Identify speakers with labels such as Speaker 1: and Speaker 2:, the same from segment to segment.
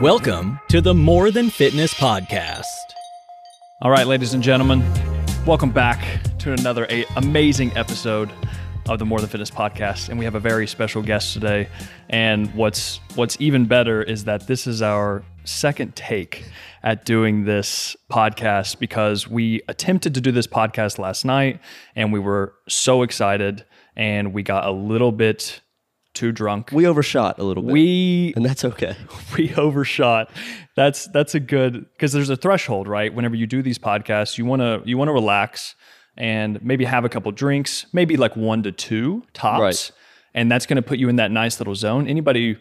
Speaker 1: Welcome to the More Than Fitness Podcast.
Speaker 2: All right, ladies and gentlemen, welcome back to another a- amazing episode of the More Than Fitness podcast, and we have a very special guest today. And what's what's even better is that this is our second take at doing this podcast because we attempted to do this podcast last night, and we were so excited, and we got a little bit too drunk.
Speaker 3: We overshot a little bit.
Speaker 2: we
Speaker 3: and that's okay.
Speaker 2: we overshot. That's that's a good because there's a threshold, right? Whenever you do these podcasts, you wanna you wanna relax and maybe have a couple drinks, maybe like one to two tops,
Speaker 3: Right.
Speaker 2: and that's gonna put you in that nice little zone. Anybody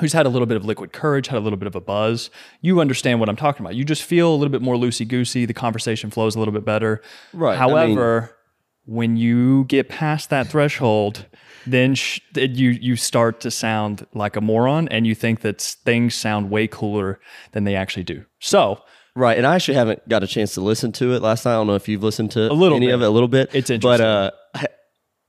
Speaker 2: who's had a little bit of liquid courage, had a little bit of a buzz, you understand what I'm talking about. You just feel a little bit more loosey goosey. The conversation flows a little bit better.
Speaker 3: Right, I
Speaker 2: However. when you get past that threshold, then sh- then you you start to sound like a moron, and you think that s- things sound way cooler than they actually do. So
Speaker 3: Right. And I actually haven't got a chance to listen to it last night. I don't know if you've listened to a
Speaker 2: little
Speaker 3: any
Speaker 2: bit.
Speaker 3: of it a little bit.
Speaker 2: It's
Speaker 3: But
Speaker 2: interesting.
Speaker 3: uh, I-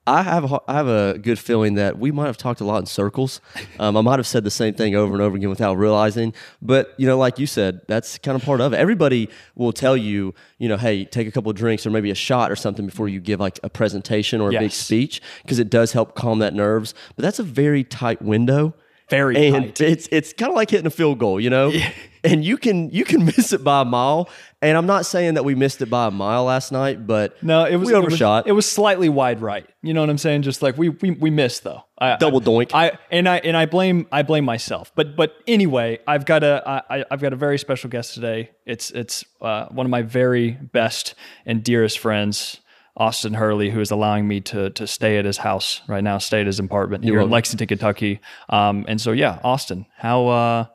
Speaker 3: I have a, I have a good feeling that we might have talked a lot in circles. Um, I might have said the same thing over and over again without realizing. But you know, like you said, that's kind of part of it. Everybody will tell you, you know, hey, take a couple of drinks or maybe a shot or something before you give like a presentation or a big
Speaker 2: Yes.
Speaker 3: speech because it does help calm that nerves. But that's a very tight window.
Speaker 2: very
Speaker 3: and
Speaker 2: tight.
Speaker 3: it's it's kind of like hitting a field goal, you know. And you can you can miss it by a mile. And I'm not saying that we missed it by a mile last night, but
Speaker 2: No, it was
Speaker 3: we
Speaker 2: it was-
Speaker 3: overshot.
Speaker 2: It was, slightly wide right. You know what I'm saying? Just like we we, we missed though. I,
Speaker 3: Double
Speaker 2: I-
Speaker 3: doink.
Speaker 2: I and I and I blame I blame myself. But but anyway, I've got a I, I- I've got a very special guest today. It's it's uh, one of my very best and dearest friends. Austin Hurley, who is allowing me to to stay at his house right now, stay at his apartment here in
Speaker 3: welcome.
Speaker 2: Lexington, Kentucky. Um, and so yeah, Austin, how uh,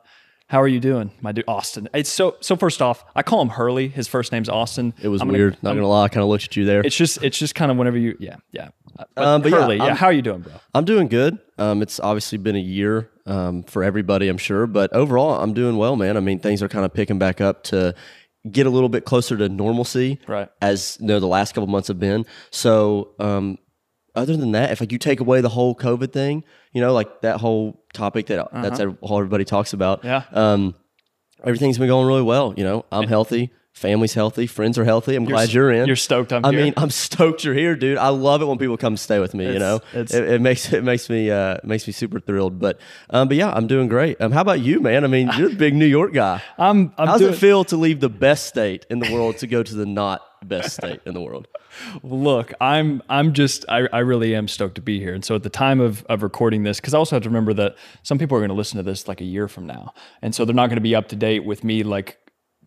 Speaker 2: how are you doing, my dude, Austin? It's so so. First off, I call him Hurley. His first name's Austin.
Speaker 3: it was weird. not gonna lie, I kind of looked at you there.
Speaker 2: It's just it's just kind of whenever you yeah yeah. Uh, But,
Speaker 3: Um, but yeah,
Speaker 2: Hurley, yeah,
Speaker 3: I'm-
Speaker 2: how are you doing, bro?
Speaker 3: I'm doing good. Um, it's obviously been a year um, for everybody, I'm sure, but overall, I'm doing well, man. I mean, things are kind of picking back up to get a little bit closer to normalcy,
Speaker 2: Right.
Speaker 3: As you know, the last couple months have been. So, um, other than that, if like you take away the whole COVID thing, you know, like that whole topic that that's all everybody talks about,
Speaker 2: Uh-huh. Yeah.
Speaker 3: Um, everything's been going really well. You know, I'm healthy. Family's healthy, friends are healthy. I'm glad
Speaker 2: s-
Speaker 3: you're in.
Speaker 2: you're stoked I'm
Speaker 3: I
Speaker 2: here.
Speaker 3: mean, I'm stoked you're here, dude. I love it when people come stay with me. you know,
Speaker 2: it's-
Speaker 3: it, it makes it makes me uh, makes me super thrilled. But um, but yeah, I'm doing great. Um, how about you, man? I mean, you're the big New York guy.
Speaker 2: I'm I'm
Speaker 3: how does
Speaker 2: doing,
Speaker 3: it feel to leave the best state in the world to go to the not best state in the world?
Speaker 2: look i'm i'm just I, I really am stoked to be here and so at the time of, of recording this because i also have to remember that some people are going to listen to this like a year from now and so they're not going to be up to date with me like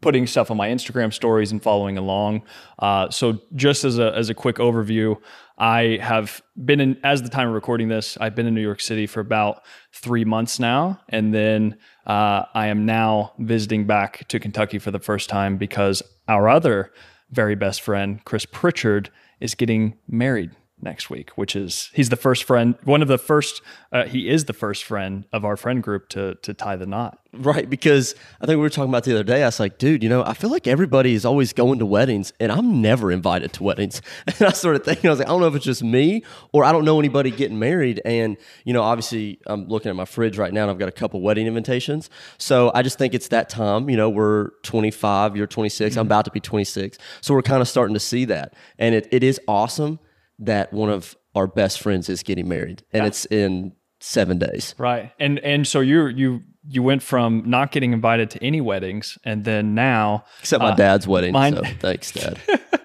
Speaker 2: putting stuff on my instagram stories and following along uh, so just as a, as a quick overview i have been in as the time of recording this i've been in new york city for about three months now and then uh, i am now visiting back to kentucky for the first time because our other very best friend Chris Pritchard is getting married next week, which is he's the first friend, one of the first, uh, he is the first friend of our friend group to to tie the knot.
Speaker 3: Right, because I think we were talking about the other day. I was like, dude, you know, I feel like everybody is always going to weddings, and I'm never invited to weddings. And I started thinking, I was like, I don't know if it's just me or I don't know anybody getting married. And you know, obviously, I'm looking at my fridge right now, and I've got a couple wedding invitations. So I just think it's that time. You know, we're 25, you're 26, I'm about to be 26, so we're kind of starting to see that, and it, it is awesome that one of our best friends is getting married, and it's in seven days.
Speaker 2: Right. And and so you you you went from not getting invited to any weddings and then now uh,
Speaker 3: Except my dad's wedding.
Speaker 2: mine-
Speaker 3: so thanks, Dad.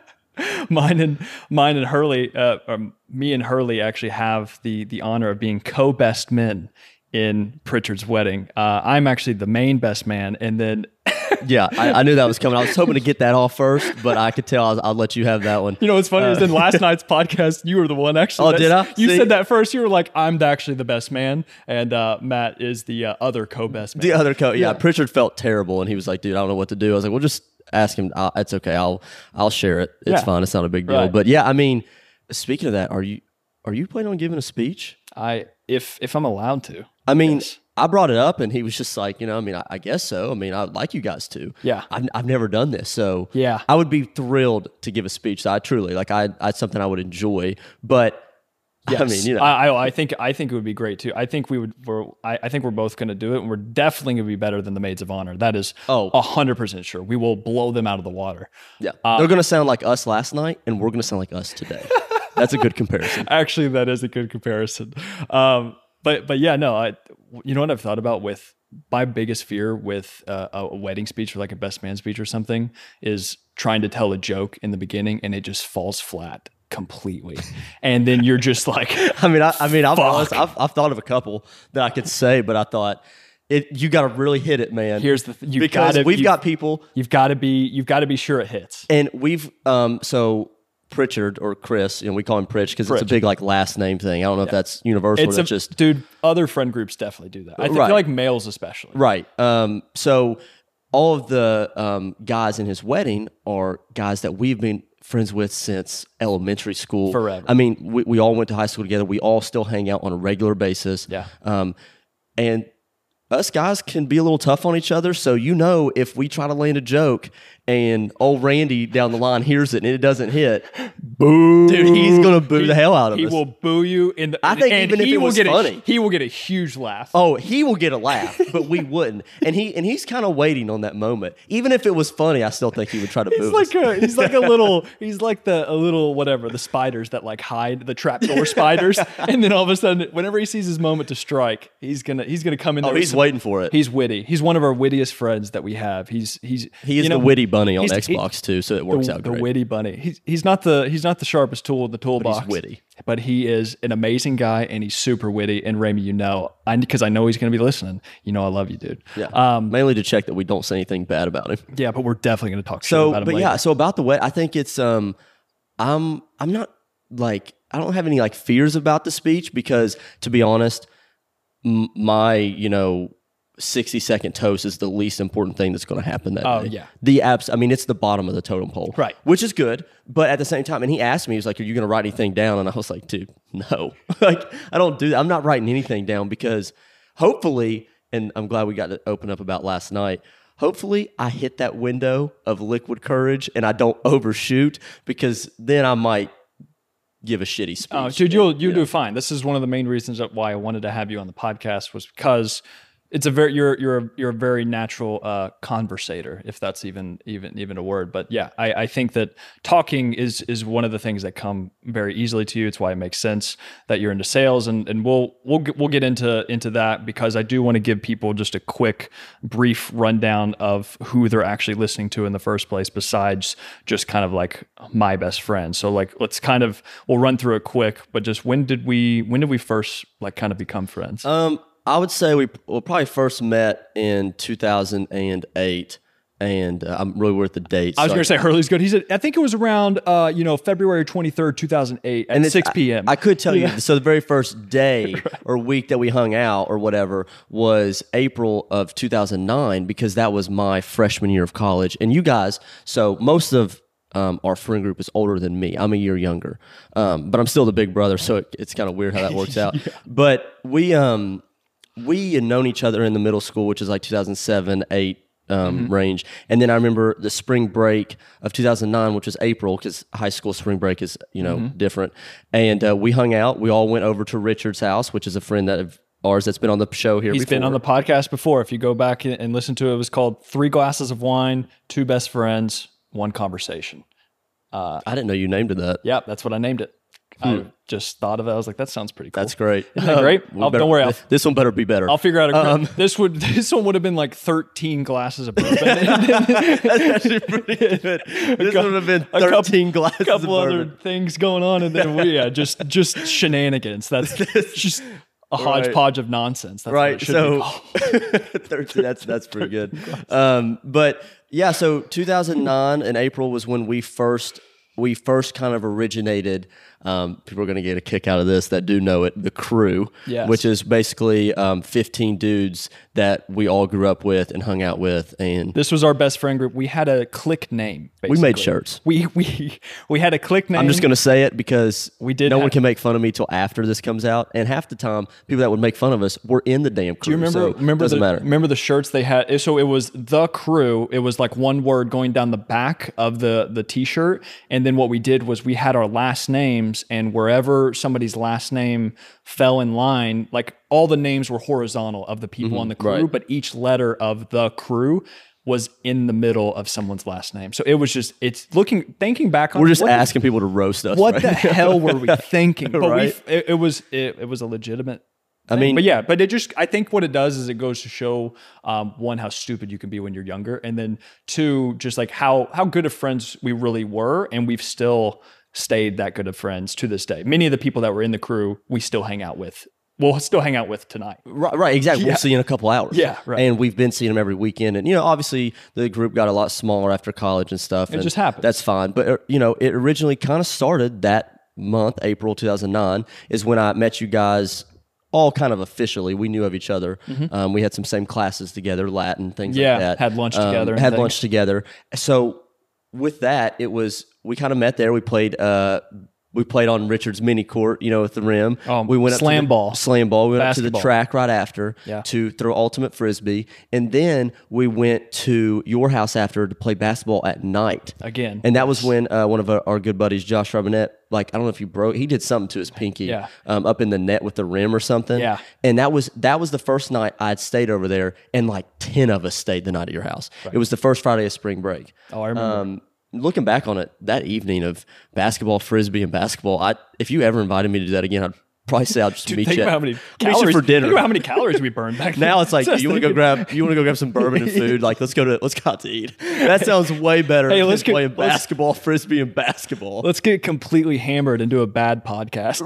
Speaker 2: mine and mine and Hurley, uh, um, me and Hurley actually have the the honor of being co best men in Pritchard's wedding. Uh, I'm actually the main best man, and then
Speaker 3: Yeah, I, I knew that was coming. I was hoping to get that off first, but I could tell I was, I'll let you have that one.
Speaker 2: You know what's funny is in last night's podcast, you were the one actually.
Speaker 3: Uh, Oh,
Speaker 2: that-
Speaker 3: did I?
Speaker 2: You
Speaker 3: See?
Speaker 2: said that first. You were like, "I'm the- actually the best man," and uh, Matt is the uh, other co-best man.
Speaker 3: The other coach, yeah, Pritchard felt terrible, and he was like, "Dude, I don't know what to do." I was like, "Well, just ask him. i it's okay. I'll I'll share it. It's
Speaker 2: Yeah.
Speaker 3: fine. It's not a big deal."
Speaker 2: Right.
Speaker 3: But yeah, I mean, speaking of that, are you are you planning on giving a speech?
Speaker 2: I, if if I'm allowed to,
Speaker 3: I mean, I brought it up, and he was just like, "You know, I mean, I, I guess so. I mean, I'd like you guys to.
Speaker 2: Yeah.
Speaker 3: I've, I've never done this, so
Speaker 2: Yeah.
Speaker 3: I would be thrilled to give a speech. I truly like. I, I it's something I would enjoy, but." I mean, you know.
Speaker 2: I, I, I think I think it would be great too. I think we would. We're, I, I think we're both going to do it, and we're definitely going to be better than the maids of honor. That is,
Speaker 3: Oh.
Speaker 2: hundred percent sure. We will blow them out of the water.
Speaker 3: yeah,
Speaker 2: Uh,
Speaker 3: they're gonna sound like us last night, and we're gonna sound like us today. That's a good comparison.
Speaker 2: Actually, that is a good comparison. Um, but but yeah, no. I you know what I've thought about with my biggest fear with uh, a wedding speech or like a best man speech or something is trying to tell a joke in the beginning and it just falls flat completely, and then you're just like.
Speaker 3: I mean, I, I mean, I've,
Speaker 2: Fuck.
Speaker 3: honest, I've I've thought of a couple that I could say, but I thought it. You got to really hit it, man.
Speaker 2: Here's the th- you
Speaker 3: because
Speaker 2: gotta-
Speaker 3: we've
Speaker 2: you-
Speaker 3: got people
Speaker 2: You've got to be you've got to be sure it hits.
Speaker 3: And we've um so Pritchard or Chris, you know, we call him Pritch because it's a
Speaker 2: Pritch.
Speaker 3: big like last name thing. I don't know if that's universal.
Speaker 2: It's
Speaker 3: or
Speaker 2: a,
Speaker 3: that's just
Speaker 2: dude. Other friend groups definitely do that. I think
Speaker 3: Right.
Speaker 2: like males especially.
Speaker 3: right. Um, so all of the um, guys in his wedding are guys that we've been friends with since elementary school.
Speaker 2: Forever.
Speaker 3: I mean, we, we all went to high school together. We all still hang out on a regular basis.
Speaker 2: Yeah.
Speaker 3: Um, and us guys can be a little tough on each other. So you know, if we try to land a joke and old Randy down the line hears it and it doesn't hit, boo, dude, he's gonna boo the hell out of
Speaker 2: He
Speaker 3: us.
Speaker 2: will boo you in the.
Speaker 3: I think
Speaker 2: and
Speaker 3: even if
Speaker 2: he
Speaker 3: it
Speaker 2: will
Speaker 3: was
Speaker 2: get a-
Speaker 3: funny.
Speaker 2: he will get a huge laugh.
Speaker 3: Oh, he will get a laugh, but we wouldn't. And he and he's kind of waiting on that moment. Even if it was funny, I still think he would try to
Speaker 2: He's
Speaker 3: boo us.
Speaker 2: like a he's like a little he's like the a little whatever the spiders that like hide the trapdoor spiders and then all of a sudden whenever he sees his moment to strike he's gonna he's gonna come in there
Speaker 3: Oh,
Speaker 2: with
Speaker 3: he's
Speaker 2: some-
Speaker 3: waiting for it.
Speaker 2: he's witty he's one of our wittiest friends that we have he's he's
Speaker 3: He is
Speaker 2: you know,
Speaker 3: the witty bunny on
Speaker 2: he's- he-
Speaker 3: Xbox too, so it works
Speaker 2: the,
Speaker 3: out
Speaker 2: the
Speaker 3: great.
Speaker 2: witty bunny. He's he's not the he's not the sharpest tool in the toolbox.
Speaker 3: witty.
Speaker 2: but he is an amazing guy and he's super witty. And Ramey, you know, I because I know he's going to be listening. You know, I love you, dude.
Speaker 3: yeah.
Speaker 2: Uh,
Speaker 3: Mainly to check that we don't say anything bad about him.
Speaker 2: yeah, but we're definitely going to talk shit
Speaker 3: So,
Speaker 2: about him.
Speaker 3: but
Speaker 2: later.
Speaker 3: yeah, so about the wet, I think it's um, I'm I'm not like I don't have any like fears about the speech because to be honest, m- my you know. 60 second toast is the least important thing that's going to happen that
Speaker 2: Oh,
Speaker 3: day.
Speaker 2: yeah.
Speaker 3: The abs I mean it's the bottom of the totem pole.
Speaker 2: Right.
Speaker 3: Which is good, but at the same time and he asked me he was like are you going to write anything down and I was like dude no. like I don't do that. I'm not writing anything down because hopefully and I'm glad we got to open up about last night. Hopefully I hit that window of liquid courage and I don't overshoot because then I might give a shitty speech.
Speaker 2: Oh, dude, you'll you will do fine. This is one of the main reasons that why I wanted to have you on the podcast was because it's a very you're you're a, you're a very natural uh, conversator, if that's even even even a word. But yeah, I, I think that talking is is one of the things that come very easily to you. It's why it makes sense that you're into sales, and and we'll we'll get, we'll get into into that because I do want to give people just a quick brief rundown of who they're actually listening to in the first place, besides just kind of like my best friend. So like let's kind of we'll run through it quick, but just when did we when did we first like kind of become friends?
Speaker 3: Um, I would say we well, probably first met in 2008, and uh, I'm really worth the date.
Speaker 2: I was
Speaker 3: so
Speaker 2: gonna say Hurley's good. He said I think it was around uh, you know February twenty third, two thousand eight, at
Speaker 3: it's-
Speaker 2: six
Speaker 3: I-
Speaker 2: p.m.
Speaker 3: I, could tell you. So the very first day or week that we hung out or whatever was April of 2009 because that was my freshman year of college. And you guys, so most of um, our friend group is older than me. I'm a year younger, um, but I'm still the big brother. So it, it's kind of weird how that works out. But we um, we had known each other in the middle school, which is like 2007, 8 um,
Speaker 2: Mm-hmm.
Speaker 3: range. And then I remember the spring break of 2009, which was April, because high school spring break is, you know,
Speaker 2: Mm-hmm.
Speaker 3: different. And uh, we hung out. We all went over to Richard's house, which is a friend that of ours that's been on the show here
Speaker 2: He's
Speaker 3: before.
Speaker 2: been on the podcast before. If you go back and- and listen to it, it was called Three Glasses of Wine, Two Best Friends, One Conversation.
Speaker 3: I didn't know you named it that.
Speaker 2: Yeah, that's what I named it. I just thought of it. I was like, that sounds pretty cool.
Speaker 3: Hmm. That's great.
Speaker 2: Isn't that great?
Speaker 3: we
Speaker 2: I'll-
Speaker 3: better-
Speaker 2: don't worry, I'll-
Speaker 3: This one better be better.
Speaker 2: I'll figure out a
Speaker 3: Um,
Speaker 2: this would this one would have been like 13 glasses of bourbon.
Speaker 3: That's actually pretty good. This
Speaker 2: cou-
Speaker 3: would have been
Speaker 2: a couple-
Speaker 3: 13 glasses
Speaker 2: a couple
Speaker 3: of
Speaker 2: other
Speaker 3: bourbon.
Speaker 2: things going on and then we yeah, just just shenanigans. That's just a hodgepodge of nonsense. That's what it
Speaker 3: right
Speaker 2: should be
Speaker 3: so
Speaker 2: called.
Speaker 3: 13 that's that's pretty good um, but yeah so 2009 in april was when we first we first kind of originated um, people are going to get a kick out of this that do know it the crew
Speaker 2: Yes.
Speaker 3: which is basically um, 15 dudes that we all grew up with and hung out with and
Speaker 2: This was our best friend group. We had a click name.
Speaker 3: we made
Speaker 2: basically.
Speaker 3: shirts
Speaker 2: We we we had a click name.
Speaker 3: I'm just gonna say it because
Speaker 2: We did
Speaker 3: No one
Speaker 2: have-
Speaker 3: can make fun of me till after this comes out, and half the time, people that would make fun of us were in the damn crew.
Speaker 2: Do you remember?
Speaker 3: so
Speaker 2: remember
Speaker 3: doesn't
Speaker 2: the
Speaker 3: matter.
Speaker 2: remember the shirts they had. So it was the crew. It was like one word going down the back of the the t shirt, and then what we did was we had our last names names, and wherever somebody's last name fell in line, like all the names were horizontal of the people on the crew,
Speaker 3: Mm-hmm. right.
Speaker 2: but each letter of the crew was in the middle of someone's last name. So it was just it's looking thinking back on
Speaker 3: We're just
Speaker 2: what the-
Speaker 3: asking people to roast us.
Speaker 2: what
Speaker 3: right?
Speaker 2: the hell were we thinking? But we,
Speaker 3: Right.
Speaker 2: f- it, it was it, it was a legitimate.
Speaker 3: I mean,
Speaker 2: But yeah, but it just I think what it does is it goes to show um, one how stupid you can be when you're younger, and then two just like how how good of friends we really were, and we've still stayed that good of friends to this day. Many of the people that were in the crew we still hang out with. We'll still hang out with tonight.
Speaker 3: Right, right, exactly.
Speaker 2: Yeah.
Speaker 3: We'll see you in a couple hours.
Speaker 2: Yeah, right.
Speaker 3: And we've been seeing them every weekend. And, you know, obviously the group got a lot smaller after college and stuff. It
Speaker 2: just happens.
Speaker 3: That's fine. But, uh, you know, it originally kind of started that month, April 2009, is when I met you guys all kind of officially. We knew of each other. Um, we had some same classes together, Latin, things
Speaker 2: Mm-hmm. Yeah,
Speaker 3: like that. Um,
Speaker 2: had lunch together and
Speaker 3: Had
Speaker 2: things.
Speaker 3: lunch together. So with that, it was, we kind of met there. We played, uh, we played on Richard's mini court, you know, at the rim.
Speaker 2: Oh,
Speaker 3: we went up to
Speaker 2: slam
Speaker 3: the-
Speaker 2: ball.
Speaker 3: slam ball. We went up to
Speaker 2: Basketball.
Speaker 3: the track right after
Speaker 2: Yeah.
Speaker 3: to throw ultimate frisbee, and then we went to your house after to play basketball at night
Speaker 2: Again.
Speaker 3: And that was when uh, one of our, our good buddies, Josh Robinette, like I don't know if you broke, he did something to his pinky,
Speaker 2: Yeah.
Speaker 3: um, up in the net with the rim or something.
Speaker 2: Yeah.
Speaker 3: And that was that was the first night I'd stayed over there, and like ten of us stayed the night at your house. It was the first Friday of spring break.
Speaker 2: Oh, I remember.
Speaker 3: Um, looking back on it, that evening of basketball, frisbee, and basketball, I if you ever invited me to do that again, I'd probably say I'll just meet
Speaker 2: think
Speaker 3: you
Speaker 2: about
Speaker 3: at-
Speaker 2: how many
Speaker 3: meet you
Speaker 2: calories
Speaker 3: for dinner.
Speaker 2: Think about how many calories we burned back
Speaker 3: now it's like
Speaker 2: Just
Speaker 3: you want to go
Speaker 2: thinking-
Speaker 3: grab you want to go grab some bourbon and food. Like let's go to let's go out to eat. That sounds way better.
Speaker 2: Hey,
Speaker 3: than
Speaker 2: let's get-
Speaker 3: playing
Speaker 2: let's-
Speaker 3: basketball, frisbee, and basketball.
Speaker 2: Let's get completely hammered and do a bad podcast.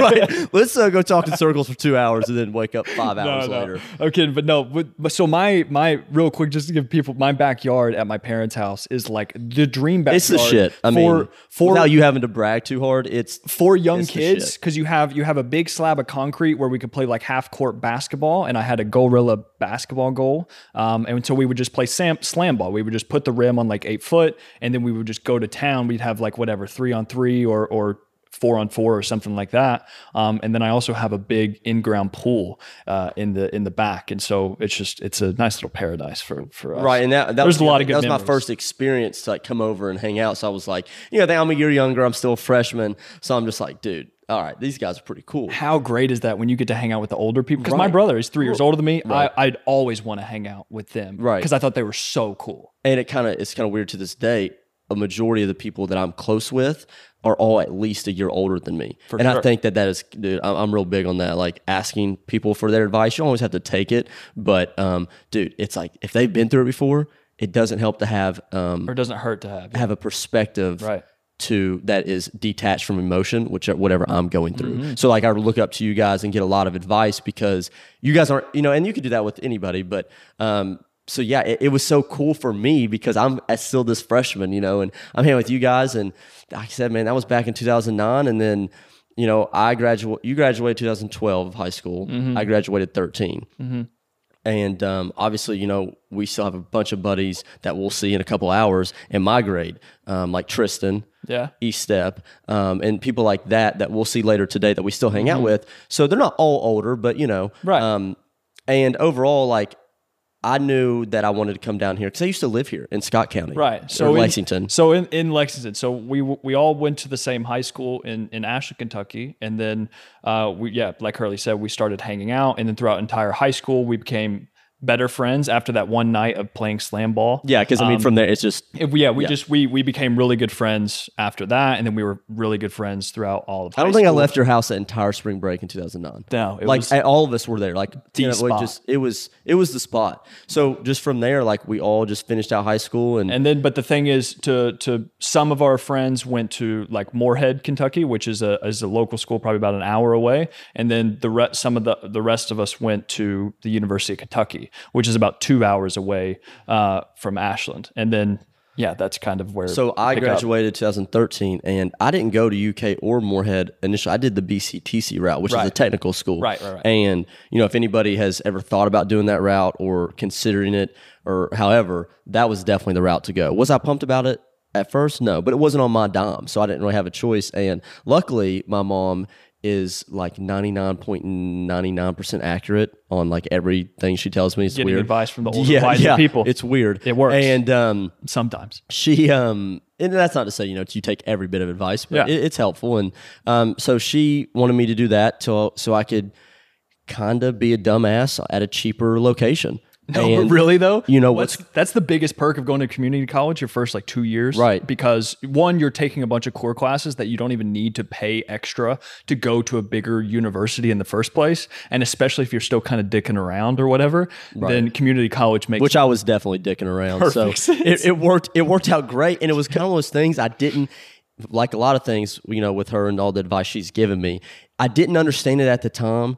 Speaker 3: right. Let's uh, go talk in circles for two hours and then wake up five hours later.
Speaker 2: I'm kidding, but no. But, but so my my real quick, just to give people my backyard at my parents' house is like the dream backyard.
Speaker 3: It's the shit. I
Speaker 2: for
Speaker 3: mean,
Speaker 2: for
Speaker 3: without you having to brag too hard, it's
Speaker 2: for young
Speaker 3: It's the
Speaker 2: kids
Speaker 3: shit.
Speaker 2: because you have you have a big slab of concrete where we could play like half court basketball and i had a gorilla basketball goal um, and so we would just play sam- slam ball we would just put the rim on like eight foot and then we would just go to town we'd have like whatever three on three or or four on four or something like that um, and then i also have a big in-ground pool uh, in the in the back and so it's just it's a nice little paradise for for us
Speaker 3: Right, and that, that
Speaker 2: There's
Speaker 3: was
Speaker 2: a lot of good
Speaker 3: That was
Speaker 2: memories.
Speaker 3: my first experience to like come over and hang out. So I was like, you know, I'm a year younger. I'm still a freshman, so I'm just like, dude, all right, these guys are pretty cool.
Speaker 2: how great is that when you get to hang out with the older people? Because my
Speaker 3: Right.
Speaker 2: brother is three years older than me. I, I'd always want to hang out with them,
Speaker 3: Right.
Speaker 2: Because I thought they were so cool.
Speaker 3: and it kind of it's kind of weird to this day a majority of the people that i'm close with are all at least a year older than me and i think that that is dude I'm, I'm real big on that like asking people for their advice you always have to take it but um dude it's like if they've been through it before it doesn't help to have um
Speaker 2: Or it doesn't hurt to have.
Speaker 3: have a perspective
Speaker 2: Right.
Speaker 3: to that is detached from emotion, which whatever I'm going through. So like I would look up to you guys and get a lot of advice because you guys aren't, you know, and you could do that with anybody, but um so yeah, it, it was so cool for me because I'm uh, still this freshman, you know, and I'm here with you guys and like I said, man, that was back in 2009 and then you know, I graduate you graduated 2012 high school. I graduated 13. And um, obviously, you know, we still have a bunch of buddies that we'll see in a couple hours in my grade, um, like Tristan,
Speaker 2: Yeah.
Speaker 3: East Step, um, and people like that that we'll see later today that we still hang out with. So they're not all older, but you know,
Speaker 2: Mm-hmm. Right.
Speaker 3: Um, and overall, like I knew that I wanted to come down here because I used to live here in Scott County,
Speaker 2: Right.
Speaker 3: So
Speaker 2: in-
Speaker 3: Lexington,
Speaker 2: so in, in Lexington. So we w- we all went to the same high school in in Ashland, Kentucky, and then uh, we yeah, like Hurley said, we started hanging out, and then throughout entire high school, we became better friends after that one night of playing slam ball.
Speaker 3: yeah. Because
Speaker 2: Um,
Speaker 3: I mean, from there, it's just
Speaker 2: It- yeah, we just we we became really good friends after that, and then we were really good friends throughout all of.
Speaker 3: I don't think I left your house that entire spring break in 2009.
Speaker 2: No, it
Speaker 3: like
Speaker 2: was-
Speaker 3: I- all of us were there. Like you know,
Speaker 2: The
Speaker 3: like,
Speaker 2: spot.
Speaker 3: just it was it was the spot. So just from there, like we all just finished out high school and,
Speaker 2: And then, but the thing is, to to some of our friends went to like Moorhead, Kentucky, which is a is a local school, probably about an hour away. And then the re- some of the the rest of us went to the University of Kentucky, which is about two hours away uh, from Ashland. And then, yeah, that's kind of where.
Speaker 3: so uh, I
Speaker 2: pick up.
Speaker 3: graduated 2013, and I didn't go to UK or Moorhead initially. I did the BCTC route, which is a
Speaker 2: Right.
Speaker 3: technical school.
Speaker 2: Right, right, right.
Speaker 3: And you know, if anybody has ever thought about doing that route or considering it, or however, that was definitely the route to go. Was I pumped about it? At first, no, but it wasn't on my dime, so I didn't really have a choice. And luckily, my mom is like 99.99% accurate on like everything she tells me. It's
Speaker 2: Getting
Speaker 3: weird.
Speaker 2: advice from the older, wiser people.
Speaker 3: It's weird.
Speaker 2: It works.
Speaker 3: And um,
Speaker 2: sometimes.
Speaker 3: she um and that's not to say you know you take every bit of advice but
Speaker 2: Yeah.
Speaker 3: it, it's helpful and um so she wanted me to do that to, so i could kinda be a dumbass at a cheaper location
Speaker 2: No,
Speaker 3: And,
Speaker 2: but really though,
Speaker 3: you know
Speaker 2: what's
Speaker 3: what's
Speaker 2: that's the biggest perk of going to community college your first like two years,
Speaker 3: Right.
Speaker 2: Because one, you're taking a bunch of core classes that you don't even need to pay extra to go to a bigger university in the first place, and especially if you're still kind of dicking around or whatever, then community college makes
Speaker 3: which I was definitely dicking around.
Speaker 2: Perfect
Speaker 3: So
Speaker 2: sense.
Speaker 3: it, it worked. It worked out great, and it was kind of one of those things I didn't like. A lot of things, you know, with her and all the advice she's given me, I didn't understand it at the time,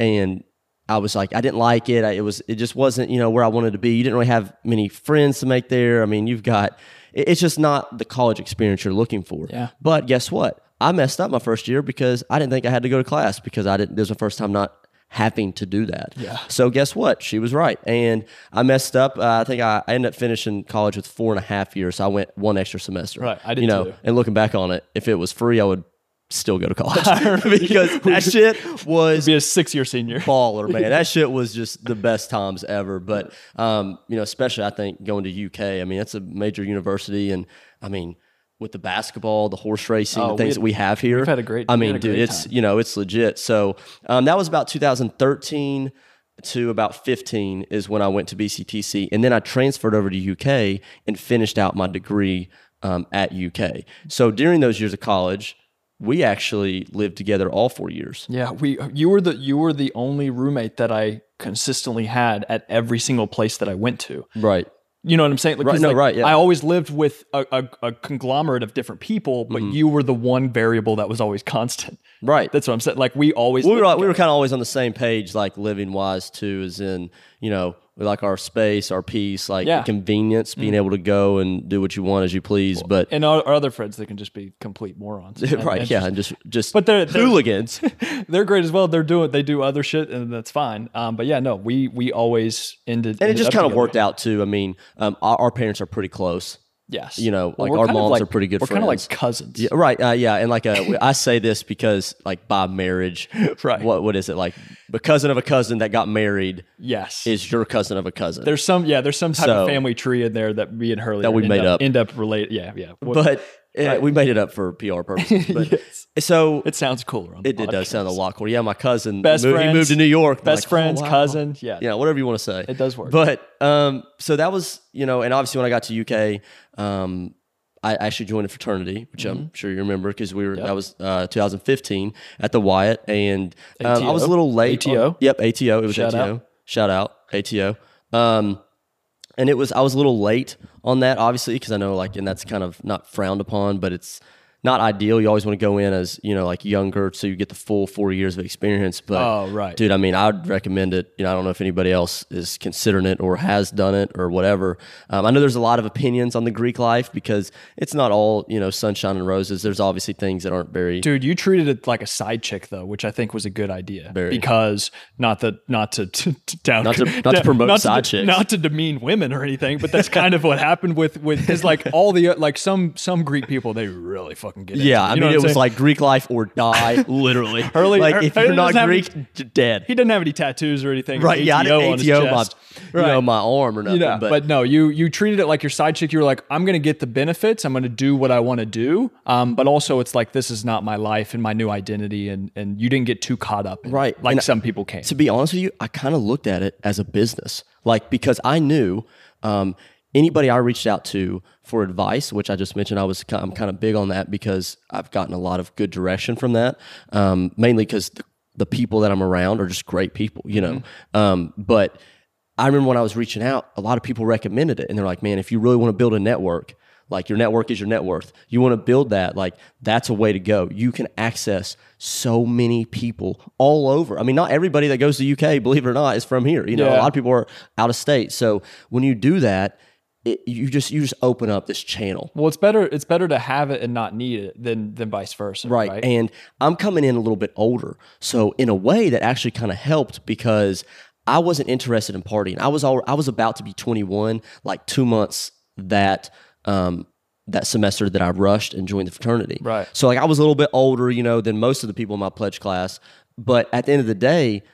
Speaker 3: and I was like, I didn't like it. I, it was, it just wasn't, you know, where I wanted to be. You didn't really have many friends to make there. I mean, you've got, it- it's just not the college experience you're looking for.
Speaker 2: Yeah.
Speaker 3: But guess what? I messed up my first year because I didn't think I had to go to class because I didn't. This was the first time not having to do that. Yeah. So guess what? She was right, and I messed up. Uh, I think I, I ended up finishing college with four and a half years. So I went one extra semester.
Speaker 2: Right, I did
Speaker 3: You know,
Speaker 2: too.
Speaker 3: and looking back on it, if it was free, I would still go to college because that shit was
Speaker 2: be a six year senior.
Speaker 3: baller, man. That shit was just the best times ever. But um, you know, especially I think going to UK. I mean, that's a major university, and I mean, with the basketball, the horse racing,
Speaker 2: Oh,
Speaker 3: the things
Speaker 2: we-
Speaker 3: that we have here.
Speaker 2: we've had a great-
Speaker 3: I
Speaker 2: we had
Speaker 3: mean,
Speaker 2: a
Speaker 3: dude,
Speaker 2: great
Speaker 3: it's
Speaker 2: time.
Speaker 3: you know, it's legit. So um, that was about 2013 to about 15 is when I went to BCTC, and then I transferred over to UK and finished out my degree um, at UK. So during those years of college. We actually lived together all four years.
Speaker 2: Yeah, we you were the you were the only roommate that I consistently had at every single place that I went to.
Speaker 3: Right.
Speaker 2: You know what I'm saying? Like, 'cause,
Speaker 3: Right, no,
Speaker 2: like,
Speaker 3: right, yeah.
Speaker 2: I always lived with a, a, a conglomerate of different people, but you were the one variable that was always constant.
Speaker 3: Mm-hmm. Right.
Speaker 2: That's what I'm saying. Like we always
Speaker 3: we were like, we were kind of always on the same page, like living wise too, as in you know we like our space, our peace, like
Speaker 2: Yeah. Mm.
Speaker 3: convenience, being able to go and do what you want as you please. But
Speaker 2: and our, our other friends that can just be complete morons. And-
Speaker 3: right,
Speaker 2: and
Speaker 3: yeah, and just just
Speaker 2: But they're- they're-
Speaker 3: hooligans.
Speaker 2: they're great as well. They're doing they do other shit and that's fine. Um, but yeah, no, we we always ended
Speaker 3: and it just kind of worked out too. I mean, um, our, our parents are pretty close.
Speaker 2: Yes,
Speaker 3: you know, like,
Speaker 2: we're
Speaker 3: our
Speaker 2: kind of
Speaker 3: moms are pretty good
Speaker 2: We're kind of like
Speaker 3: friends.
Speaker 2: cousins.
Speaker 3: Yeah, right. Uh, yeah, and like uh, I say this because like by marriage,
Speaker 2: Right.
Speaker 3: What what is it like? The cousin of a cousin that got married
Speaker 2: Yes,
Speaker 3: is your cousin of a cousin.
Speaker 2: there's some yeah there's some type
Speaker 3: So-
Speaker 2: of family tree in there that me and Hurley
Speaker 3: That we
Speaker 2: end
Speaker 3: made up.
Speaker 2: end up related. Yeah, yeah. What-
Speaker 3: but uh, we made it up for PR purposes. But so
Speaker 2: it sounds cooler. On the
Speaker 3: It did does
Speaker 2: podcast.
Speaker 3: sound a lot cooler. Yeah, my cousin
Speaker 2: Best
Speaker 3: moved,
Speaker 2: friends,
Speaker 3: he moved to New York. and I'm
Speaker 2: Best
Speaker 3: like, oh,
Speaker 2: friends,
Speaker 3: wow.
Speaker 2: cousin. Yeah,
Speaker 3: Yeah, whatever you want to say.
Speaker 2: It does work.
Speaker 3: But um, so that was you know, and obviously when I got to UK, um, I actually joined a fraternity, which
Speaker 2: Mm-hmm.
Speaker 3: I'm sure you remember because we were that was uh, 2015 at the Wyatt, and um, I was a
Speaker 2: ATO.
Speaker 3: little late. on-
Speaker 2: ATO.
Speaker 3: yep, ATO. It was
Speaker 2: Shout
Speaker 3: ATO. Shout out ATO. Um, and it was I was a little late on that, obviously, because I know like, and that's kind of not frowned upon, but it's not ideal. You always want to go in as you know like younger, so you get the full four years of experience. But
Speaker 2: Oh, right.
Speaker 3: dude, I mean, I'd recommend it. You know, I don't know if anybody else is considering it or has done it or whatever. Um, I know there's a lot of opinions on the Greek life because it's not all you know sunshine and roses. There's obviously things that aren't very
Speaker 2: Dude, you treated it like a side chick though, which I think was a good idea because not that not to, to, to down
Speaker 3: Not to- not to promote side
Speaker 2: de-
Speaker 3: chicks.
Speaker 2: not to demean women or anything, but that's kind of what happened with with is like all the uh, like some some Greek people they really fucking get into
Speaker 3: Yeah, I
Speaker 2: You know
Speaker 3: mean,
Speaker 2: what
Speaker 3: it
Speaker 2: I'm
Speaker 3: was
Speaker 2: saying?
Speaker 3: like Greek life or die, literally.
Speaker 2: Early-
Speaker 3: like
Speaker 2: er-
Speaker 3: if
Speaker 2: early
Speaker 3: you're not
Speaker 2: doesn't have
Speaker 3: Greek,
Speaker 2: any-
Speaker 3: d- dead.
Speaker 2: he didn't have any tattoos or anything.
Speaker 3: Right? Yeah, I
Speaker 2: ATO on
Speaker 3: didn't
Speaker 2: his
Speaker 3: ATO my,
Speaker 2: chest.
Speaker 3: you know, my arm or nothing.
Speaker 2: Yeah,
Speaker 3: but,
Speaker 2: but, no, you you treated it like your side chick. You were like, I'm gonna get the benefits. I'm gonna do what I want to do. Um, but also it's like this is not my life and my new identity, and and you didn't get too caught up, in it,
Speaker 3: Right,
Speaker 2: Like
Speaker 3: and I-
Speaker 2: some people can.
Speaker 3: to be honest with you, I kind of looked at it as a business, like because I knew um, anybody I reached out to for advice, which I just mentioned, I was ki- I'm kind of big on that because I've gotten a lot of good direction from that, um, mainly because the, the people that I'm around are just great people, you know. Um, but I remember when I was reaching out, a lot of people recommended it, and they're like, "Man, if you really want to build a network." Like your network is your net worth. You want to build that. Like that's a way to go. You can access so many people all over. I mean, not everybody that goes to UK, believe it or not, is from here. You know, a
Speaker 2: Yeah.
Speaker 3: lot of people are out of state. So when you do that, it, you just you just open up this channel.
Speaker 2: Well, it's better it's better to have it and not need it than than vice versa.
Speaker 3: Right.
Speaker 2: Right.
Speaker 3: And I'm coming in a little bit older. So in a way that actually kind of helped because I wasn't interested in partying. I was all, I was about to be 21 like 2 months that um that semester that I rushed and joined the fraternity.
Speaker 2: Right.
Speaker 3: So like I was a little bit older, you know, than most of the people in my pledge class. But at the end of the day,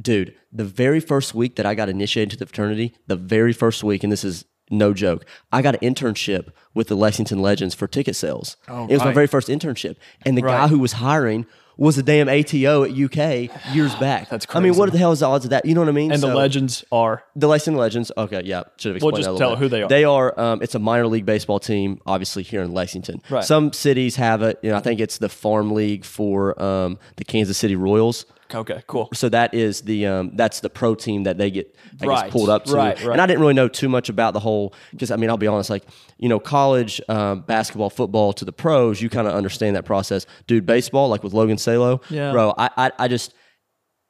Speaker 3: dude, the very first week that I got initiated to the fraternity, the very first week, and this is no joke, I got an internship with the Lexington Legends for ticket sales. it was my
Speaker 2: right.
Speaker 3: very first internship, and the guy who was hiring was a damn ATO at UK years back. That's I mean,
Speaker 2: crazy.
Speaker 3: what the hell is the odds of that? You know what I mean?
Speaker 2: And the
Speaker 3: legend
Speaker 2: legends are
Speaker 3: the Lexington Legends. Okay, yeah, should have explained.
Speaker 2: just
Speaker 3: that a little
Speaker 2: tell
Speaker 3: bit.
Speaker 2: who they are.
Speaker 3: They are. Um, it's a minor league baseball team, obviously here in Lexington.
Speaker 2: Right.
Speaker 3: Some cities have it. You know, I think it's the farm league for um, the Kansas City Royals.
Speaker 2: okay, cool.
Speaker 3: So that is the um, that's the pro team that they get I
Speaker 2: Right,
Speaker 3: guess, pulled up to.
Speaker 2: right, right.
Speaker 3: And I didn't really know too much about the whole because I mean I'll be honest, like you know college um, basketball, football to the pros, you kind of understand that process. Dude, baseball like with Logan Salo,
Speaker 2: Yeah.
Speaker 3: bro. I, I I just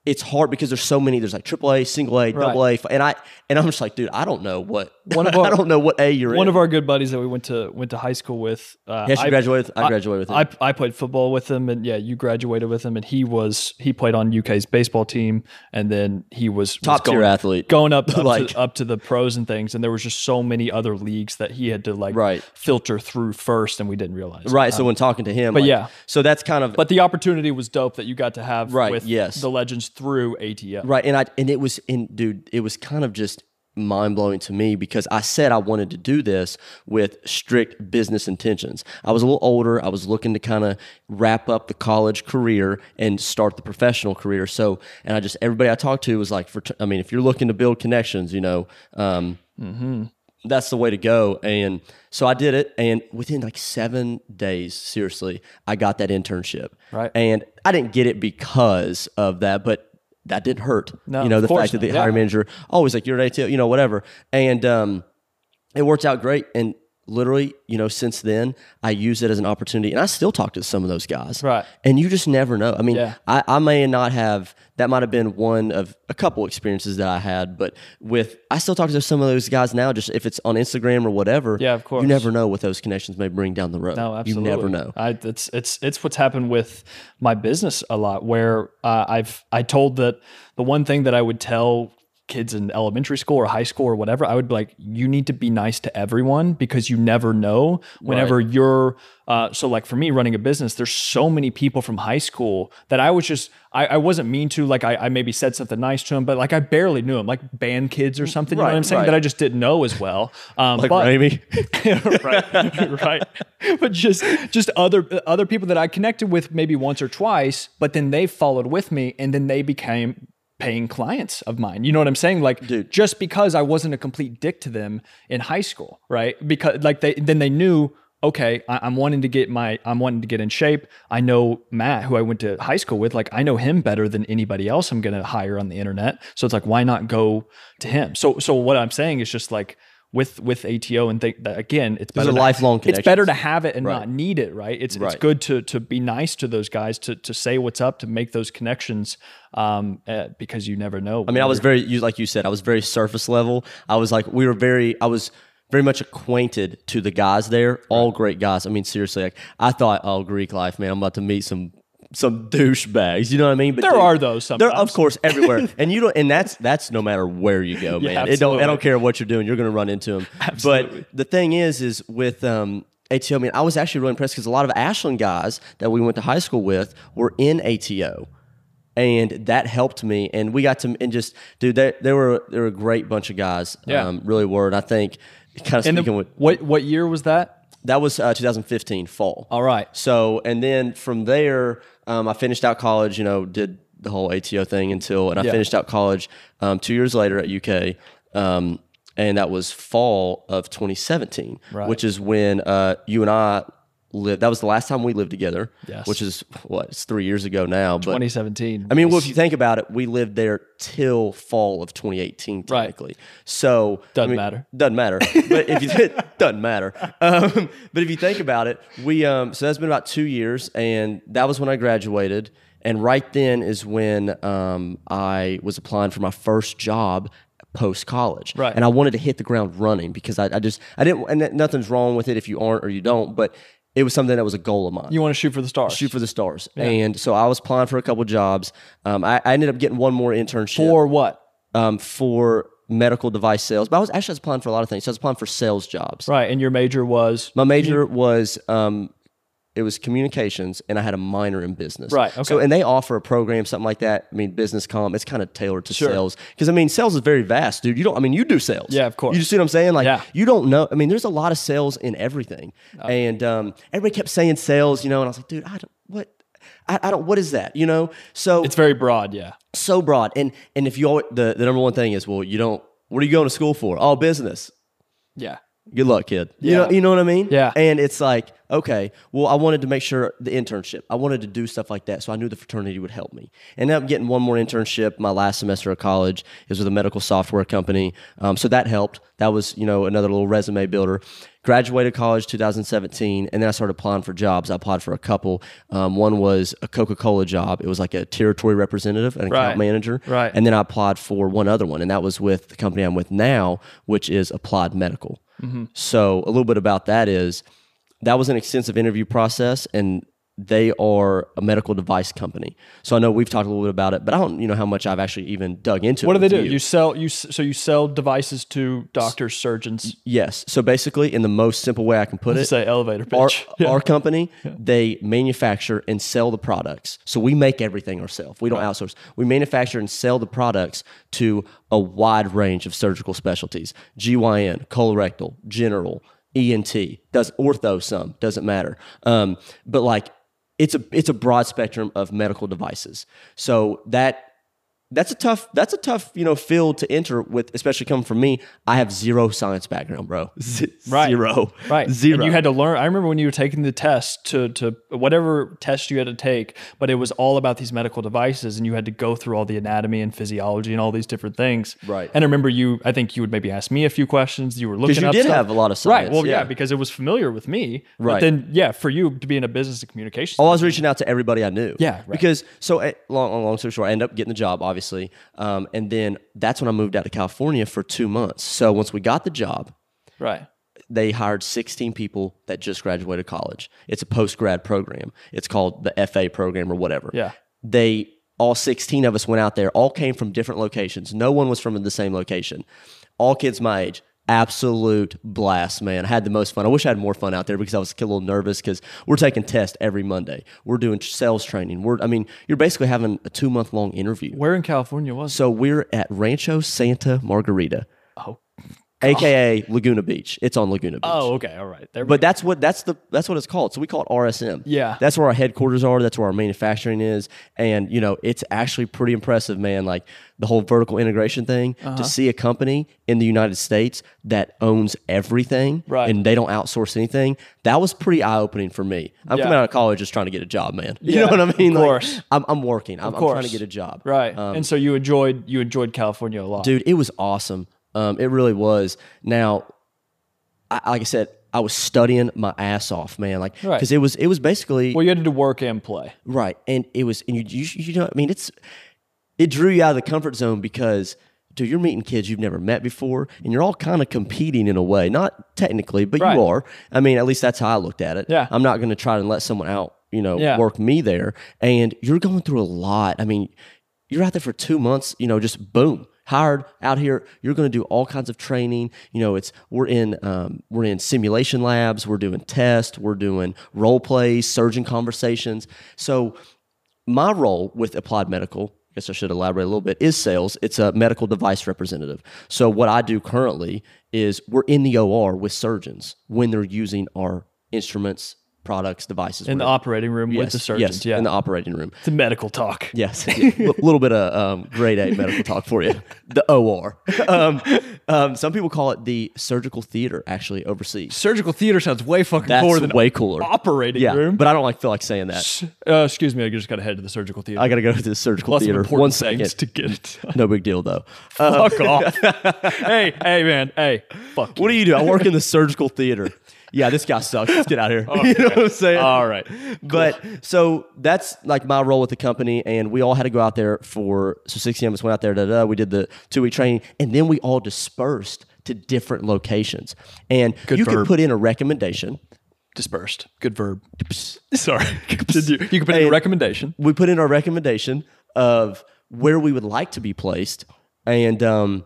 Speaker 3: it's hard because there's so many. There's like triple A, single A, double A, and I and I'm just like, dude, I don't know what
Speaker 2: One of
Speaker 3: I
Speaker 2: our-
Speaker 3: don't know what A you're
Speaker 2: One
Speaker 3: in.
Speaker 2: of our good buddies that we went to went to high school with. Uh,
Speaker 3: Yes, you graduated with- I graduated with him.
Speaker 2: I, I played football with him, and yeah, you graduated with him, and he was he played on UK's baseball team, and then he was was
Speaker 3: Top-tier
Speaker 2: going-
Speaker 3: athlete.
Speaker 2: going up, up
Speaker 3: Like-
Speaker 2: to, up to the pros and things. And there was just so many other leagues that he had to like
Speaker 3: Right.
Speaker 2: filter through first, and we didn't realize.
Speaker 3: right. So when talking to him, but
Speaker 2: yeah.
Speaker 3: so that's kind of
Speaker 2: But the opportunity was dope that you got to have
Speaker 3: Right,
Speaker 2: with
Speaker 3: yes.
Speaker 2: the legends through ATL.
Speaker 3: Right, and I and it was in dude, it was kind of just mind blowing to me because I said I wanted to do this with strict business intentions. I was a little older, I was looking to kind of wrap up the college career and start the professional career. So, and I just everybody I talked to was like, for I mean, if you're looking to build connections, you know, um, that's the way to go. And so I did it. And within like seven days, seriously, I got that internship.
Speaker 2: Right.
Speaker 3: And I didn't get it because of that, but that didn't hurt.
Speaker 2: No,
Speaker 3: you know,
Speaker 2: of
Speaker 3: the
Speaker 2: course
Speaker 3: fact that the
Speaker 2: not.
Speaker 3: hiring
Speaker 2: Yeah.
Speaker 3: manager always like, you're an ATL, you know, whatever. And um, it worked out great. And literally, you know, since then, I use it as an opportunity. And I still talk to some of those guys.
Speaker 2: Right.
Speaker 3: And you just never know. I mean,
Speaker 2: Yeah.
Speaker 3: I, I may not have that might have been one of a couple experiences that I had, but with I still talk to some of those guys now, just if it's on Instagram or whatever.
Speaker 2: Yeah, of course.
Speaker 3: You never know what those connections may bring down the road.
Speaker 2: No, absolutely.
Speaker 3: You never know.
Speaker 2: I, it's it's it's what's happened with my business a lot, where uh, I've I told that the one thing that I would tell kids in elementary school or high school or whatever, I would be like, you need to be nice to everyone because you never know whenever you're. Uh, so like for me running a business, there's so many people from high school that I was just I, I wasn't mean to. Like I, I maybe said something nice to them, but like I barely knew them, like band kids or something. you know what I'm saying?
Speaker 3: Mm, right.
Speaker 2: That I just didn't know as well. Um,
Speaker 3: Like
Speaker 2: but,
Speaker 3: Raimi.
Speaker 2: right right but just just other other people that i connected with maybe once or twice but then they followed with me and then they became paying clients of mine you know what i'm saying like just because i wasn't a complete dick to them in high school right because like they then they knew okay I, i'm wanting to get my i'm wanting to get in shape i know matt who i went to high school with like i know him better than anybody else i'm going to hire on the internet so it's like why not go to him so so what i'm saying is just like with with ATO and think that again, it's
Speaker 3: Those
Speaker 2: better to-
Speaker 3: are lifelong
Speaker 2: It's better
Speaker 3: connections.
Speaker 2: to have it and not need it, right? It's it's
Speaker 3: Right.
Speaker 2: good to to be nice to those guys, to to say what's up, to make those connections, um, uh, because you never know.
Speaker 3: I mean, I was very you like you said, I was very surface level. I was like we were very I was very much acquainted to the guys there, all great guys. I mean, seriously, like I thought, oh Greek life, man, I'm about to meet some some douchebags. You know what I mean? But
Speaker 2: There are those
Speaker 3: There of
Speaker 2: sometimes.
Speaker 3: course everywhere. and you don't and that's that's no matter where you go,
Speaker 2: Yeah,
Speaker 3: man. It don't I
Speaker 2: absolutely.
Speaker 3: don't care what you're doing, you're gonna run into them.
Speaker 2: Absolutely.
Speaker 3: But the thing is, is with um ATO, I mean, I was actually really impressed because a lot of Ashland guys that we went to high school with were in ATO and that helped me. And we got to and just dude, they, they were they were a great bunch of guys.
Speaker 2: Yeah.
Speaker 3: Um, really were. And I think kind of
Speaker 2: And
Speaker 3: speaking
Speaker 2: the-
Speaker 3: with
Speaker 2: what what year was that?
Speaker 3: that was uh, 2015 fall.
Speaker 2: All right.
Speaker 3: So and then from there, um, I finished out college. You know, did the whole ATO thing until and I finished out college um, two years later at UK. Um, and that was fall of 2017, which is when uh, you and I lived. That was the last time we lived together,
Speaker 2: Yes.
Speaker 3: which is what it's three years ago now. But
Speaker 2: 2017.
Speaker 3: I mean, well, if you think about it, we lived there till fall of 2018,
Speaker 2: Right.
Speaker 3: technically. So I
Speaker 2: Doesn't
Speaker 3: mean,
Speaker 2: matter.
Speaker 3: Doesn't matter. But if you doesn't matter. Um, but if you think about it, we um, so that's been about two years, and that was when I graduated. And right then is when um, I was applying for my first job post college,
Speaker 2: Right.
Speaker 3: And I wanted to hit the ground running because I, I just I didn't, and that- nothing's wrong with it if you aren't or you don't, but it was something that was a goal of mine
Speaker 2: you want to shoot for the stars?
Speaker 3: shoot for the stars. And so I was applying for a couple jobs. Um, I, I ended up getting one more internship
Speaker 2: for what?
Speaker 3: um, for medical device sales, but I was actually I was applying for a lot of things. So I was applying for sales jobs.
Speaker 2: Right. And your major was
Speaker 3: My major was um, it was communications, and I had a minor in business.
Speaker 2: Right,
Speaker 3: So
Speaker 2: okay.
Speaker 3: and they offer a program, something like that. I mean, business comp. It's kind of tailored to sales because I mean, sales is very vast, dude. You don't. I mean, you do sales.
Speaker 2: Yeah, of course.
Speaker 3: You see what I'm saying? Like
Speaker 2: Yeah. Oh,
Speaker 3: you don't know. I mean, there's a lot of sales in everything, and um, everybody kept saying sales, you know, and I was like, dude, I don't what. I, I don't. What is that? You know. So
Speaker 2: it's very broad. Yeah.
Speaker 3: so broad. And and if you all the, the number one thing is, well, you don't what are you going to school for? Oh, business.
Speaker 2: Yeah.
Speaker 3: Good luck, kid. You
Speaker 2: Yeah.
Speaker 3: know, you know what I mean?
Speaker 2: Yeah.
Speaker 3: And it's like, okay, well, I wanted to make sure the internship. I wanted to do stuff like that. So I knew the fraternity would help me. And now I'm getting one more internship. My last semester of college is with a medical software company. Um, so that helped. That was, you know, another little resume builder. Graduated college 2017, and then I started applying for jobs. I applied for a couple. Um, one was a Coca Cola job. It was like a territory representative, an
Speaker 2: Right.
Speaker 3: account manager.
Speaker 2: Right.
Speaker 3: And then I applied for one other one, and that was with the company I'm with now, which is Applied Medical.
Speaker 2: Mm-hmm.
Speaker 3: So a little bit about that is that was an extensive interview process, and they are a medical device company. So I know we've talked a little bit about it, but I don't you know how much I've actually even dug into
Speaker 2: What
Speaker 3: it.
Speaker 2: do they
Speaker 3: with
Speaker 2: do?
Speaker 3: you.
Speaker 2: You. sell you s- so you sell devices to doctors, surgeons.
Speaker 3: Yes. So basically, in the most simple way I can put it,
Speaker 2: Say elevator
Speaker 3: our,
Speaker 2: pitch. Yeah.
Speaker 3: our company, they manufacture and sell the products. So we make everything ourselves. We don't outsource. We manufacture and sell the products to a wide range of surgical specialties GYN, colorectal, general, ENT, does ortho some, doesn't matter. Um, but like, it's a it's a broad spectrum of medical devices. So that that's a tough that's a tough you know field to enter with especially coming from me i have zero science background bro Z-
Speaker 2: Right.
Speaker 3: zero
Speaker 2: Right.
Speaker 3: zero
Speaker 2: And you had to learn. I remember when you were taking the test to to whatever test you had to take, but it was all about these medical devices, and you had to go through all the anatomy and physiology and all these different things.
Speaker 3: Right.
Speaker 2: And I remember you. I think you would maybe ask me a few questions. You were looking.
Speaker 3: you
Speaker 2: up
Speaker 3: did
Speaker 2: stuff.
Speaker 3: have a lot of
Speaker 2: Right.
Speaker 3: science,
Speaker 2: Well, yeah.
Speaker 3: yeah.
Speaker 2: because it was familiar with me. But
Speaker 3: Right.
Speaker 2: then, yeah, for you to be in a business and communications.
Speaker 3: Oh, I was reaching out to everybody I knew.
Speaker 2: Yeah, right.
Speaker 3: Because so eh, long, long, long story short, I ended up getting the job, obviously, um, and then that's when I moved out to California for two months. So once we got the job,
Speaker 2: right.
Speaker 3: they hired 16 people that just graduated college. It's a post grad program. It's called the FA program or whatever.
Speaker 2: Yeah.
Speaker 3: They all 16 of us went out there. All came from different locations. No one was from the same location. All kids my age. Absolute blast, man. I had the most fun. I wish I had more fun out there because I was a little nervous because we're taking tests every Monday. We're doing sales training. We're, I mean, you're basically having a two month long interview.
Speaker 2: Where in California was? it?
Speaker 3: So we're at Rancho Santa Margarita,
Speaker 2: Oh.
Speaker 3: aka Laguna Beach. It's on Laguna Beach.
Speaker 2: Oh, okay. All right. There. we
Speaker 3: But that's what that's the that's what it's called. So we call it RSM.
Speaker 2: Yeah.
Speaker 3: That's where our headquarters are, that's where our manufacturing is. And you know, it's actually pretty impressive, man. Like the whole vertical integration thing,
Speaker 2: Uh-huh.
Speaker 3: to see a company in the United States that owns everything
Speaker 2: Right.
Speaker 3: and they don't outsource anything, that was pretty eye opening for me. I'm
Speaker 2: Yeah.
Speaker 3: coming out of college just trying to get a job, man. You
Speaker 2: Yeah,
Speaker 3: know what I mean?
Speaker 2: of
Speaker 3: Like,
Speaker 2: course.
Speaker 3: I'm I'm working. I'm, I'm trying to
Speaker 2: course.
Speaker 3: get a job. Um,
Speaker 2: Right. and so you enjoyed you enjoyed California a lot.
Speaker 3: Dude, it was awesome. Um, it really was. Now, I, like I said, I was studying my ass off, man. Like, because
Speaker 2: Right.
Speaker 3: it was it was basically
Speaker 2: Well, you had to do work and play.
Speaker 3: right, and it was, and you, you you know, I mean, it's it drew you out of the comfort zone because. Dude, you're meeting kids you've never met before, and you're all kind of competing in a way. Not technically, but
Speaker 2: Right.
Speaker 3: you are. I mean, at least that's how I looked at it.
Speaker 2: Yeah.
Speaker 3: I'm not going to try to let someone out, you know,
Speaker 2: Yeah.
Speaker 3: work me there. And you're going through a lot. I mean, you're out there for two months, you know, just boom, hired out here. You're going to do all kinds of training. You know, it's we're in um, we're in simulation labs, we're doing tests, we're doing role plays, surgeon conversations. So my role with Applied Medical, I guess I should elaborate a little bit, is sales. It's a medical device representative. So what I do currently is we're in the OR with surgeons when they're using our instruments, products, devices.
Speaker 2: In the
Speaker 3: whatever.
Speaker 2: operating room with the
Speaker 3: Yes,
Speaker 2: surgeons,
Speaker 3: yes,
Speaker 2: yeah.
Speaker 3: in the operating room.
Speaker 2: it's a medical talk.
Speaker 3: Yes, a little bit of um, grade A medical talk for you. The OR. Um, um, some people call it the surgical theater, actually overseas.
Speaker 2: Surgical theater sounds way fucking
Speaker 3: That's
Speaker 2: cooler than
Speaker 3: way cooler.
Speaker 2: operating
Speaker 3: yeah,
Speaker 2: room.
Speaker 3: but I don't like feel like saying that.
Speaker 2: uh, excuse me, I just got to head to the surgical theater.
Speaker 3: I gotta go to the surgical
Speaker 2: Lots of
Speaker 3: theater.
Speaker 2: important
Speaker 3: One
Speaker 2: things
Speaker 3: second,
Speaker 2: to get it. done.
Speaker 3: no big deal though.
Speaker 2: fuck off. hey, hey, man. Hey, fuck.
Speaker 3: What do you do? I work in the surgical theater. Yeah, this guy sucks. Let's get out of here. you know what I'm saying?
Speaker 2: All right.
Speaker 3: But so that's like my role with the company, and we all had to go out there for so 6 a.m. us went out there. Da, da, da. we did the two week training, and then we all dispersed to different locations. And you can
Speaker 2: verb.
Speaker 3: put in a recommendation.
Speaker 2: Dispersed. Good verb. Sorry. Continue. You can put in
Speaker 3: Hey.
Speaker 2: a recommendation.
Speaker 3: We put in our recommendation of where we would like to be placed, and um,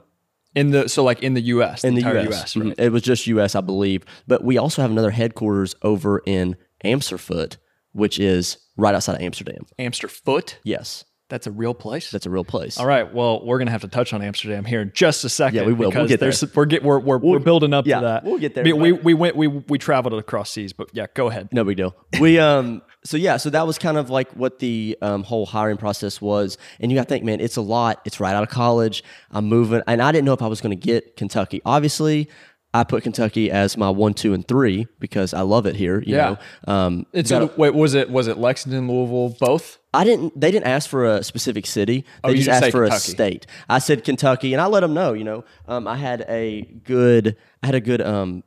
Speaker 2: in the so like in the U.S.
Speaker 3: in the
Speaker 2: entire
Speaker 3: U.S. Mhm.
Speaker 2: right?
Speaker 3: It was just U.S., I believe. But we also have another headquarters over in Amsterfoot, which is right outside of Amsterdam.
Speaker 2: Amsterfoot.
Speaker 3: Yes,
Speaker 2: That's a real place.
Speaker 3: mm-hmm. that's a real place.
Speaker 2: All right. Well, we're gonna have to touch on Amsterdam here in just a second.
Speaker 3: Yeah, we will. We'll
Speaker 2: because
Speaker 3: get there.
Speaker 2: there's- We're, get, we're, we're, we're building up
Speaker 3: yeah,
Speaker 2: to that.
Speaker 3: we'll get there,
Speaker 2: We, we,
Speaker 3: but-
Speaker 2: we went we we traveled across seas, but yeah, go ahead.
Speaker 3: No big deal. We um so yeah, so that was kind of like what the um, whole hiring process was. And you gotta think, man, it's a lot. It's right out of college. I'm moving and I didn't know if I was gonna get Kentucky. Obviously, I put Kentucky as my one, two, and three because I love it here. You
Speaker 2: Yeah.
Speaker 3: know. Um
Speaker 2: It's a, wait, was it was it Lexington, Louisville, both?
Speaker 3: I didn't. They didn't ask for a specific city. They
Speaker 2: Oh, you
Speaker 3: just
Speaker 2: didn't
Speaker 3: asked
Speaker 2: say
Speaker 3: for
Speaker 2: Kentucky.
Speaker 3: a state. I said Kentucky, and I let them know. You know, um, I had a good. I had a good. Um,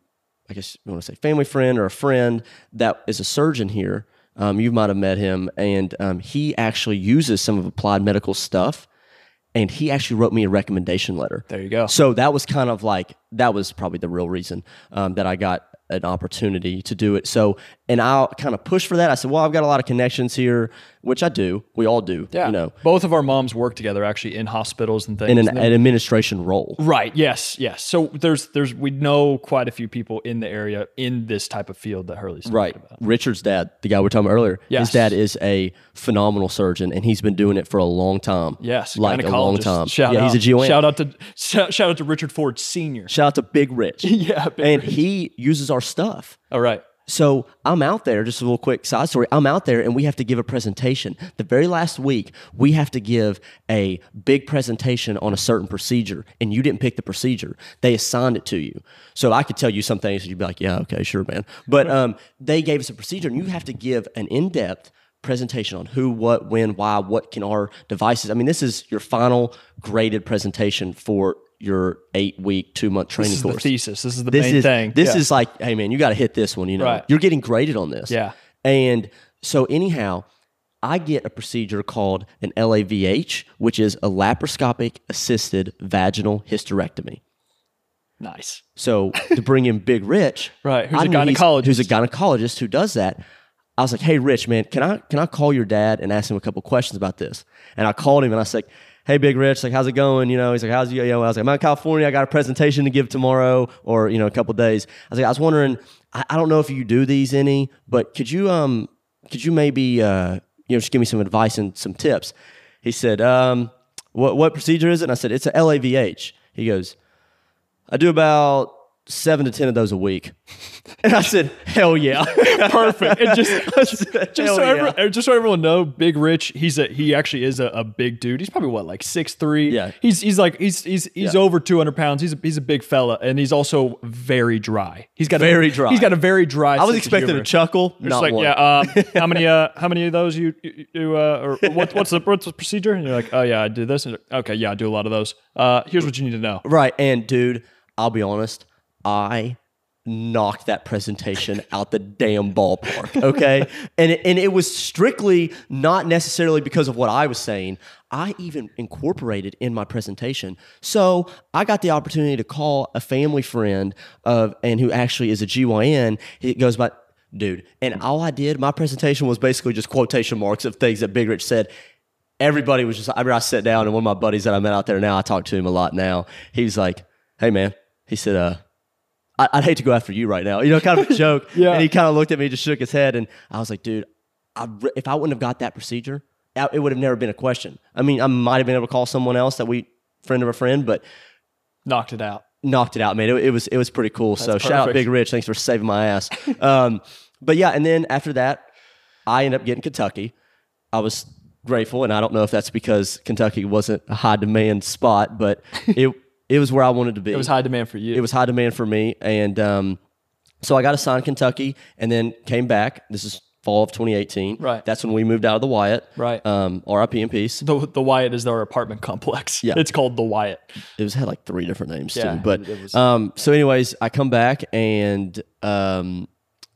Speaker 3: I guess you want to say family friend or a friend that is a surgeon here. Um, you might have met him, and um, he actually uses some of applied medical stuff. And he actually wrote me a recommendation letter.
Speaker 2: There you go.
Speaker 3: So that was kind of like that was probably the real reason um, that I got an opportunity to do it. So and I kind of pushed for that. I said, well, I've got a lot of connections here, which I do. We all do. You know,
Speaker 2: both of our moms work together actually in hospitals and things.
Speaker 3: in an,
Speaker 2: And
Speaker 3: an administration role.
Speaker 2: Right. Yes. Yes. So there's there's we know quite a few people in the area in this type of field that Hurley's talking
Speaker 3: Right.
Speaker 2: about.
Speaker 3: Richard's dad, the guy we are talking about earlier,
Speaker 2: Yes.
Speaker 3: his dad is a phenomenal surgeon and he's been doing it for a long time.
Speaker 2: Yes.
Speaker 3: Like a long
Speaker 2: gynecologist.
Speaker 3: time.
Speaker 2: Shout
Speaker 3: yeah,
Speaker 2: out.
Speaker 3: he's a GYN.
Speaker 2: Shout out to shout, shout out to Richard Ford Senior.
Speaker 3: Shout out to Big Rich.
Speaker 2: Yeah. Big
Speaker 3: and he uses our stuff.
Speaker 2: All right.
Speaker 3: So I'm out there, just a little quick side story. I'm out there and we have to give a presentation. The very last week, we have to give a big presentation on a certain procedure, and you didn't pick the procedure. They assigned it to you. So I could tell you some things, and you'd be like, yeah, okay, sure, man. But um, they gave us a procedure, and you have to give an in depth presentation on who, what, when, why, what can our devices. I mean, this is your final graded presentation for your eight week, two month training
Speaker 2: This is the
Speaker 3: course
Speaker 2: thesis. This is the
Speaker 3: this
Speaker 2: main
Speaker 3: is
Speaker 2: thing.
Speaker 3: this
Speaker 2: Yeah.
Speaker 3: is like hey man you got to hit this one you know
Speaker 2: Right.
Speaker 3: you're getting graded on this
Speaker 2: Yeah.
Speaker 3: and so anyhow i get a procedure called an lavh which is a laparoscopic assisted vaginal hysterectomy
Speaker 2: nice.
Speaker 3: so to bring in big rich
Speaker 2: Right, who's
Speaker 3: I
Speaker 2: a
Speaker 3: knew he's-
Speaker 2: gynecologist.
Speaker 3: who's a gynecologist who does that i was like hey rich man can i can i call your dad and ask him a couple questions about this and i called him and i was like Hey, Big Rich, like, how's it going? You know, he's like, how's you? You know, I was like, I'm out in California. I got a presentation to give tomorrow or, you know, a couple days. I was like, I was wondering, I, I don't know if you do these any, but could you, um, could you maybe, uh, you know, just give me some advice and some tips? He said, um, what, what procedure is it? And I said, it's a LAVH. He goes, I do about seven to ten of those a week. And I said, Hell yeah.
Speaker 2: Perfect. And just
Speaker 3: I said,
Speaker 2: just
Speaker 3: "Hell
Speaker 2: so,
Speaker 3: yeah."
Speaker 2: everyone, just so everyone know, Big Rich, he's a he actually is a, a big dude. He's probably what like six three.
Speaker 3: Yeah.
Speaker 2: he's he's like he's he's he's
Speaker 3: Yeah.
Speaker 2: over two hundred pounds. He's a, he's a big fella, and he's also very dry. He's got
Speaker 3: Very
Speaker 2: a,
Speaker 3: dry.
Speaker 2: He's got a very dry.
Speaker 3: I was expecting a chuckle.
Speaker 2: It's
Speaker 3: Not
Speaker 2: like
Speaker 3: one.
Speaker 2: yeah, uh, how many uh, how many of those you you, you uh, or what, what's the what's the procedure? And you're like, oh yeah, I do this. And you're like, okay, yeah, I do a lot of those. Uh, here's what you need to know.
Speaker 3: Right. And dude, I'll be honest, I knocked that presentation out the damn ballpark. Okay. and, it, and it was strictly not necessarily because of what I was saying. I even incorporated in my presentation. So I got the opportunity to call a family friend of and who actually is a GYN. He goes by dude. And all I did, my presentation was basically just quotation marks of things that Big Rich said everybody was just I mean, I sat down and one of my buddies that I met out there now, I talk to him a lot now. He was like, Hey man, he said, uh, I- I'd hate to go after you right now. You know, kind of a joke.
Speaker 2: Yeah.
Speaker 3: And he kind of looked at me, just shook his head, and I was like, dude, I re- if I wouldn't have got that procedure, I- it would have never been a question. I mean, I might have been able to call someone else that we friend of a friend, but
Speaker 2: Knocked it out.
Speaker 3: knocked it out, man. It, it was it was pretty cool. so shout out
Speaker 2: perfect.
Speaker 3: Big Rich, thanks for saving my ass. Um, but yeah, and then after that, I ended up getting Kentucky. I was grateful, and I don't know if that's because Kentucky wasn't a high demand spot, but it it was where I wanted to be.
Speaker 2: It was high demand for you.
Speaker 3: It was high demand for me, and um, so I got assigned Kentucky, and then came back. This is fall of 2018.
Speaker 2: Right.
Speaker 3: That's when we moved out of the Wyatt.
Speaker 2: Right.
Speaker 3: Um, RIP in peace.
Speaker 2: the, the Wyatt is their apartment complex.
Speaker 3: Yeah.
Speaker 2: It's called the Wyatt.
Speaker 3: it was had like three different names
Speaker 2: Yeah,
Speaker 3: too. But
Speaker 2: it was-
Speaker 3: um, so anyways, I come back and um,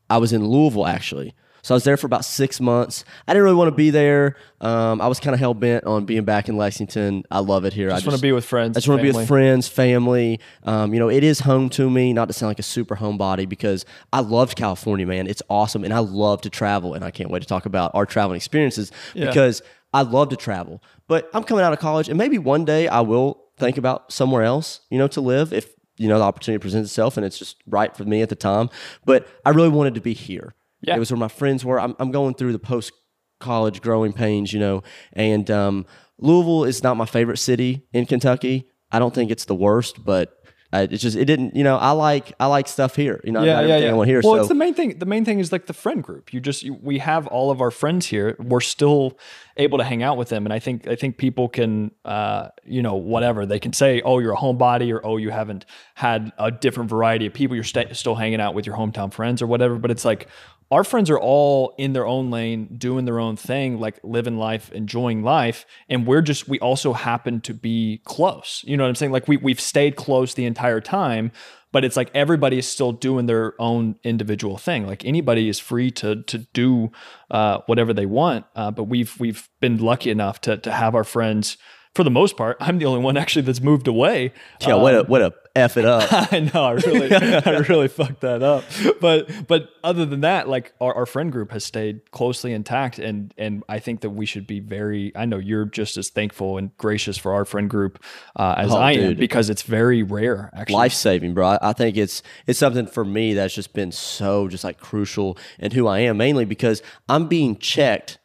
Speaker 3: I was in Louisville actually. So I was there for about six months. I didn't really want to be there. Um, I was kind of hell bent on being back in Lexington. I love it here. I
Speaker 2: Just want to be with friends.
Speaker 3: I just want to be
Speaker 2: family.
Speaker 3: with friends, family. Um, you know, it is home to me. Not to sound like a super homebody, because I loved California, man. It's awesome, and I love to travel, and I can't wait to talk about our traveling experiences because I love to travel. But I'm coming out of college, and maybe one day I will think about somewhere else, you know, to live if you know the opportunity presents itself and it's just right for me at the time. But I really wanted to be here.
Speaker 2: Yeah.
Speaker 3: It was where my friends were. I'm, I'm going through the post college growing pains, you know, and um, Louisville is not my favorite city in Kentucky. I don't think it's the worst, but I, it's just it didn't. You know, I like I like stuff here. You know, not everything I want here.
Speaker 2: Well,
Speaker 3: so
Speaker 2: it's the main thing. The main thing is like the friend group. You just you, we have all of our friends here. We're still able to hang out with them, and I think I think people can, uh, you know, whatever they can say. Oh, you're a homebody, or oh, you haven't had a different variety of people. You're sta still hanging out with your hometown friends or whatever. But it's like our friends are all in their own lane, doing their own thing, like living life, enjoying life, and we're just we also happen to be close. You know what I'm saying? Like we we've stayed close the entire time but it's like everybody is still doing their own individual thing. Like anybody is free to to do uh, whatever they want. Uh, but we've we've been lucky enough to to have our friends. For the most part, I'm the only one actually that's moved away.
Speaker 3: yeah, what a what a f it up.
Speaker 2: I know I really I really fucked that up. But but other than that, like our, our friend group has stayed closely intact and and I think that we should be very I know you're just as thankful and gracious for our friend group uh, as I am
Speaker 3: dude.
Speaker 2: because it's very rare actually.
Speaker 3: life saving, bro. I- I think it's it's something for me that's just been so just like crucial in who I am, mainly because I'm being checked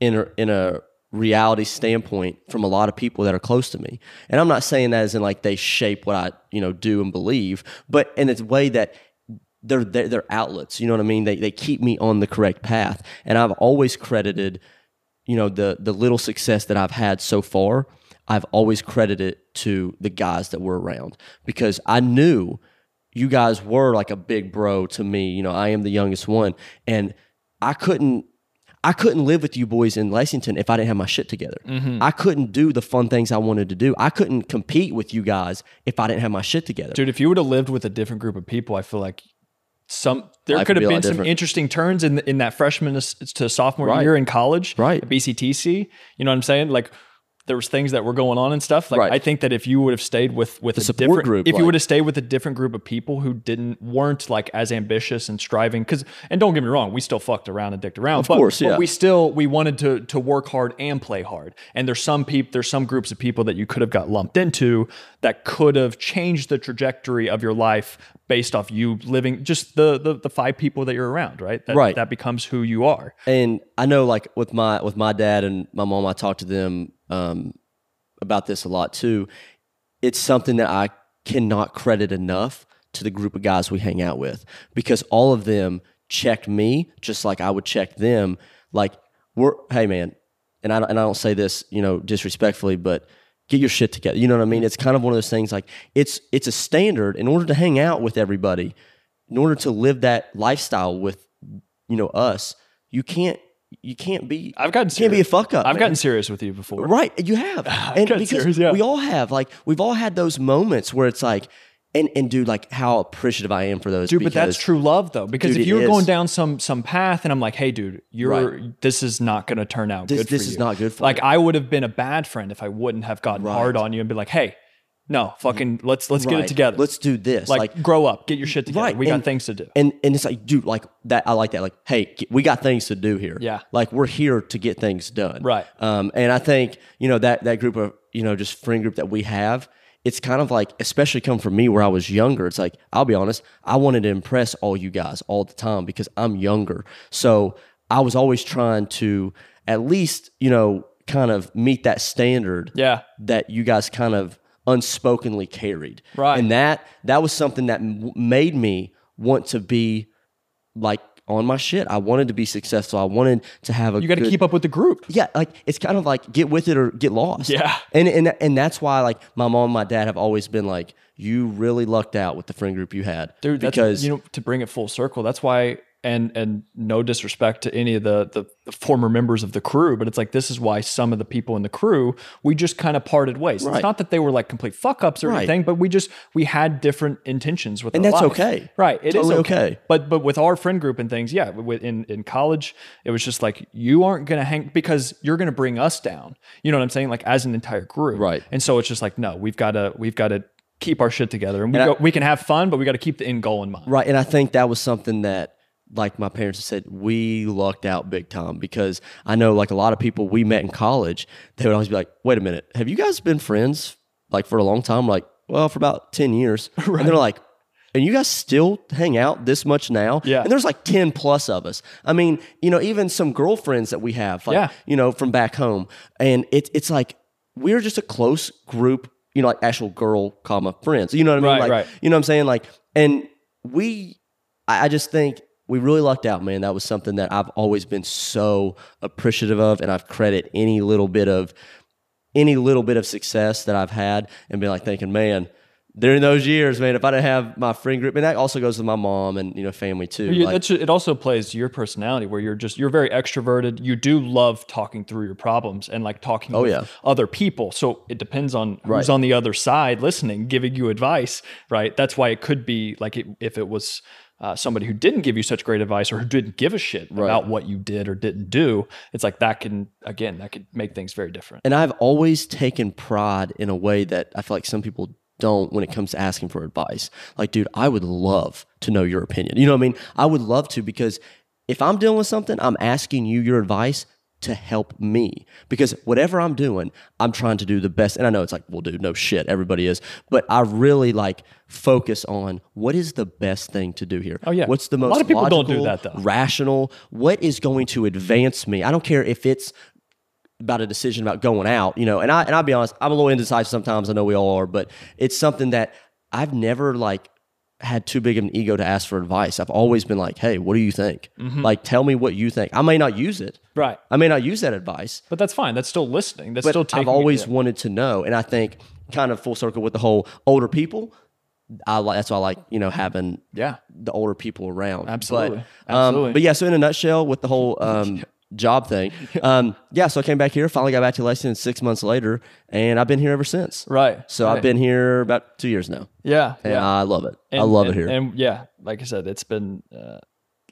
Speaker 3: in a, in a reality standpoint from a lot of people that are close to me, and I'm not saying that as in like they shape what I you know do and believe, but in a way that. They're, they're, they're outlets, you know what I mean? They, they keep me on the correct path. And I've always credited you know the the little success that I've had so far, I've always credited to the guys that were around because I knew you guys were like a big bro to me. You know, I am the youngest one, and I couldn't. I couldn't live with you boys in Lexington if I didn't have my shit together. I couldn't do the fun things I wanted to do. I couldn't compete with you guys if I didn't have my shit together.
Speaker 2: dude if you would have lived with a different group of people i feel like some there
Speaker 3: Life
Speaker 2: could
Speaker 3: would be
Speaker 2: have
Speaker 3: a lot
Speaker 2: been some
Speaker 3: different.
Speaker 2: interesting turns in in that freshman s- to sophomore
Speaker 3: Right.
Speaker 2: year in college
Speaker 3: Right.
Speaker 2: at bctc you know what i'm saying like there was things that were going on and stuff like
Speaker 3: Right.
Speaker 2: i think that if you would have stayed with with a
Speaker 3: support
Speaker 2: different
Speaker 3: group,
Speaker 2: if you
Speaker 3: like-
Speaker 2: would have stayed with a different group of people who didn't weren't like as ambitious and striving because and don't get me wrong we still fucked around and dicked around of but,
Speaker 3: course,
Speaker 2: but
Speaker 3: yeah.
Speaker 2: we still we wanted to to work hard and play hard and there's some people there's some groups of people that you could have got lumped into that could have changed the trajectory of your life based off you living just the the, the five people that you're around right that,
Speaker 3: Right.
Speaker 2: that becomes who you are
Speaker 3: and I know like with my with my dad and my mom, I talk to them um, about this a lot too. It's something that I cannot credit enough to the group of guys we hang out with because all of them checked me just like I would check them. Like we're hey man, and I don't, and I don't say this you know disrespectfully, but get your shit together. You know what I mean? It's kind of one of those things like it's it's a standard in order to hang out with everybody, in order to live that lifestyle with you know us. You can't you can't be
Speaker 2: i've gotten
Speaker 3: can't
Speaker 2: serious
Speaker 3: be a fuck up.
Speaker 2: i've
Speaker 3: man.
Speaker 2: gotten serious with you before
Speaker 3: Right, you have, and
Speaker 2: Ah, got
Speaker 3: because
Speaker 2: serious, yeah.
Speaker 3: we all have, like, we've all had those moments where it's like, and and dude, like, how appreciative I am for those.
Speaker 2: dude but that's
Speaker 3: because-
Speaker 2: true love though because
Speaker 3: Dude,
Speaker 2: if
Speaker 3: it
Speaker 2: you were
Speaker 3: is.
Speaker 2: going down some some path and i'm like hey dude you're this is not going to turn out
Speaker 3: This-
Speaker 2: good
Speaker 3: this
Speaker 2: for
Speaker 3: is
Speaker 2: you.
Speaker 3: not good for
Speaker 2: like i would have been a bad friend if i wouldn't have gotten hard on you and be like hey no fucking let's let's get
Speaker 3: Right.
Speaker 2: it together
Speaker 3: Let's do this.
Speaker 2: like,
Speaker 3: Like,
Speaker 2: grow up get your shit together
Speaker 3: right,
Speaker 2: we got
Speaker 3: and-
Speaker 2: things to do
Speaker 3: and and it's like, dude, like that. I like that. Like, hey, g- we got things to do here.
Speaker 2: Yeah.
Speaker 3: like we're here to get things done.
Speaker 2: Right.
Speaker 3: Um, and I think you know that that group of you know just friend group that we have. It's kind of like, especially come from me where I was younger. It's like I'll be honest, I wanted to impress all you guys all the time because I'm younger. So I was always trying to at least you know kind of meet that standard
Speaker 2: yeah
Speaker 3: that you guys kind of unspokenly carried.
Speaker 2: Right.
Speaker 3: And that that was something that m- made me want to be like on my shit. I wanted to be successful. I wanted to have a
Speaker 2: you got to
Speaker 3: good-
Speaker 2: keep up with the group
Speaker 3: yeah, like it's kind of like get with it or get lost.
Speaker 2: Yeah.
Speaker 3: and and and that's why like my mom and my dad have always been like, you really lucked out with the friend group you had,
Speaker 2: dude that's,
Speaker 3: Because
Speaker 2: you know to bring it full circle that's why and and no disrespect to any of the, the the former members of the crew but it's like this is why some of the people in the crew we just kind of parted ways
Speaker 3: Right.
Speaker 2: it's not that they were like complete fuck ups or
Speaker 3: Right.
Speaker 2: anything but we just we had different intentions with
Speaker 3: And
Speaker 2: our
Speaker 3: that's
Speaker 2: life.
Speaker 3: okay.
Speaker 2: right It is
Speaker 3: Totally okay.
Speaker 2: but but with our friend group and things yeah with, in in college it was just like you aren't gonna hang because you're gonna bring us down you know what i'm saying like as an entire group
Speaker 3: Right.
Speaker 2: and so it's just like no we've gotta we've gotta keep our shit together and we, go, we can have fun but we gotta keep the end goal in mind
Speaker 3: Right. And I think that was something that, like my parents have said, we lucked out big time because I know, like, a lot of people we met in college, they would always be like, wait a minute, have you guys been friends like for a long time, like, well, for about 10 years. And they're like, and you guys still hang out this much now?
Speaker 2: Yeah.
Speaker 3: And there's like 10 plus of us. I mean, you know, even some girlfriends that we have, like,
Speaker 2: Yeah.
Speaker 3: you know, from back home. And it, it's like, we're just a close group, you know, like actual girl, comma, friends. You know what I mean?
Speaker 2: Right,
Speaker 3: like,
Speaker 2: right.
Speaker 3: You know what I'm saying? Like, and we, I, I just think we really lucked out, man. That was something that I've always been so appreciative of, and I've credit any little bit of any little bit of success that I've had, and been like thinking, man. During those years, man, if I didn't have my friend group, and that also goes with my mom and you know family too.
Speaker 2: You-
Speaker 3: like-
Speaker 2: that's- it also plays to your personality where you're just you're very extroverted you do love talking through your problems and like talking with
Speaker 3: Oh, yeah.
Speaker 2: other people so it depends on who's
Speaker 3: Right.
Speaker 2: on the other side listening giving you advice right that's why it could be like it, if it was uh, somebody who didn't give you such great advice or who didn't give a shit about what you did or didn't do it's like that can again that could make things very different
Speaker 3: And I've always taken pride in a way that I feel like some people don't when it comes to asking for advice. Like, dude, I would love to know your opinion. You know what I mean? I would love to because if I'm dealing with something, I'm asking you your advice to help me because whatever I'm doing, I'm trying to do the best. And I know it's like, well, dude, no shit, everybody is. But I really like focus on what is the best thing to do here. Oh
Speaker 2: yeah.
Speaker 3: what's the
Speaker 2: A
Speaker 3: most
Speaker 2: lot of people don't do
Speaker 3: logical,
Speaker 2: that, though.
Speaker 3: rational. What is going to advance me? I don't care if it's about a decision about going out, you know, and I and I'll be honest, I'm a little indecisive sometimes. I know we all are, but it's something that I've never like had too big of an ego to ask for advice. I've always been like, hey, what do you think? Like, tell me what you think. I may not use it.
Speaker 2: Right.
Speaker 3: I may not use that advice,
Speaker 2: but that's fine that's still listening that's still
Speaker 3: but
Speaker 2: taking
Speaker 3: I've always wanted to know, and I think kind of full circle with the whole older people. I like that's why I like you know having
Speaker 2: Yeah.
Speaker 3: the older people around
Speaker 2: Absolutely.
Speaker 3: but, um,
Speaker 2: Absolutely.
Speaker 3: but yeah so in a nutshell with the whole um, job thing um, yeah so I came back here finally got back to Lexington six months later and I've been here ever since
Speaker 2: right
Speaker 3: so
Speaker 2: right.
Speaker 3: I've been here about two years now
Speaker 2: yeah
Speaker 3: and
Speaker 2: yeah.
Speaker 3: I love it I
Speaker 2: And-
Speaker 3: love
Speaker 2: and-
Speaker 3: it here
Speaker 2: And yeah, like I said, it's been uh,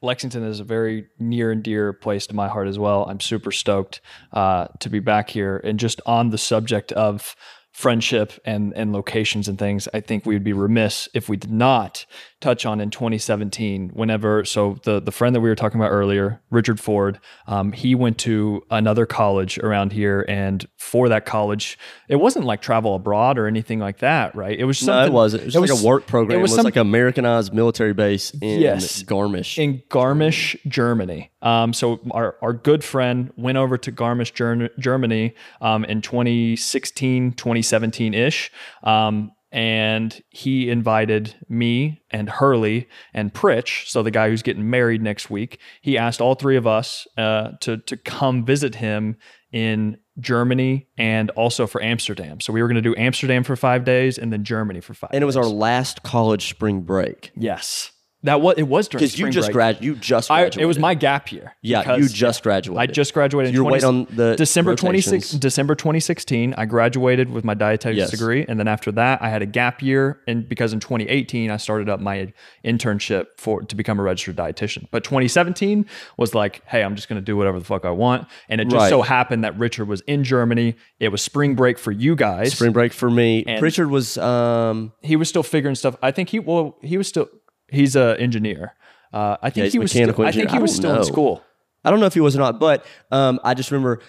Speaker 2: Lexington is a very near and dear place to my heart as well. I'm super stoked uh, to be back here and just on the subject of friendship and and locations and things. I think we would be remiss if we did not touch on in 2017 whenever so the the friend that we were talking about earlier, Richard Ford, um, he went to another college around here and for that college, it wasn't like travel abroad or anything like that, right? It was
Speaker 3: no,
Speaker 2: something
Speaker 3: it wasn't. It was, like a work program. It was,
Speaker 2: some-
Speaker 3: like an Americanized military base in
Speaker 2: Yes.
Speaker 3: Garmisch.
Speaker 2: in Garmisch, Germany. Um, so our, our good friend went over to Garmisch, Ger- Germany um, in 2016, 2017 ish. Um, and he invited me and Hurley and Pritch, so the guy who's getting married next week. He asked all three of us uh, to to come visit him in Germany and also for Amsterdam. So we were going to do Amsterdam for five days and then Germany for five.
Speaker 3: and it was our
Speaker 2: days.
Speaker 3: last college spring break
Speaker 2: yes, that was it was during
Speaker 3: because you
Speaker 2: spring
Speaker 3: just
Speaker 2: break.
Speaker 3: grad you just
Speaker 2: I,
Speaker 3: graduated.
Speaker 2: it was my gap year.
Speaker 3: yeah you
Speaker 2: because
Speaker 3: just graduated.
Speaker 2: I just graduated. in
Speaker 3: You're waiting on the
Speaker 2: December twenty six
Speaker 3: rotations.
Speaker 2: December twenty sixteen. I graduated with my dietetics
Speaker 3: Yes.
Speaker 2: degree, and then after that, I had a gap year, and because in twenty eighteen I started up my internship for to become a registered dietitian. But twenty seventeen was like, hey, I'm just going to do whatever the fuck I want, and it just
Speaker 3: Right.
Speaker 2: so happened that Richard was in Germany. It was spring break for you guys.
Speaker 3: spring break for me. Richard was um
Speaker 2: he was still figuring stuff. I think he well he was still he's an engineer. Uh, I think
Speaker 3: he's
Speaker 2: he was still,
Speaker 3: mechanical
Speaker 2: I think
Speaker 3: engineer.
Speaker 2: he
Speaker 3: I
Speaker 2: was
Speaker 3: don't
Speaker 2: still in
Speaker 3: know.
Speaker 2: school.
Speaker 3: I don't know if he was or not, but um I just remember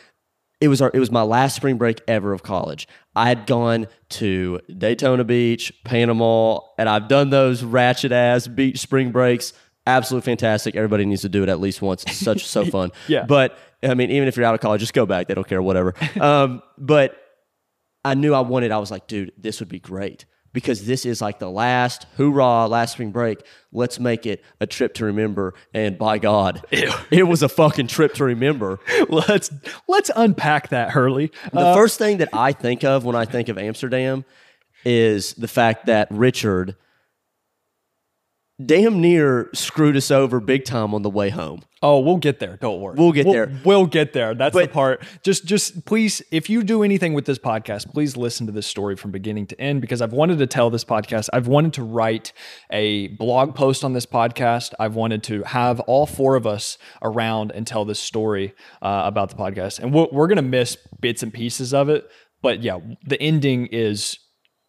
Speaker 3: it was our it was my last spring break ever of college. I had gone to Daytona Beach, Panama, and I've done those ratchet ass beach spring breaks. Absolutely fantastic. Everybody needs to do it at least once. It's such so fun.
Speaker 2: Yeah.
Speaker 3: But I mean, even if you're out of college, just go back. They don't care, whatever. Um, but I knew I wanted. I was like, dude, this would be great because this is like the last hoorah, last spring break. Let's make it a trip to remember. And by God, it was a fucking trip to remember.
Speaker 2: let's let's unpack that hurley
Speaker 3: The first thing that I think of when I think of Amsterdam is the fact that Richard damn near screwed us over big time on the way home.
Speaker 2: oh we'll get there don't worry
Speaker 3: We'll get there.
Speaker 2: we'll get there that's the
Speaker 3: But-
Speaker 2: part just just please if you do anything with this podcast please listen to this story from beginning to end because i've wanted to tell this podcast i've wanted to write a blog post on this podcast i've wanted to have all four of us around and tell this story uh, about the podcast and we're, we're gonna miss bits and pieces of it but yeah the ending is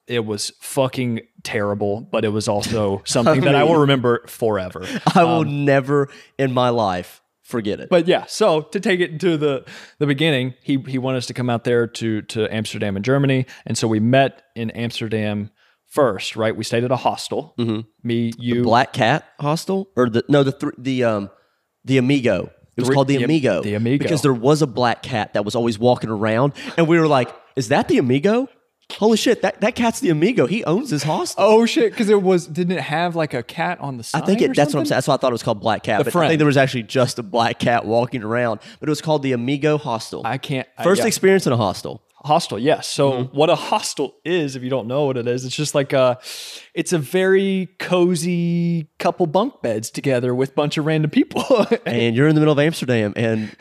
Speaker 2: it was fucking terrible, but it was also something that I will remember forever.
Speaker 3: I will never in my life forget it.
Speaker 2: But yeah, so to take it to the the beginning, he he wanted us to come out there to to Amsterdam and Germany, and so we met in Amsterdam first, right? We stayed at a hostel.
Speaker 3: Mm-hmm.
Speaker 2: Me, you,
Speaker 3: Black Cat Hostel or the no the thr the um the Amigo. It was
Speaker 2: Three-
Speaker 3: called the
Speaker 2: the Am-
Speaker 3: Amigo.
Speaker 2: the Amigo.
Speaker 3: Because there was a black cat that was always walking around, and we were like, "Is that the Amigo? Holy shit! That that cat's the Amigo. He owns this hostel."
Speaker 2: Oh shit! Because it was didn't it have like a cat on the
Speaker 3: I
Speaker 2: side?
Speaker 3: think it,
Speaker 2: or
Speaker 3: that's what I'm
Speaker 2: something?
Speaker 3: saying. That's why I thought it was called Black Cat. but I think
Speaker 2: friend.
Speaker 3: there was actually just a black cat walking around, but it was called the Amigo Hostel.
Speaker 2: I can't. I-
Speaker 3: First Mm-hmm.
Speaker 2: yeah.
Speaker 3: experience in a hostel.
Speaker 2: hostel yes so what a hostel is if you don't know what it is it's just like a it's a very cozy couple bunk beds together with bunch of random people
Speaker 3: And you're in the middle of Amsterdam, and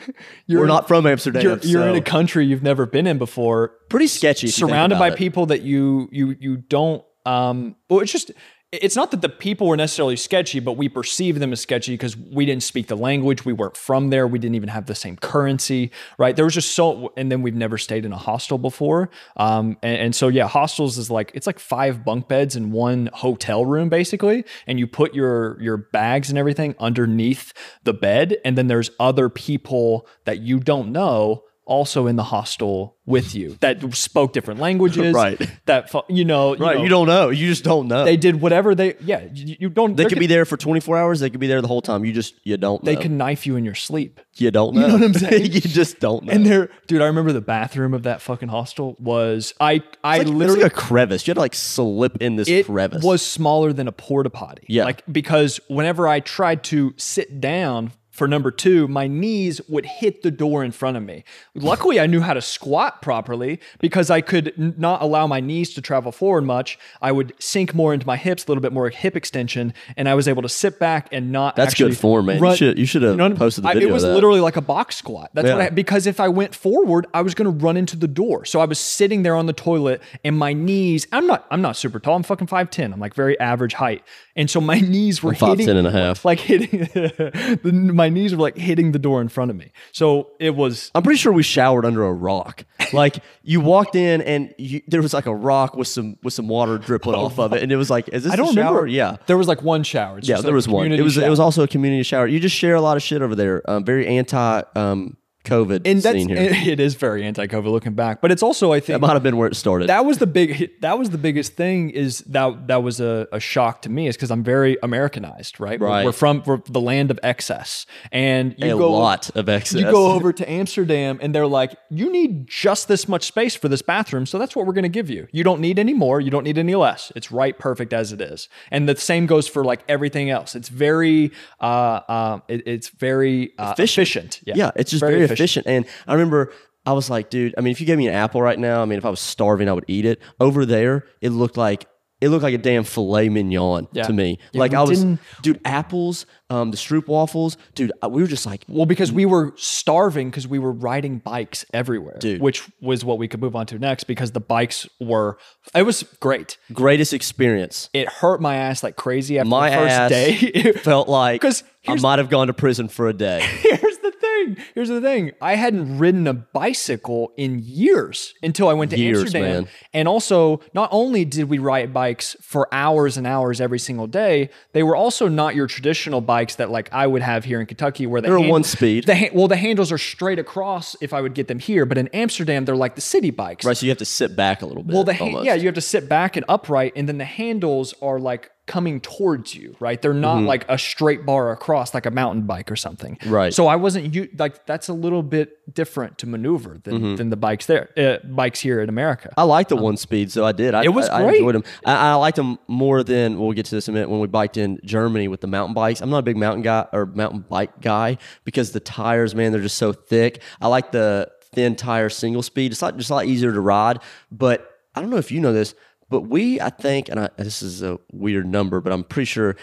Speaker 3: we're
Speaker 2: in-
Speaker 3: not from Amsterdam.
Speaker 2: you're, you're in
Speaker 3: so
Speaker 2: a country you've never been in before
Speaker 3: pretty sketchy. if you think
Speaker 2: surrounded
Speaker 3: about
Speaker 2: by
Speaker 3: it.
Speaker 2: people that you you you don't um well it's just it's not that the people were necessarily sketchy but we perceived them as sketchy because we didn't speak the language we weren't from there we didn't even have the same currency right there was just so and then we've never stayed in a hostel before um and, and so yeah hostels is like it's like five bunk beds in one hotel room basically and you put your your bags and everything underneath the bed and then there's other people that you don't know also in the hostel with you that spoke different languages
Speaker 3: Right.
Speaker 2: that fu- you know you
Speaker 3: Right,
Speaker 2: know,
Speaker 3: you don't know. You just don't know.
Speaker 2: they did whatever they yeah you, you don't
Speaker 3: They
Speaker 2: there
Speaker 3: could be there for 24 hours. They could be there the whole time. You just you don't.
Speaker 2: they
Speaker 3: know.
Speaker 2: can knife you in your sleep
Speaker 3: You don't know. You know what I'm saying? you just don't know.
Speaker 2: and there dude i remember the bathroom of that fucking hostel was i i
Speaker 3: like,
Speaker 2: literally
Speaker 3: literally like a crevice. You had to like slip in this
Speaker 2: it
Speaker 3: crevice.
Speaker 2: was smaller than a porta potty.
Speaker 3: Yeah.
Speaker 2: Like because whenever I tried to sit down for number two, my knees would hit the door in front of me. Luckily, I knew how to squat properly because I could n- not allow my knees to travel forward much. I would sink more into my hips, a little bit more hip extension, and I was able to sit back and not.
Speaker 3: That's
Speaker 2: actually
Speaker 3: good form, man. You
Speaker 2: run-
Speaker 3: should- you should have
Speaker 2: what I'm-
Speaker 3: posted the
Speaker 2: I-
Speaker 3: video
Speaker 2: It
Speaker 3: of
Speaker 2: was
Speaker 3: that.
Speaker 2: literally like a box squat. That's what
Speaker 3: Yeah.
Speaker 2: I because if I went forward, I was going to run into the door. So I was sitting there on the toilet and my knees, I'm not I'm not super tall. I'm fucking 5'10. I'm like very average height. And so my knees were
Speaker 3: five
Speaker 2: hitting
Speaker 3: ten and a half.
Speaker 2: like hitting the- my knees were like hitting the door in front of me. So it was
Speaker 3: I'm pretty sure we showered under a rock. Like you walked in and you, there was like a rock with some with some water dripping off of it, and it was like, is this?
Speaker 2: I don't
Speaker 3: a shower?
Speaker 2: remember.
Speaker 3: Yeah.
Speaker 2: There was like one shower. It's
Speaker 3: Yeah,
Speaker 2: just a
Speaker 3: there was one. It
Speaker 2: community
Speaker 3: was it
Speaker 2: shower.
Speaker 3: was also a community shower. You just share a lot of shit over there. Um, very anti um, COVID
Speaker 2: and that's
Speaker 3: scene here.
Speaker 2: it is very anti-COVID looking back, but it's also I
Speaker 3: that
Speaker 2: think
Speaker 3: might have been where it started.
Speaker 2: that was the big that was the biggest thing is that that was a, a shock to me is because i'm very americanized right, We're-
Speaker 3: Right.
Speaker 2: We're, from we're the land of excess and you
Speaker 3: a
Speaker 2: go
Speaker 3: lot of excess.
Speaker 2: you go over to amsterdam and they're like you need just this much space for this bathroom so that's what we're going to give you you don't need any more you don't need any less it's right perfect as it is and the same goes for like everything else it's very uh, uh it- it's very uh, efficient. yeah
Speaker 3: Yeah, it's just very, efficient. And I remember I was like, dude, I mean, if you gave me an apple right now, I mean, if I was starving, I would eat it. Over there, it looked like it looked like a damn filet mignon to me. like
Speaker 2: we
Speaker 3: I was,
Speaker 2: didn't-
Speaker 3: dude, apples, um, the stroop waffles, dude. I- We were just like,
Speaker 2: Well, because we were starving because we were riding bikes everywhere,
Speaker 3: Dude.
Speaker 2: which was what we could move on to next because the bikes were, it was great.
Speaker 3: greatest experience.
Speaker 2: It hurt my ass like crazy after
Speaker 3: My
Speaker 2: the first
Speaker 3: ass
Speaker 2: day.
Speaker 3: felt like
Speaker 2: 'Cause
Speaker 3: I
Speaker 2: here's-
Speaker 3: might have gone to prison for a day.
Speaker 2: Here's the thing. Here's the thing. I hadn't ridden a bicycle in years until I went to
Speaker 3: Years,
Speaker 2: Amsterdam.
Speaker 3: man.
Speaker 2: And also, not only did we ride bikes for hours and hours every single day, they were also not your traditional bikes that like I would have here in Kentucky, where
Speaker 3: They're
Speaker 2: the
Speaker 3: a one speed.
Speaker 2: The ha- well, the handles are straight across if I would get them here, but in Amsterdam they're like the city bikes.
Speaker 3: right, so you have to sit back a little bit.
Speaker 2: Well, the ha-
Speaker 3: almost.
Speaker 2: yeah, you have to sit back and upright, and then the handles are like coming towards you, right? They're
Speaker 3: Mm-hmm.
Speaker 2: not like a straight bar across, like a mountain bike or something,
Speaker 3: Right.
Speaker 2: So I wasn't you like that's a little bit different to maneuver than
Speaker 3: Mm-hmm.
Speaker 2: than the bikes there, uh, bikes here in America.
Speaker 3: I liked the one speed, so I did. I,
Speaker 2: It was
Speaker 3: I, I
Speaker 2: great.
Speaker 3: enjoyed them. I, I liked them more than we'll get to this in a minute when we biked in Germany with the mountain bikes. I'm not a big mountain guy or mountain bike guy because the tires, man, they're just so thick. I like the thin tire single speed. It's not just a lot easier to ride. But I don't know if you know this, but we, I think, and I, this is a weird number, but I'm pretty sure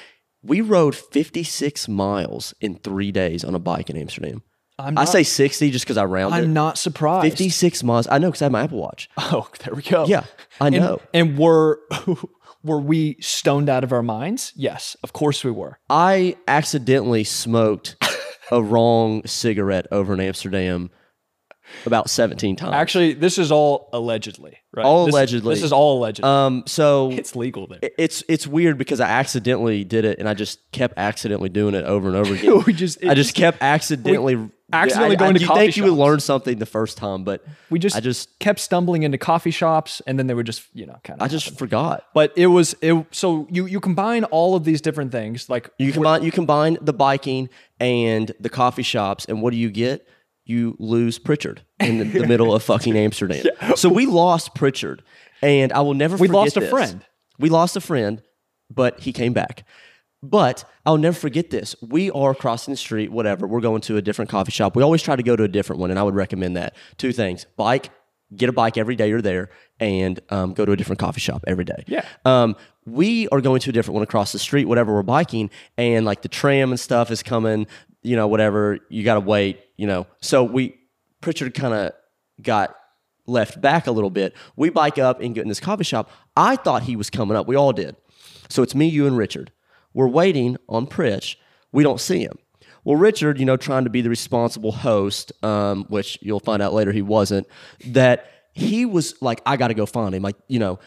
Speaker 3: we rode 56 miles in three days on a bike in Amsterdam.
Speaker 2: I'm
Speaker 3: I
Speaker 2: not,
Speaker 3: say 60 just because I rounded.
Speaker 2: I'm not surprised.
Speaker 3: 56 miles. I know because I have my Apple Watch.
Speaker 2: Oh, there we go.
Speaker 3: Yeah, I
Speaker 2: And-
Speaker 3: know.
Speaker 2: And, were were we stoned out of our minds? Yes, of course we were.
Speaker 3: I accidentally smoked a wrong cigarette over in Amsterdam about 17 times.
Speaker 2: Actually, this is all allegedly, right?
Speaker 3: All
Speaker 2: This-
Speaker 3: allegedly.
Speaker 2: This is all alleged.
Speaker 3: um, so
Speaker 2: it's legal there.
Speaker 3: it- it's it's weird because I accidentally did it and I just kept accidentally doing it over and over again.
Speaker 2: We just- it
Speaker 3: I just,
Speaker 2: just-
Speaker 3: kept accidentally
Speaker 2: accidentally
Speaker 3: I,
Speaker 2: going to
Speaker 3: you
Speaker 2: coffee
Speaker 3: think you would
Speaker 2: shops.
Speaker 3: learn something the first time, but
Speaker 2: we just,
Speaker 3: I just
Speaker 2: kept stumbling into coffee shops, and then they were just, you know, kind of.
Speaker 3: I just forgot.
Speaker 2: But it was it. So you you combine all of these different things, like
Speaker 3: You combine you combine the biking and the coffee shops, and what do you get? You lose Pritchard in the, the middle of fucking Amsterdam. So we lost Pritchard, and I will never. We
Speaker 2: lost a friend.
Speaker 3: We lost a friend, but he came back. But I'll never forget this. We are crossing the street, whatever. We're going to a different coffee shop. We always try to go to a different one, and I would recommend that. Two things: bike, get a bike every day you're there, and um, go to a different coffee shop every day.
Speaker 2: Yeah.
Speaker 3: Um, we are going to a different one across the street, whatever we're biking, and like the tram and stuff is coming, you know, whatever, you gotta wait, you know. So we Pritchard kind of got left back a little bit. We bike up and get in this coffee shop. I thought he was coming up. We all did. So it's me, you, and Richard. We're waiting on Pritch. We don't see him. Well, Richard, you know, trying to be the responsible host, um, which you'll find out later he wasn't, that he was like, I gotta go find him. Like, you know,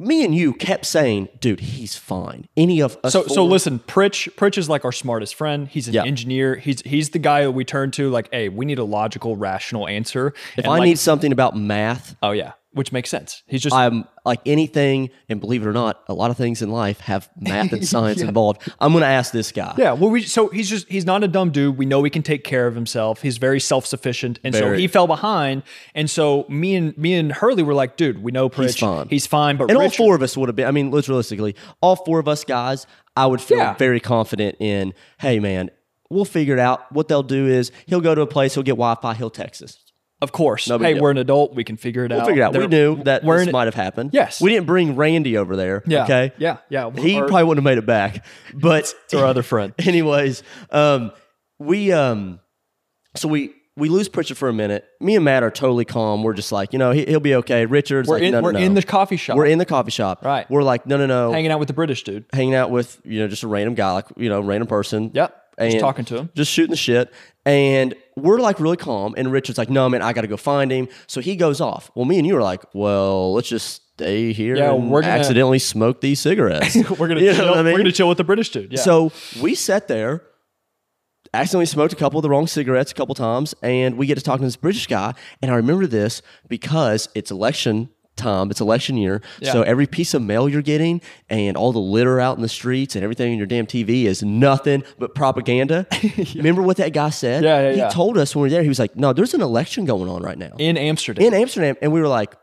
Speaker 3: me and you kept saying, dude, he's fine. Any of us.
Speaker 2: So, so
Speaker 3: four-
Speaker 2: listen, Pritch, Pritch is like our smartest friend. He's an
Speaker 3: Yeah.
Speaker 2: engineer. He's he's the guy that we turn to. Like, hey, we need a logical, rational answer.
Speaker 3: if I need something about math,
Speaker 2: oh yeah, which makes sense. He's just
Speaker 3: I'm like anything, and believe it or not, a lot of things in life have math and science involved. I'm going to ask this guy.
Speaker 2: yeah. Well, we so he's just he's not a dumb dude. We know he can take care of himself. He's very self sufficient, and so
Speaker 3: Very.
Speaker 2: he fell behind. And so me and me and Hurley were like, dude, we know Pritch. He's
Speaker 3: fine.
Speaker 2: He's fine. But
Speaker 3: And all
Speaker 2: Richard,
Speaker 3: four of us would have been, I mean, let's realistically, all four of us guys, I would feel
Speaker 2: Yeah.
Speaker 3: very confident in, hey, man, we'll figure it out. What they'll do is he'll go to a place, he'll get Wi Fi, he'll text us.
Speaker 2: of course.
Speaker 3: big
Speaker 2: Hey,
Speaker 3: deal.
Speaker 2: we're an adult. We can figure it out.
Speaker 3: We'll figure it out. We
Speaker 2: Oh, They're-
Speaker 3: knew that
Speaker 2: we're
Speaker 3: this
Speaker 2: in-
Speaker 3: might have happened.
Speaker 2: Yes.
Speaker 3: We didn't bring Randy over there.
Speaker 2: Yeah.
Speaker 3: Okay.
Speaker 2: Yeah. Yeah.
Speaker 3: He
Speaker 2: Or-
Speaker 3: probably wouldn't have made it back. But
Speaker 2: It's our other friend.
Speaker 3: Anyways, um, we um, so we we lose Pritchard for a minute. Me and Matt are totally calm. We're just like, you know, he, he'll be okay. Richard's
Speaker 2: We're
Speaker 3: like,
Speaker 2: in
Speaker 3: no, no,
Speaker 2: we're
Speaker 3: no.
Speaker 2: in the coffee shop.
Speaker 3: we're in the coffee shop.
Speaker 2: Right.
Speaker 3: We're like, no, no, no.
Speaker 2: hanging out with the British dude.
Speaker 3: hanging out with you know just a random guy, like you know, random person.
Speaker 2: Yep.
Speaker 3: And
Speaker 2: Just talking to him.
Speaker 3: just shooting the shit. And we're like really calm. And Richard's like, no, man, I got to go find him. So he goes off. Well, me and you are like, well, let's just stay here
Speaker 2: Yeah,
Speaker 3: and
Speaker 2: we're gonna-
Speaker 3: accidentally smoke these cigarettes.
Speaker 2: We're gonna
Speaker 3: You know
Speaker 2: chill,
Speaker 3: what I mean?
Speaker 2: we're gonna chill with the British dude. Yeah.
Speaker 3: So we sat there, accidentally smoked a couple of the wrong cigarettes a couple times, and we get to talking to this British guy. And I remember this because it's election time, it's election year. So every piece of mail you're getting and all the litter out in the streets and everything in your damn TV is nothing but propaganda. Remember what that guy said?
Speaker 2: Yeah, yeah,
Speaker 3: He
Speaker 2: yeah.
Speaker 3: told us when we were there, he was like, No, there's an election going on right now
Speaker 2: in Amsterdam.
Speaker 3: in Amsterdam. And we were like,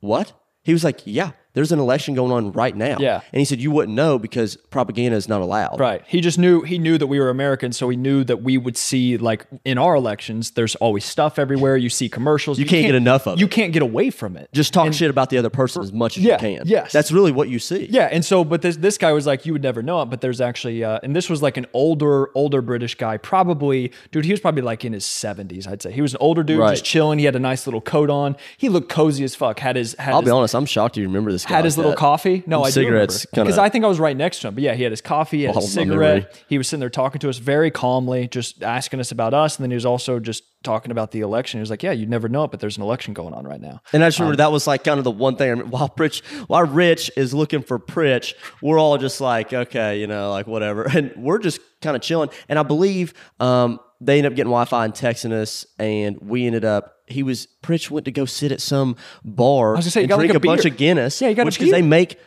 Speaker 3: what? He was like, yeah, there's an election going on right now.
Speaker 2: Yeah.
Speaker 3: And he said, you wouldn't know because propaganda is not allowed.
Speaker 2: Right. He just knew he knew that we were Americans, so he knew that we would see like in our elections, there's always stuff everywhere. You see commercials. You,
Speaker 3: can't get enough of
Speaker 2: You
Speaker 3: it.
Speaker 2: can't get away from it.
Speaker 3: Just talk shit about the other person as much as
Speaker 2: Yeah,
Speaker 3: you can.
Speaker 2: yes.
Speaker 3: That's really what you see.
Speaker 2: yeah, and so, but this this guy was like, you would never know it, but there's actually, uh, and this was like an older older British guy, probably, dude, he was probably like in his 70s, I'd say. He was an older dude,
Speaker 3: Right.
Speaker 2: just chilling. He had a nice little coat on. He looked cozy as fuck. Had his had
Speaker 3: I'll
Speaker 2: his,
Speaker 3: be honest, I'm shocked you remember this guy.
Speaker 2: had
Speaker 3: like
Speaker 2: his little
Speaker 3: that.
Speaker 2: coffee. No, I
Speaker 3: cigarettes
Speaker 2: cigarettes
Speaker 3: kinda-
Speaker 2: because I think I was right next to him. But yeah, he had his coffee, he had his
Speaker 3: Boggles my memory.
Speaker 2: cigarette. He was sitting there talking to us very calmly, just asking us about us, and then he was also just talking about the election. He was like, "Yeah, you'd never know it, but there's an election going on right now."
Speaker 3: And I just
Speaker 2: Um,
Speaker 3: remember that was like kind of the one thing. I remember, while Pritch, while Rich is looking for Pritch, we're all just like, okay, you know, like whatever, and we're just kind of chilling. And I believe um, they ended up getting Wi-Fi and texting us, and we ended up. He was Pritch went to go sit at some bar I
Speaker 2: was gonna say, he
Speaker 3: and
Speaker 2: got, like,
Speaker 3: drink
Speaker 2: a
Speaker 3: a, bunch
Speaker 2: beer.
Speaker 3: of Guinness.
Speaker 2: Yeah, he got a
Speaker 3: which because
Speaker 2: beer.
Speaker 3: they make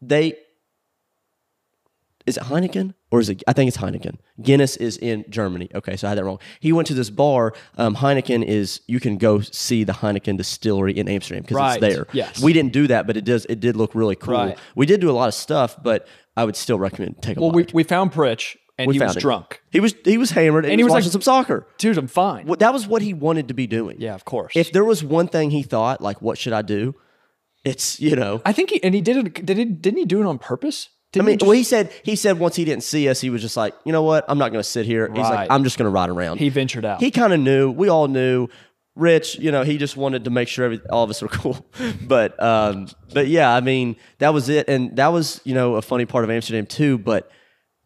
Speaker 3: they is it Heineken or is it? I think it's Heineken. Guinness is in Germany. Okay, so I had that wrong. He went to this bar. Um, Heineken is you can go see the Heineken distillery in Amsterdam because
Speaker 2: Right,
Speaker 3: it's there.
Speaker 2: yes.
Speaker 3: we didn't do that, but it does. It did look really cool.
Speaker 2: Right.
Speaker 3: We did do a lot of stuff, but I would still recommend take a
Speaker 2: Well,
Speaker 3: look.
Speaker 2: we, we found Pritch, and he was
Speaker 3: found it.
Speaker 2: drunk.
Speaker 3: He was he was hammered and, he was, watching
Speaker 2: like-
Speaker 3: some soccer.
Speaker 2: Dude, I'm fine.
Speaker 3: Well, that was what he wanted to be doing.
Speaker 2: Yeah, of course.
Speaker 3: If there was one thing he thought, like, what should I do? It's you know.
Speaker 2: I think he and he did it. Did he, didn't he do it on purpose?
Speaker 3: I
Speaker 2: Didn't
Speaker 3: mean,
Speaker 2: he, just-
Speaker 3: well, he said he said once he didn't see us, he was just like, you know what? I'm not going to sit here. He's
Speaker 2: Right.
Speaker 3: like, I'm just going to ride around.
Speaker 2: he ventured out.
Speaker 3: he kind of knew. We all knew. Rich, you know, he just wanted to make sure every, all of us were cool. But um, but yeah, I mean, that was it, and that was you know a funny part of Amsterdam too. But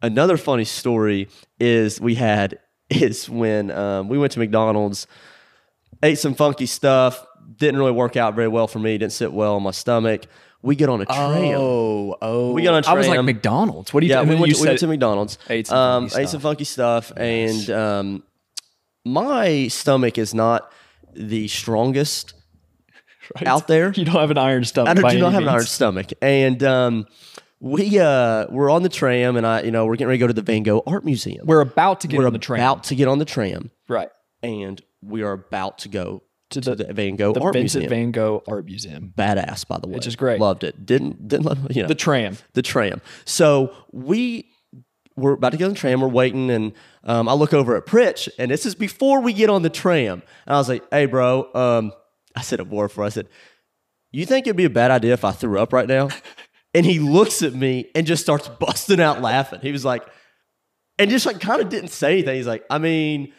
Speaker 3: another funny story is we had is when um, we went to McDonald's ate some funky stuff. Didn't really work out very well for me. Didn't sit well on my stomach. We get on a tram.
Speaker 2: Oh, oh.
Speaker 3: We got on
Speaker 2: I was like
Speaker 3: tram.
Speaker 2: McDonald's. What do you?
Speaker 3: yeah,
Speaker 2: and
Speaker 3: we
Speaker 2: then
Speaker 3: went,
Speaker 2: you
Speaker 3: to, we went
Speaker 2: said-
Speaker 3: to McDonald's.
Speaker 2: Ate some
Speaker 3: um,
Speaker 2: funky
Speaker 3: ate some
Speaker 2: stuff.
Speaker 3: funky stuff, and um, my stomach is not the strongest
Speaker 2: Right.
Speaker 3: out there.
Speaker 2: You don't have an iron stomach.
Speaker 3: I don't,
Speaker 2: by
Speaker 3: do
Speaker 2: any
Speaker 3: not have an iron
Speaker 2: means.
Speaker 3: stomach. And um, we uh, we're on the tram, and I, you know, we're getting ready to go to the Van Gogh Art Museum.
Speaker 2: We're about to get
Speaker 3: We're
Speaker 2: on the train.
Speaker 3: about to get on the tram,
Speaker 2: right.
Speaker 3: and we are about to go to,
Speaker 2: the-
Speaker 3: the, Van Gogh
Speaker 2: The
Speaker 3: Art
Speaker 2: Vincent
Speaker 3: Museum.
Speaker 2: Van Gogh Art Museum.
Speaker 3: Badass, by the way,
Speaker 2: is great.
Speaker 3: Loved it. Didn't didn't love you know
Speaker 2: The tram.
Speaker 3: the tram. So we were about to get on the tram. We're waiting, and um, I look over at Pritch, and this is before we get on the tram. And I was like, "Hey, bro," um, I said at Warfare, I said, "You think it'd be a bad idea if I threw up right now?" and he looks at me and just starts busting out laughing. He was like, and just like kind of didn't say anything. He's like, "I mean,"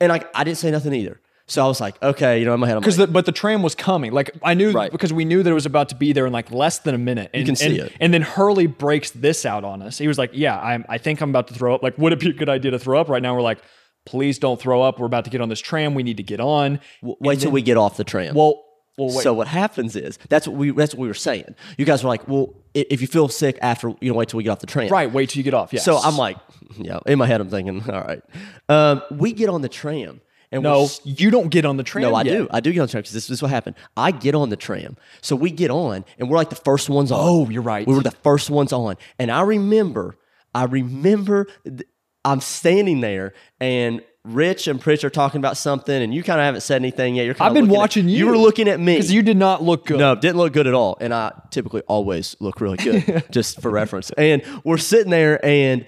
Speaker 3: and like I didn't say nothing either. So I was like, "Okay," you know, in my head, I'm
Speaker 2: Because
Speaker 3: like,
Speaker 2: the, but the tram was coming. Like I knew
Speaker 3: Right.
Speaker 2: because we knew that it was about to be there in like less than a minute. And,
Speaker 3: can see
Speaker 2: and,
Speaker 3: it.
Speaker 2: And then Hurley breaks this out on us. He was like, "Yeah, I'm. I think I'm about to throw up. Like, would it be a good idea to throw up right now?" We're like, "Please don't throw up. We're about to get on this tram. We need to get on."
Speaker 3: "W- "Wait till we get off the tram."
Speaker 2: Well, well, wait.
Speaker 3: So what happens is that's what we that's what we were saying. You guys were like, well, i- if you feel sick after, you know, wait till we get off the train.
Speaker 2: right. Wait till you get off. Yeah.
Speaker 3: So I'm like, yeah. In my head, I'm thinking, all right. Um, we get on the tram, and we're
Speaker 2: "No,
Speaker 3: s-
Speaker 2: you don't get on the tram."
Speaker 3: no, I
Speaker 2: yet.
Speaker 3: do, I do get on the tram because this, this is what happened. I get on the tram, so we get on, and we're like the first ones on.
Speaker 2: Oh, you're right.
Speaker 3: We were the first ones on, and I remember, I remember, th- I'm standing there, and. Rich and Pritch are talking about something, and you kind of haven't said anything yet. You're kinda
Speaker 2: I've been
Speaker 3: looking at-
Speaker 2: watching you.
Speaker 3: You were looking at me
Speaker 2: because you did not look good.
Speaker 3: no, didn't look good at all. And I typically always look really good, just for reference. And we're sitting there and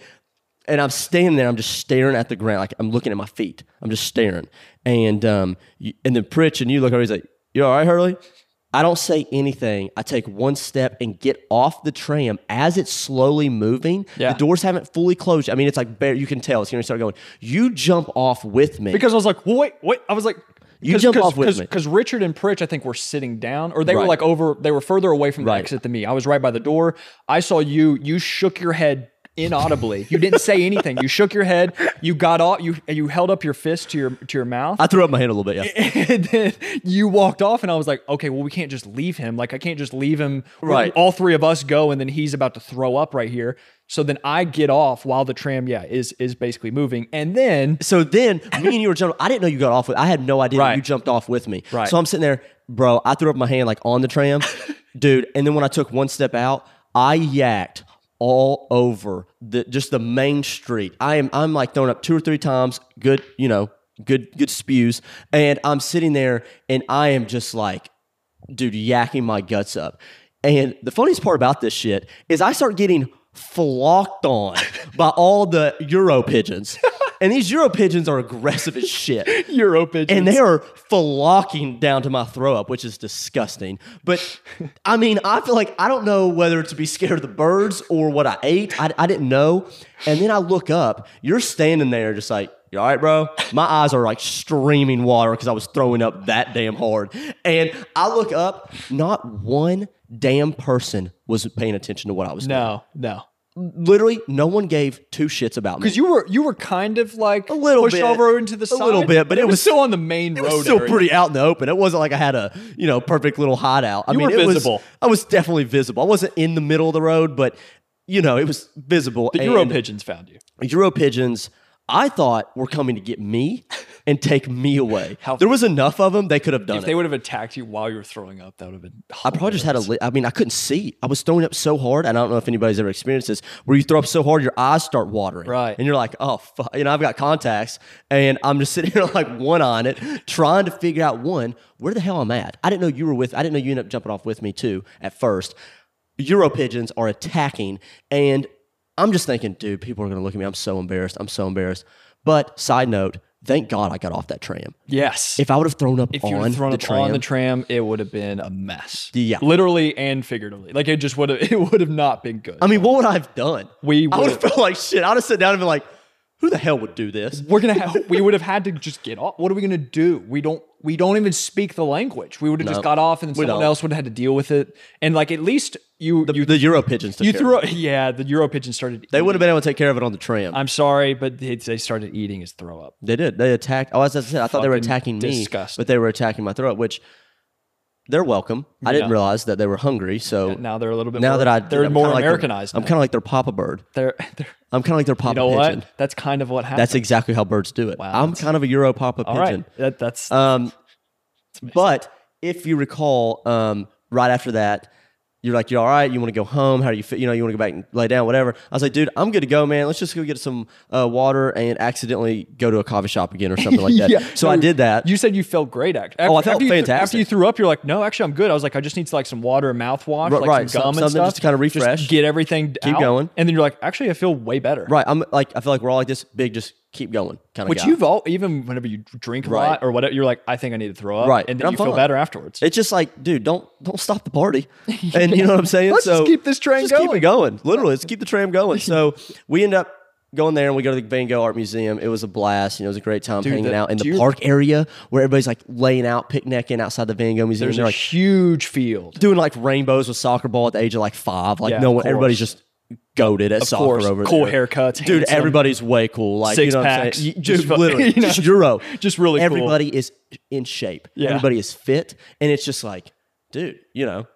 Speaker 3: and I'm standing there, I'm just staring at the ground. Like I'm looking at my feet. I'm just staring. And um you, and then Pritch and you look over, he's like, You all right, Hurley? I don't say anything. I take one step and get off the tram as it's slowly moving.
Speaker 2: Yeah.
Speaker 3: The doors haven't fully closed. I mean, it's like bare, you can tell it's going to start going. You jump off with me.
Speaker 2: because I was like, well, wait, wait. I was like,
Speaker 3: You jump off with me.
Speaker 2: because Richard and Pritch, I think, were sitting down, or they were
Speaker 3: Right.
Speaker 2: like over, they were further away from the
Speaker 3: Right.
Speaker 2: exit than me. I was right by the door. I saw you. You shook your head inaudibly. you didn't say anything. You shook your head. You got off. You you held up your fist to your to your mouth.
Speaker 3: I threw up my hand a little bit. Yeah.
Speaker 2: and then you walked off, and I was like, "Okay, well, we can't just leave him. Like, I can't just leave him.
Speaker 3: Right.
Speaker 2: All three of us go, and then he's about to throw up right here. So then I get off while the tram, yeah, is is basically moving, and then
Speaker 3: So then me and you were jumping. I didn't know you got off with. I had no idea
Speaker 2: Right.
Speaker 3: that you jumped off with me.
Speaker 2: Right.
Speaker 3: So I'm sitting there, bro. I threw up my hand like on the tram, dude. And then when I took one step out, I yacked all over the just the main street. I am I'm like throwing up two or three times. Good, you know, good good spews. And I'm sitting there and I am just like dude, yakking my guts up. And the funniest part about this shit is I start getting flocked on by all the Euro pigeons. And these Euro pigeons are aggressive as shit.
Speaker 2: you're open,
Speaker 3: And they are flocking down to my throw up, which is disgusting. But I mean, I feel like I don't know whether to be scared of the birds or what I ate. I, I didn't know. And then I look up, you're standing there just like, you all right, bro? My eyes are like streaming water because I was throwing up that damn hard. And I look up, not one damn person was paying attention to what I was
Speaker 2: no, no.
Speaker 3: doing. Literally, no one gave two shits about me.
Speaker 2: Because you were you were kind of like a
Speaker 3: little
Speaker 2: pushed
Speaker 3: bit.
Speaker 2: over into the
Speaker 3: A
Speaker 2: side
Speaker 3: little bit, but it was-
Speaker 2: still on the main
Speaker 3: It
Speaker 2: road.
Speaker 3: was still
Speaker 2: area.
Speaker 3: pretty out in the open. It wasn't like I had a you know perfect little hideout. I
Speaker 2: You
Speaker 3: mean,
Speaker 2: were
Speaker 3: it
Speaker 2: visible.
Speaker 3: Was, I was definitely visible. I wasn't in the middle of the road, but you know it was visible.
Speaker 2: The Euro pigeons found you.
Speaker 3: Euro pigeons, I thought were coming to get me and take me away. there was enough of them; they could have done
Speaker 2: If
Speaker 3: it.
Speaker 2: they would have attacked you while you were throwing up, that would have been.
Speaker 3: I probably just had a. Li- I mean, I couldn't see. I was throwing up so hard, and I don't know if anybody's ever experienced this, where you throw up so hard, your eyes start watering,
Speaker 2: Right.
Speaker 3: And you're like, oh, fuck. you know, I've got contacts, and I'm just sitting here like one on it, trying to figure out one where the hell I'm at. I didn't know you were with. I didn't know you ended up jumping off with me too at first. Euro pigeons are attacking, and I'm just thinking, dude, people are gonna look at me. I'm so embarrassed. I'm so embarrassed. But side note, thank God I got off that tram.
Speaker 2: yes.
Speaker 3: If I would have thrown up
Speaker 2: If you
Speaker 3: on
Speaker 2: were thrown
Speaker 3: the
Speaker 2: up
Speaker 3: tram,
Speaker 2: on the tram, it would have been a mess.
Speaker 3: Yeah.
Speaker 2: literally and figuratively. Like it just would have. It would have not been good.
Speaker 3: I mean, what would I have done?
Speaker 2: We
Speaker 3: I would
Speaker 2: would've-
Speaker 3: have felt like shit. I would have sat down and been like, "Who the hell would do this?"
Speaker 2: we're gonna. Have, we would have had to just get off. What are we gonna do? We don't. We don't even speak the language. We would have just got off, and then
Speaker 3: we
Speaker 2: someone
Speaker 3: don't.
Speaker 2: else would have had to deal with it. And like at least you
Speaker 3: The,
Speaker 2: you
Speaker 3: the Euro pigeons took
Speaker 2: you
Speaker 3: care
Speaker 2: threw
Speaker 3: of it.
Speaker 2: yeah the Euro pigeon started.
Speaker 3: They
Speaker 2: eating.
Speaker 3: wouldn't have been able to take care of it on the tram.
Speaker 2: I'm sorry, but they, they started eating his throw up.
Speaker 3: They did. They attacked. Oh, as I said, I thought they were
Speaker 2: Fucking
Speaker 3: attacking me,
Speaker 2: disgusting.
Speaker 3: but they were attacking my throat, which they're welcome. I didn't
Speaker 2: Yeah.
Speaker 3: realize that they were hungry. So
Speaker 2: Now they're a little bit
Speaker 3: now
Speaker 2: more,
Speaker 3: that I
Speaker 2: they're
Speaker 3: I'm
Speaker 2: more
Speaker 3: kinda like their-
Speaker 2: Americanized.
Speaker 3: I'm kind of like their Papa Bird.
Speaker 2: they're, they're
Speaker 3: I'm kind of like their Papa
Speaker 2: you know
Speaker 3: Pigeon.
Speaker 2: what? That's kind of what happened.
Speaker 3: That's exactly how birds do it. I'm kind of a Euro Papa
Speaker 2: all
Speaker 3: Pigeon.
Speaker 2: right. That, that's
Speaker 3: Um, but if you recall, um, right after that, you're like, you're all right. You want to go home? How do you feel? You know, you want to go back and lay down, whatever. I was like, dude, I'm good to go, man. Let's just go get some uh, water and accidentally go to a coffee shop again or something like that. So I
Speaker 2: No,
Speaker 3: did that.
Speaker 2: You said you felt great. Act- after,
Speaker 3: Oh, I felt
Speaker 2: after you threw- after
Speaker 3: fantastic.
Speaker 2: you threw up, you're like, no, actually, I'm good. I was like, I just need to like some water and mouthwash,
Speaker 3: Right,
Speaker 2: like
Speaker 3: right.
Speaker 2: some
Speaker 3: Some-
Speaker 2: gum and
Speaker 3: something
Speaker 2: stuff,
Speaker 3: just to kinda refresh.
Speaker 2: get everything.
Speaker 3: Keep
Speaker 2: out.
Speaker 3: going.
Speaker 2: and then you're like, actually, I feel way better.
Speaker 3: Right. I'm like, I feel like we're all like this big, just keep going kind of
Speaker 2: Which
Speaker 3: guy.
Speaker 2: you've all, even whenever you drink a
Speaker 3: Right.
Speaker 2: lot or whatever, you're like, I think I need to throw up.
Speaker 3: Right.
Speaker 2: and
Speaker 3: And
Speaker 2: then
Speaker 3: I'm
Speaker 2: you feel
Speaker 3: fine.
Speaker 2: better afterwards.
Speaker 3: It's just like, dude, don't don't stop the party, and you know what I'm saying.
Speaker 2: Let's
Speaker 3: so
Speaker 2: just keep this train
Speaker 3: just Keep it going, literally. Let's keep the tram going. So we end up going there, and we go to the Van Gogh Art Museum. It was a blast. You know, it was a great time hanging
Speaker 2: the-
Speaker 3: out in
Speaker 2: do
Speaker 3: the
Speaker 2: you-
Speaker 3: park area where everybody's like laying out, picnicking outside the Van Gogh Museum.
Speaker 2: There's
Speaker 3: and they're
Speaker 2: a
Speaker 3: like
Speaker 2: huge field.
Speaker 3: doing like rainbows with soccer ball at the age of like five. Like
Speaker 2: Yeah,
Speaker 3: no
Speaker 2: of
Speaker 3: one, everybody's
Speaker 2: course.
Speaker 3: just goaded at soccer
Speaker 2: course.
Speaker 3: over
Speaker 2: Cool
Speaker 3: there.
Speaker 2: haircuts,
Speaker 3: dude.
Speaker 2: handsome.
Speaker 3: Everybody's way cool. Like you
Speaker 2: Six
Speaker 3: know what I'm
Speaker 2: packs.
Speaker 3: saying? You-
Speaker 2: Just
Speaker 3: Just
Speaker 2: fuck-
Speaker 3: literally,
Speaker 2: you know,
Speaker 3: just euro.
Speaker 2: just really cool.
Speaker 3: Everybody is in shape.
Speaker 2: Yeah.
Speaker 3: Everybody is fit, and it's just like, dude, you know,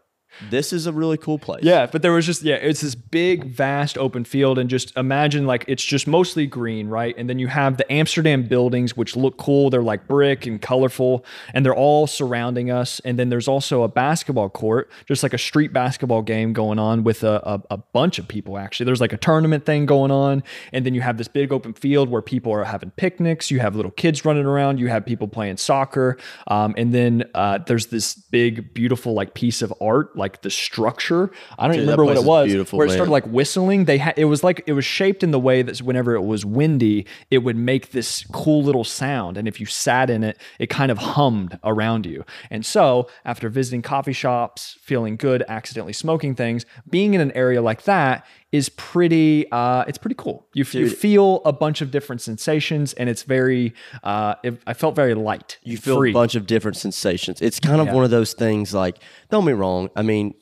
Speaker 3: this is a really cool place.
Speaker 2: Yeah, but there was just yeah, it's this big, vast open field, and just imagine like it's just mostly green, right? And then you have the Amsterdam buildings, which look cool. They're like brick and colorful, and they're all surrounding us. And then there's also a basketball court, just like a street basketball game going on with a, a, a bunch of people. Actually, there's like a tournament thing going on, and then you have this big open field where people are having picnics. You have little kids running around. You have people playing soccer, um, and then uh, there's this big, beautiful like piece of art, like the structure. I don't
Speaker 3: Dude, that
Speaker 2: remember what
Speaker 3: place
Speaker 2: it
Speaker 3: is
Speaker 2: was.
Speaker 3: beautiful,
Speaker 2: where it
Speaker 3: man.
Speaker 2: started like whistling. They had it was like it was shaped in the way that whenever it was windy, it would make this cool little sound. And if you sat in it, it kind of hummed around you. And so after visiting coffee shops, feeling good, accidentally smoking things, being in an area like that is pretty uh it's pretty cool. You, f- you feel a bunch of different sensations and it's very uh it, I felt very light.
Speaker 3: you feel a bunch of different sensations. It's kind of one of those things. Like, don't be wrong. I mean,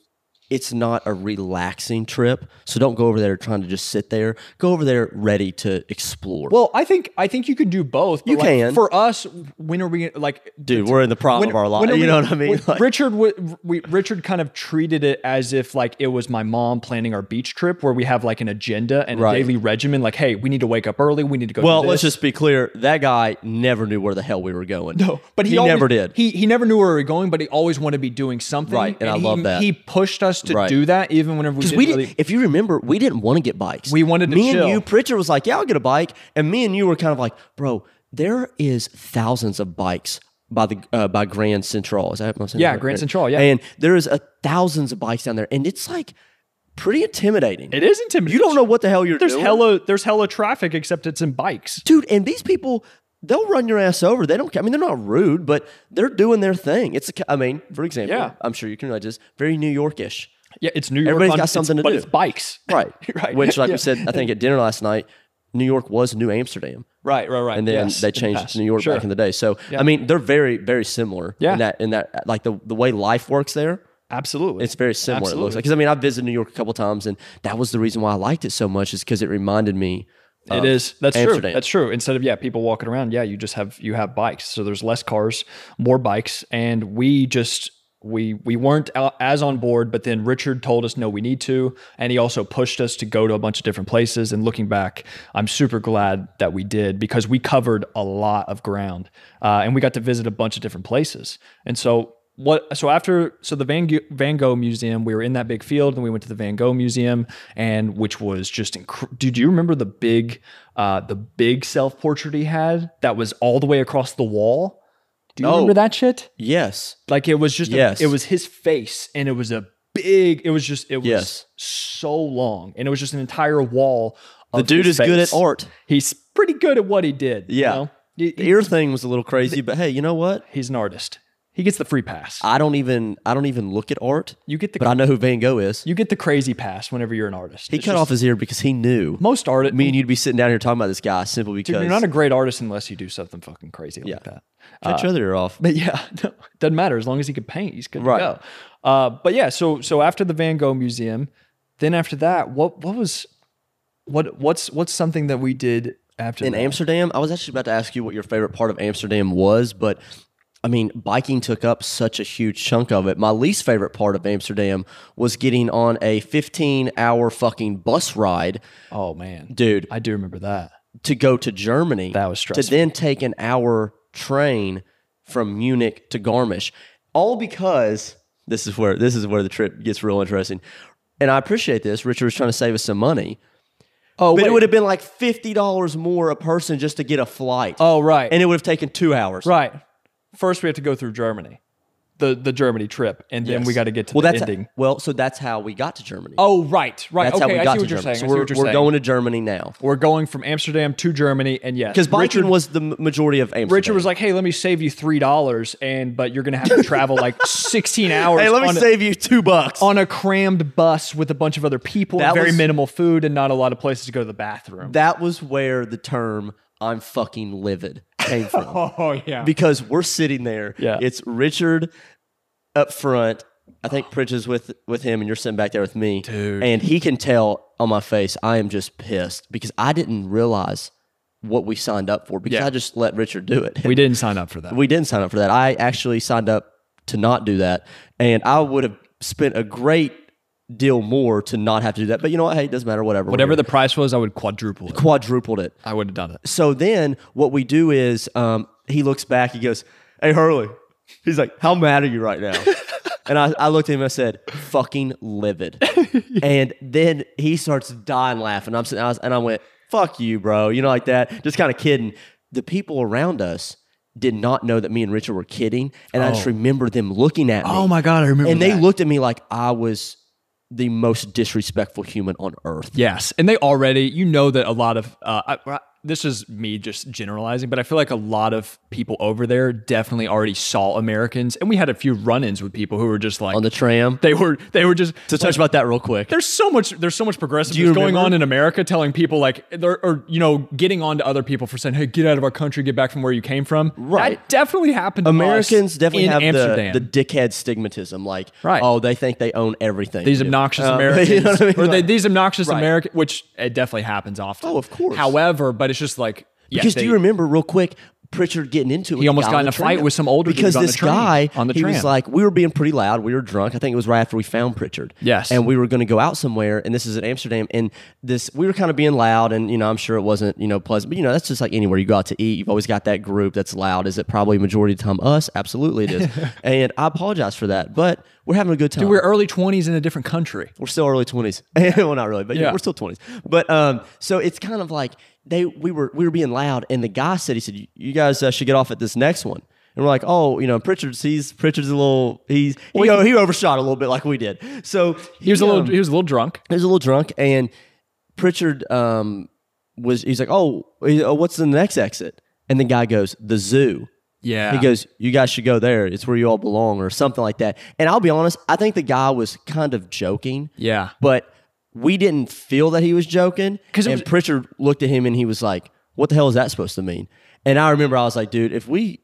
Speaker 3: it's not a relaxing trip, so don't go over there trying to just sit there. Go over there ready to explore.
Speaker 2: well, I think I think you can do both. But
Speaker 3: You
Speaker 2: like,
Speaker 3: can.
Speaker 2: For us, when are we like
Speaker 3: dude, we're in the prime of our life.
Speaker 2: when
Speaker 3: You
Speaker 2: we-
Speaker 3: know what I mean?
Speaker 2: when
Speaker 3: Like-
Speaker 2: Richard, w- we, Richard kind of treated it as if like it was my mom planning our beach trip, where we have like an agenda and
Speaker 3: Right.
Speaker 2: a daily regimen. Like, hey, we need to wake up early. We need to go. do
Speaker 3: Well,
Speaker 2: this.
Speaker 3: let's just be clear. That guy never knew where the hell we were going.
Speaker 2: No, but he, always-
Speaker 3: never did.
Speaker 2: He he never knew where we were going, but he always wanted to be doing something.
Speaker 3: Right, and I
Speaker 2: he,
Speaker 3: love that.
Speaker 2: He pushed us to
Speaker 3: Right.
Speaker 2: do that, even whenever we
Speaker 3: Because
Speaker 2: didn't
Speaker 3: we
Speaker 2: really.
Speaker 3: didn't, if you remember, we didn't want to get bikes.
Speaker 2: We wanted to
Speaker 3: me
Speaker 2: chill.
Speaker 3: and you. Pritchard was like, "Yeah, I'll get a bike," and me and you were kind of like, "Bro, there is thousands of bikes by the uh, by Grand Central. Is that what I'm saying?
Speaker 2: Yeah, Grand Central, yeah.
Speaker 3: and there is a thousands of bikes down there, and it's like pretty intimidating.
Speaker 2: it is intimidating.
Speaker 3: You don't know what the hell you're
Speaker 2: There's
Speaker 3: doing.
Speaker 2: hella there's hella traffic, except it's in bikes.
Speaker 3: dude. And these people, they'll run your ass over. They don't. ca- I mean, they're not rude, but they're doing their thing. It's. a ca- I mean, for example,
Speaker 2: Yeah.
Speaker 3: I'm sure you can relate to this. Very New Yorkish.
Speaker 2: Yeah, it's New York.
Speaker 3: Everybody's
Speaker 2: on-
Speaker 3: got
Speaker 2: it's-
Speaker 3: something to
Speaker 2: but
Speaker 3: do.
Speaker 2: it's bikes.
Speaker 3: Right.
Speaker 2: Right.
Speaker 3: Which, like
Speaker 2: Yeah.
Speaker 3: we said, I think at dinner last night, New York was New Amsterdam.
Speaker 2: Right. Right. Right.
Speaker 3: And then
Speaker 2: Yes,
Speaker 3: they
Speaker 2: in the
Speaker 3: changed it
Speaker 2: past.
Speaker 3: to New York
Speaker 2: Sure.
Speaker 3: back in the day. So I mean, they're very, very similar.
Speaker 2: Yeah.
Speaker 3: In that in that like the, the way life works there.
Speaker 2: Absolutely.
Speaker 3: It's very similar. It looks
Speaker 2: Absolutely.
Speaker 3: like because I mean I visited New York a couple times and that was the reason why I liked it so much is because it reminded me.
Speaker 2: It is. That's true.
Speaker 3: Amsterdam.
Speaker 2: That's true. Instead of yeah, people walking around, yeah, you just have you have bikes. So there's less cars, more bikes, and we just we we weren't out as on board. But then Richard told us no, we need to, and he also pushed us to go to a bunch of different places. And looking back, I'm super glad that we did because we covered a lot of ground, uh, and we got to visit a bunch of different places. And so what so after so the Van, Gogh- Van Gogh Museum, we were in that big field and we went to the Van Gogh Museum and which was just incr- dude, do you remember the big uh the big self-portrait he had that was all the way across the wall? Do you
Speaker 3: No.
Speaker 2: remember that shit?
Speaker 3: Yes.
Speaker 2: Like it was just a-
Speaker 3: Yes.
Speaker 2: it was his face and it was a big it was just it was
Speaker 3: Yes.
Speaker 2: so long and it was just an entire wall of
Speaker 3: The dude
Speaker 2: his
Speaker 3: is good
Speaker 2: face.
Speaker 3: at art.
Speaker 2: He's pretty good at what he did. you
Speaker 3: Yeah.
Speaker 2: know? He-
Speaker 3: The ear thing was a little crazy, but hey, you know what?
Speaker 2: he's an artist. He gets the free pass.
Speaker 3: I don't even I don't even look at art,
Speaker 2: You get the
Speaker 3: but I know who Van Gogh is.
Speaker 2: you get the crazy pass whenever you're an artist.
Speaker 3: he cut off his ear because he knew
Speaker 2: most artists.
Speaker 3: me and you'd be sitting down here talking about this guy simply because
Speaker 2: you're not a great artist unless you do something fucking crazy like that.
Speaker 3: cut your other ear off.
Speaker 2: But yeah, no, doesn't matter as long as he could paint, he's good
Speaker 3: Right.
Speaker 2: to go. Uh, but yeah, so so after the Van Gogh Museum, then after that, what what was what what's what's something that we did after
Speaker 3: in
Speaker 2: that?
Speaker 3: Amsterdam, I was actually about to ask you what your favorite part of Amsterdam was, but I mean, biking took up such a huge chunk of it. My least favorite part of Amsterdam was getting on a 15 hour fucking bus ride,
Speaker 2: Oh man,
Speaker 3: dude,
Speaker 2: I do remember that.
Speaker 3: to go to Germany.
Speaker 2: That was
Speaker 3: To
Speaker 2: stressful.
Speaker 3: then take an hour train from Munich to Garmisch, all because this is where this is where the trip gets real interesting. And I appreciate this. Richard was trying to save us some money,
Speaker 2: Oh,
Speaker 3: but
Speaker 2: wait.
Speaker 3: it would have been like fifty dollars more a person just to get a flight.
Speaker 2: oh right,
Speaker 3: and it would have taken two hours.
Speaker 2: right. First, we have to go through Germany, the the Germany trip, and then we got to get to
Speaker 3: well,
Speaker 2: the
Speaker 3: that's
Speaker 2: ending.
Speaker 3: well, so that's how we got to Germany.
Speaker 2: oh right, right.
Speaker 3: that's
Speaker 2: okay,
Speaker 3: how we
Speaker 2: I
Speaker 3: got
Speaker 2: see
Speaker 3: to
Speaker 2: what you're
Speaker 3: Germany.
Speaker 2: saying.
Speaker 3: So
Speaker 2: I see
Speaker 3: we're,
Speaker 2: what you're
Speaker 3: we're
Speaker 2: saying.
Speaker 3: going to Germany now
Speaker 2: We're going from Amsterdam to Germany, and yes,
Speaker 3: because biking
Speaker 2: Richard
Speaker 3: was the m- majority of Amsterdam.
Speaker 2: Richard was like, "Hey, let me save you three dollars, and but you're gonna have to travel like 16 hours
Speaker 3: "Hey, let me
Speaker 2: on,
Speaker 3: save you two bucks."
Speaker 2: on a crammed bus with a bunch of other people, and
Speaker 3: That
Speaker 2: very
Speaker 3: was-
Speaker 2: minimal food, and not a lot of places to go to the bathroom."
Speaker 3: that was where the term "I'm fucking livid" came from.
Speaker 2: oh yeah,
Speaker 3: because we're sitting there.
Speaker 2: Yeah.
Speaker 3: It's Richard up front. I think Pritch is with with him, and you're sitting back there with me. Dude. And he can tell on my face I am just pissed because I didn't realize what we signed up for because
Speaker 2: Yeah.
Speaker 3: I just let Richard do it.
Speaker 2: we didn't sign up for that.
Speaker 3: We didn't sign up for that. I actually signed up to not do that, and I would have spent a great deal more to not have to do that. But you know what? Hey, it doesn't matter. Whatever.
Speaker 2: Whatever the price was, I would quadruple it.
Speaker 3: quadrupled it.
Speaker 2: I would have done it.
Speaker 3: So then what we do is um, he looks back, he goes, Hey Hurley. He's like, How mad are you right now? and I, I looked at him and I said, fucking livid. and then he starts dying laughing. I'm sitting, I was, and I went, fuck you, bro. You know, like that. Just kind of kidding. The people around us did not know that me and Richard were kidding. And I just remember them looking at me.
Speaker 2: Oh. god, I remember.
Speaker 3: And they looked at me like I was the most disrespectful human on earth.
Speaker 2: Yes, and they already, you know, that a lot of uh, I, this is me just generalizing, but I feel like a lot of people over there definitely already saw Americans, and we had a few run-ins with people who were just like
Speaker 3: On the tram.
Speaker 2: they were they were just
Speaker 3: So touch about that real quick.
Speaker 2: there's so much there's so much
Speaker 3: you
Speaker 2: progressiveness going
Speaker 3: remember?
Speaker 2: on in America telling people like they're, or you know getting on to other people for saying hey get out of our country get back from where you came from
Speaker 3: Right.
Speaker 2: that definitely happened to us
Speaker 3: Americans definitely
Speaker 2: in
Speaker 3: have
Speaker 2: Amsterdam
Speaker 3: the, the dickhead stigmatism. Like,
Speaker 2: Right.
Speaker 3: oh, they think they own everything.
Speaker 2: these
Speaker 3: dude.
Speaker 2: obnoxious
Speaker 3: Uh,
Speaker 2: Americans,
Speaker 3: you know what I mean?
Speaker 2: or they,
Speaker 3: Like,
Speaker 2: these obnoxious
Speaker 3: Right.
Speaker 2: American, which it definitely happens often.
Speaker 3: Oh, of course.
Speaker 2: However, but it's just like yeah,
Speaker 3: because do
Speaker 2: they-
Speaker 3: you remember real quick? Pritchard getting into it. He
Speaker 2: almost got in a fight with some older dude
Speaker 3: because
Speaker 2: on the
Speaker 3: this
Speaker 2: train-
Speaker 3: guy
Speaker 2: on the
Speaker 3: he was
Speaker 2: tram.
Speaker 3: like we were being pretty loud. We were drunk. I think it was right after we found Pritchard.
Speaker 2: Yes.
Speaker 3: and we were going to go out somewhere, and this is in Amsterdam, and this we were kind of being loud, and you know I'm sure it wasn't you know pleasant, but you know that's just like anywhere you go out to eat, you've always got that group that's loud. Is it probably majority of the time us? Absolutely it is, and I apologize for that, but we're having a good time.
Speaker 2: we're early twenties in a different country.
Speaker 3: we're still early 20s well not really but yeah.
Speaker 2: Yeah.
Speaker 3: we're still 20s but um so it's kind of like they we were we were being loud and the guy said he said "You- you guys uh, should get off at this next one and we're like oh you know pritchard's he's pritchard's a little he's you know, he overshot a little bit like we did so
Speaker 2: He was a little
Speaker 3: um,
Speaker 2: he was a little drunk.
Speaker 3: he was a little drunk and pritchard um was he's like oh he- oh, what's the next exit and the guy goes the zoo
Speaker 2: Yeah,
Speaker 3: he goes, You guys should go there. It's where you all belong, or something like that. And I'll be honest, I think the guy was kind of joking.
Speaker 2: Yeah.
Speaker 3: But we didn't feel that he was joking.
Speaker 2: 'Cause
Speaker 3: Because
Speaker 2: it
Speaker 3: and
Speaker 2: was-
Speaker 3: Pritchard looked at him and he was like, What the hell is that supposed to mean? And I remember I was like, Dude, if we.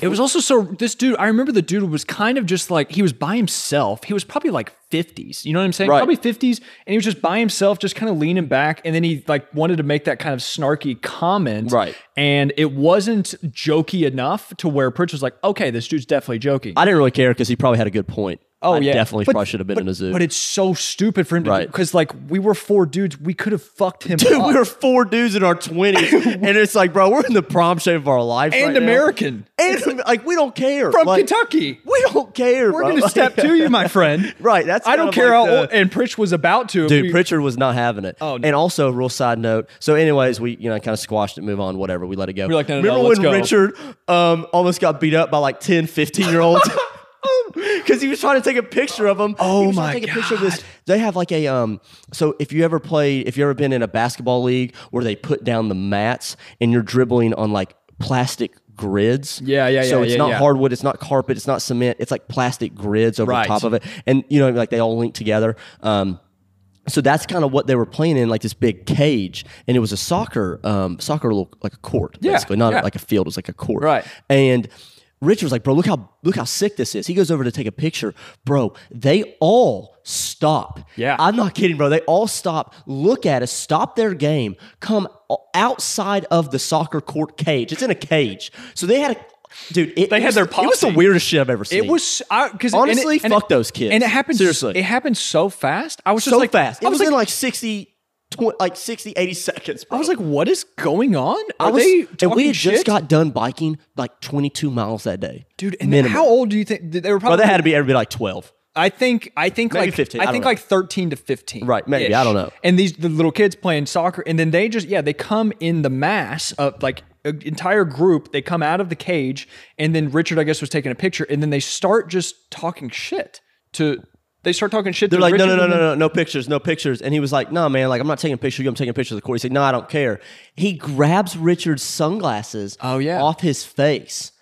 Speaker 2: It was also so this dude. I remember the dude was kind of just like he was by himself. He was probably like fifties. You know what I'm saying?
Speaker 3: Right.
Speaker 2: Probably fifties, and he was just by himself, just kind of leaning back. And then he like wanted to make that kind of snarky comment,
Speaker 3: Right.
Speaker 2: And it wasn't jokey enough to where Pritch was like, "Okay, this dude's definitely joking."
Speaker 3: I didn't really care because he probably had a good point.
Speaker 2: Oh
Speaker 3: I
Speaker 2: yeah,
Speaker 3: definitely
Speaker 2: But-
Speaker 3: probably should have been
Speaker 2: but-
Speaker 3: in a zoo.
Speaker 2: But it's so stupid for him to
Speaker 3: Right.
Speaker 2: because like we were four dudes, we could have fucked him
Speaker 3: Dude,
Speaker 2: up.
Speaker 3: we were four dudes in our twenties, and it's like, bro, we're in the prom shape of our life,
Speaker 2: and
Speaker 3: right now.
Speaker 2: American
Speaker 3: and like, we don't care
Speaker 2: from
Speaker 3: Like,
Speaker 2: Kentucky.
Speaker 3: We don't care.
Speaker 2: We're
Speaker 3: bro.
Speaker 2: gonna
Speaker 3: Like-
Speaker 2: step to you, my friend.
Speaker 3: Right, that's
Speaker 2: I
Speaker 3: kind
Speaker 2: don't
Speaker 3: of
Speaker 2: care
Speaker 3: like
Speaker 2: how
Speaker 3: the-
Speaker 2: old. And Pritch was about to.
Speaker 3: Dude,
Speaker 2: We-
Speaker 3: Pritchard was not having it.
Speaker 2: Oh, no.
Speaker 3: And also, real side note. So, anyways, we you know kind of squashed it, move on, whatever. We let it go.
Speaker 2: We're like, no, no,
Speaker 3: Remember
Speaker 2: no, let's
Speaker 3: when
Speaker 2: go.
Speaker 3: Richard um, almost got beat up by like 10, 15 year olds? Because he was trying to take a picture of him. Oh
Speaker 2: my
Speaker 3: take a picture of this. They have like a um. So if you ever played, if you ever been in a basketball league where they put down the mats and you're dribbling on like plastic grids.
Speaker 2: Yeah, yeah,
Speaker 3: So
Speaker 2: yeah,
Speaker 3: it's
Speaker 2: yeah,
Speaker 3: not
Speaker 2: yeah.
Speaker 3: hardwood, it's not carpet, it's not cement, it's like plastic grids over
Speaker 2: Right.
Speaker 3: top of it, and you know, like they all link together. Um, so that's kind of what they were playing in, like this big cage, and it was a soccer, um, soccer little like a court,
Speaker 2: Yeah,
Speaker 3: basically, not
Speaker 2: yeah.
Speaker 3: like a field, it was like a court,
Speaker 2: Right.
Speaker 3: And Richard was like, "Bro, look how look how sick this is." He goes over to take a picture, bro. They all stop.
Speaker 2: Yeah.
Speaker 3: I'm not kidding, bro. They all stop, look at us, stop their game, come o- outside of the soccer court cage. It's in a cage, so they had a dude. It,
Speaker 2: They had
Speaker 3: was-
Speaker 2: their
Speaker 3: It was the
Speaker 2: posse.
Speaker 3: weirdest shit I've ever seen.
Speaker 2: It was because
Speaker 3: Honestly, fuck those kids.
Speaker 2: And it happened
Speaker 3: Seriously.
Speaker 2: It happened so fast. I was just
Speaker 3: so
Speaker 2: like,
Speaker 3: fast. It
Speaker 2: I
Speaker 3: was,
Speaker 2: was like,
Speaker 3: in like 60, 20, like 60, 80 seconds. Bro.
Speaker 2: I was like, what is going on? Are
Speaker 3: I was-
Speaker 2: they
Speaker 3: and we
Speaker 2: talking
Speaker 3: had just
Speaker 2: shit?
Speaker 3: got done biking like 22 miles that day,
Speaker 2: dude. And
Speaker 3: minimum.
Speaker 2: how old do you think they were?
Speaker 3: Bro,
Speaker 2: Probably
Speaker 3: that had to be everybody like 12.
Speaker 2: I think I think
Speaker 3: Maybe
Speaker 2: like
Speaker 3: 15,
Speaker 2: I
Speaker 3: I don't
Speaker 2: think
Speaker 3: know.
Speaker 2: like thirteen to fifteen.
Speaker 3: Right, maybe, I don't know.
Speaker 2: And these the little kids playing soccer, and then they just yeah they come in the mass of like an entire group. They come out of the cage, and then Richard I guess was taking a picture, and then they start just talking shit to. They start talking shit.
Speaker 3: They're
Speaker 2: to
Speaker 3: like, no,
Speaker 2: Richard
Speaker 3: no, no,
Speaker 2: and
Speaker 3: no,
Speaker 2: then-
Speaker 3: no, no pictures, no pictures. And he was like, no, man, like I'm not taking a picture. of You, I'm taking a picture of the court. He said, no, I don't care. He grabs Richard's sunglasses
Speaker 2: Oh, yeah.
Speaker 3: off his face.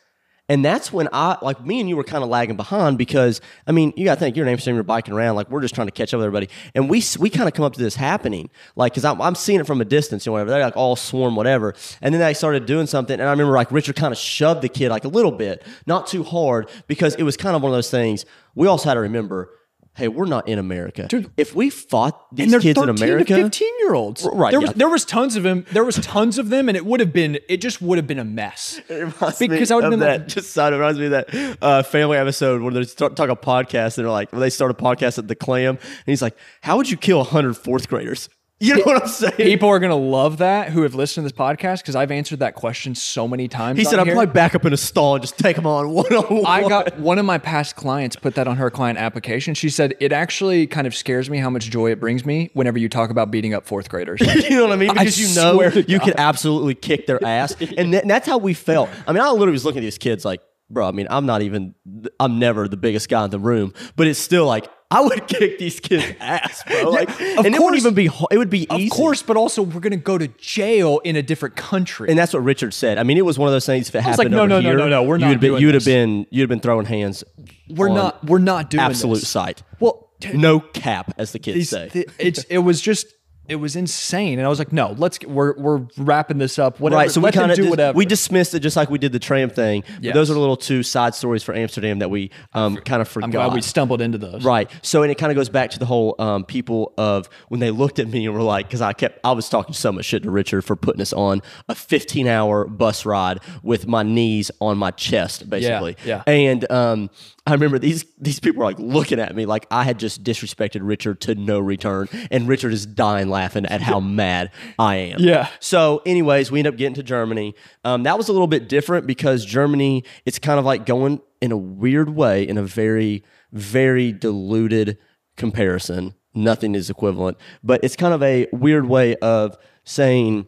Speaker 3: And that's when I, like me and you were kind of lagging behind because, I mean, you got to think, you're an Amsterdam, you're biking around, like we're just trying to catch up with everybody. And we s- we kind of come up to this happening, like, because I'm, I'm seeing it from a distance, you know, whatever. They're like all swarm, whatever. And then they started doing something. And I remember like Richard kind of shoved the kid like a little bit, not too hard, because it was kind of one of those things. We also had to remember, hey, we're not in America. if we fought these
Speaker 2: And they're
Speaker 3: kids in
Speaker 2: 13
Speaker 3: America,
Speaker 2: to 15 year olds.
Speaker 3: R- right,
Speaker 2: There,
Speaker 3: yeah.
Speaker 2: was, there was tons of them. There was tons of them, and it would have been, it just would have been a mess.
Speaker 3: reminds
Speaker 2: Because
Speaker 3: me
Speaker 2: I would have
Speaker 3: of
Speaker 2: been
Speaker 3: that.
Speaker 2: like,
Speaker 3: just side it reminds me of that uh, family episode where they start talk a podcast and they're like when they start a podcast at the clam and he's like, "How would you kill 100 fourth graders?" You know what I'm saying? He,
Speaker 2: people are going to love that who have listened to this podcast because I've answered that question so many times.
Speaker 3: said,
Speaker 2: on
Speaker 3: "I'd
Speaker 2: here.
Speaker 3: probably back up in a stall and just take them on one on one."
Speaker 2: I got one of my past clients put that on her client application. She said, It actually kind of scares me how much joy it brings me whenever you talk about beating up fourth graders.
Speaker 3: You know what I mean? Because you know
Speaker 2: swear to
Speaker 3: you can absolutely kick their ass, and that- that's how we felt. I mean, I literally was looking at these kids like, bro. I mean, I'm not even, I'm never the biggest guy in the room, but it's still like I would kick these kids' ass, bro. Like,
Speaker 2: of
Speaker 3: and it
Speaker 2: course.
Speaker 3: wouldn't even be. ho- It would be
Speaker 2: of
Speaker 3: easy.
Speaker 2: course, but also we're going to go to jail in a different country.
Speaker 3: And that's what Richard said. I mean, it was one of those things. If it
Speaker 2: was like,
Speaker 3: happened
Speaker 2: no,
Speaker 3: over
Speaker 2: no, no,
Speaker 3: here,
Speaker 2: no, no, we're
Speaker 3: you
Speaker 2: not
Speaker 3: would have been,
Speaker 2: doing
Speaker 3: you'd have
Speaker 2: this.
Speaker 3: been, you'd have been throwing hands.
Speaker 2: we're
Speaker 3: on
Speaker 2: not, we're not doing
Speaker 3: absolute
Speaker 2: this.
Speaker 3: sight.
Speaker 2: Well,
Speaker 3: no cap, as the kids
Speaker 2: It's-
Speaker 3: say.
Speaker 2: th- it's it was just it was insane, and I was like, no, let's get, we're we're wrapping this up. Whatever,
Speaker 3: right, so we
Speaker 2: let them
Speaker 3: kind of
Speaker 2: do whatever.
Speaker 3: we dismissed it just like we did the tram thing. But
Speaker 2: Yes.
Speaker 3: those are the little two side stories for Amsterdam that we um, kind of forgot.
Speaker 2: I'm glad we stumbled into those.
Speaker 3: Right. So, and it kind of goes back to the whole um, people of when they looked at me and were like, because I kept, I was talking so much shit to Richard for putting us on a 15 hour bus ride with my knees on my chest, basically.
Speaker 2: yeah.
Speaker 3: And um, I remember these these people were like looking at me like I had just disrespected Richard to no return, and Richard is dying laughing at how mad I am.
Speaker 2: Yeah.
Speaker 3: So, anyways, we end up getting to Germany. Um, that was a little bit different because Germany, it's kind of like going in a weird way, in a very, very diluted comparison. Nothing is equivalent, but it's kind of a weird way of saying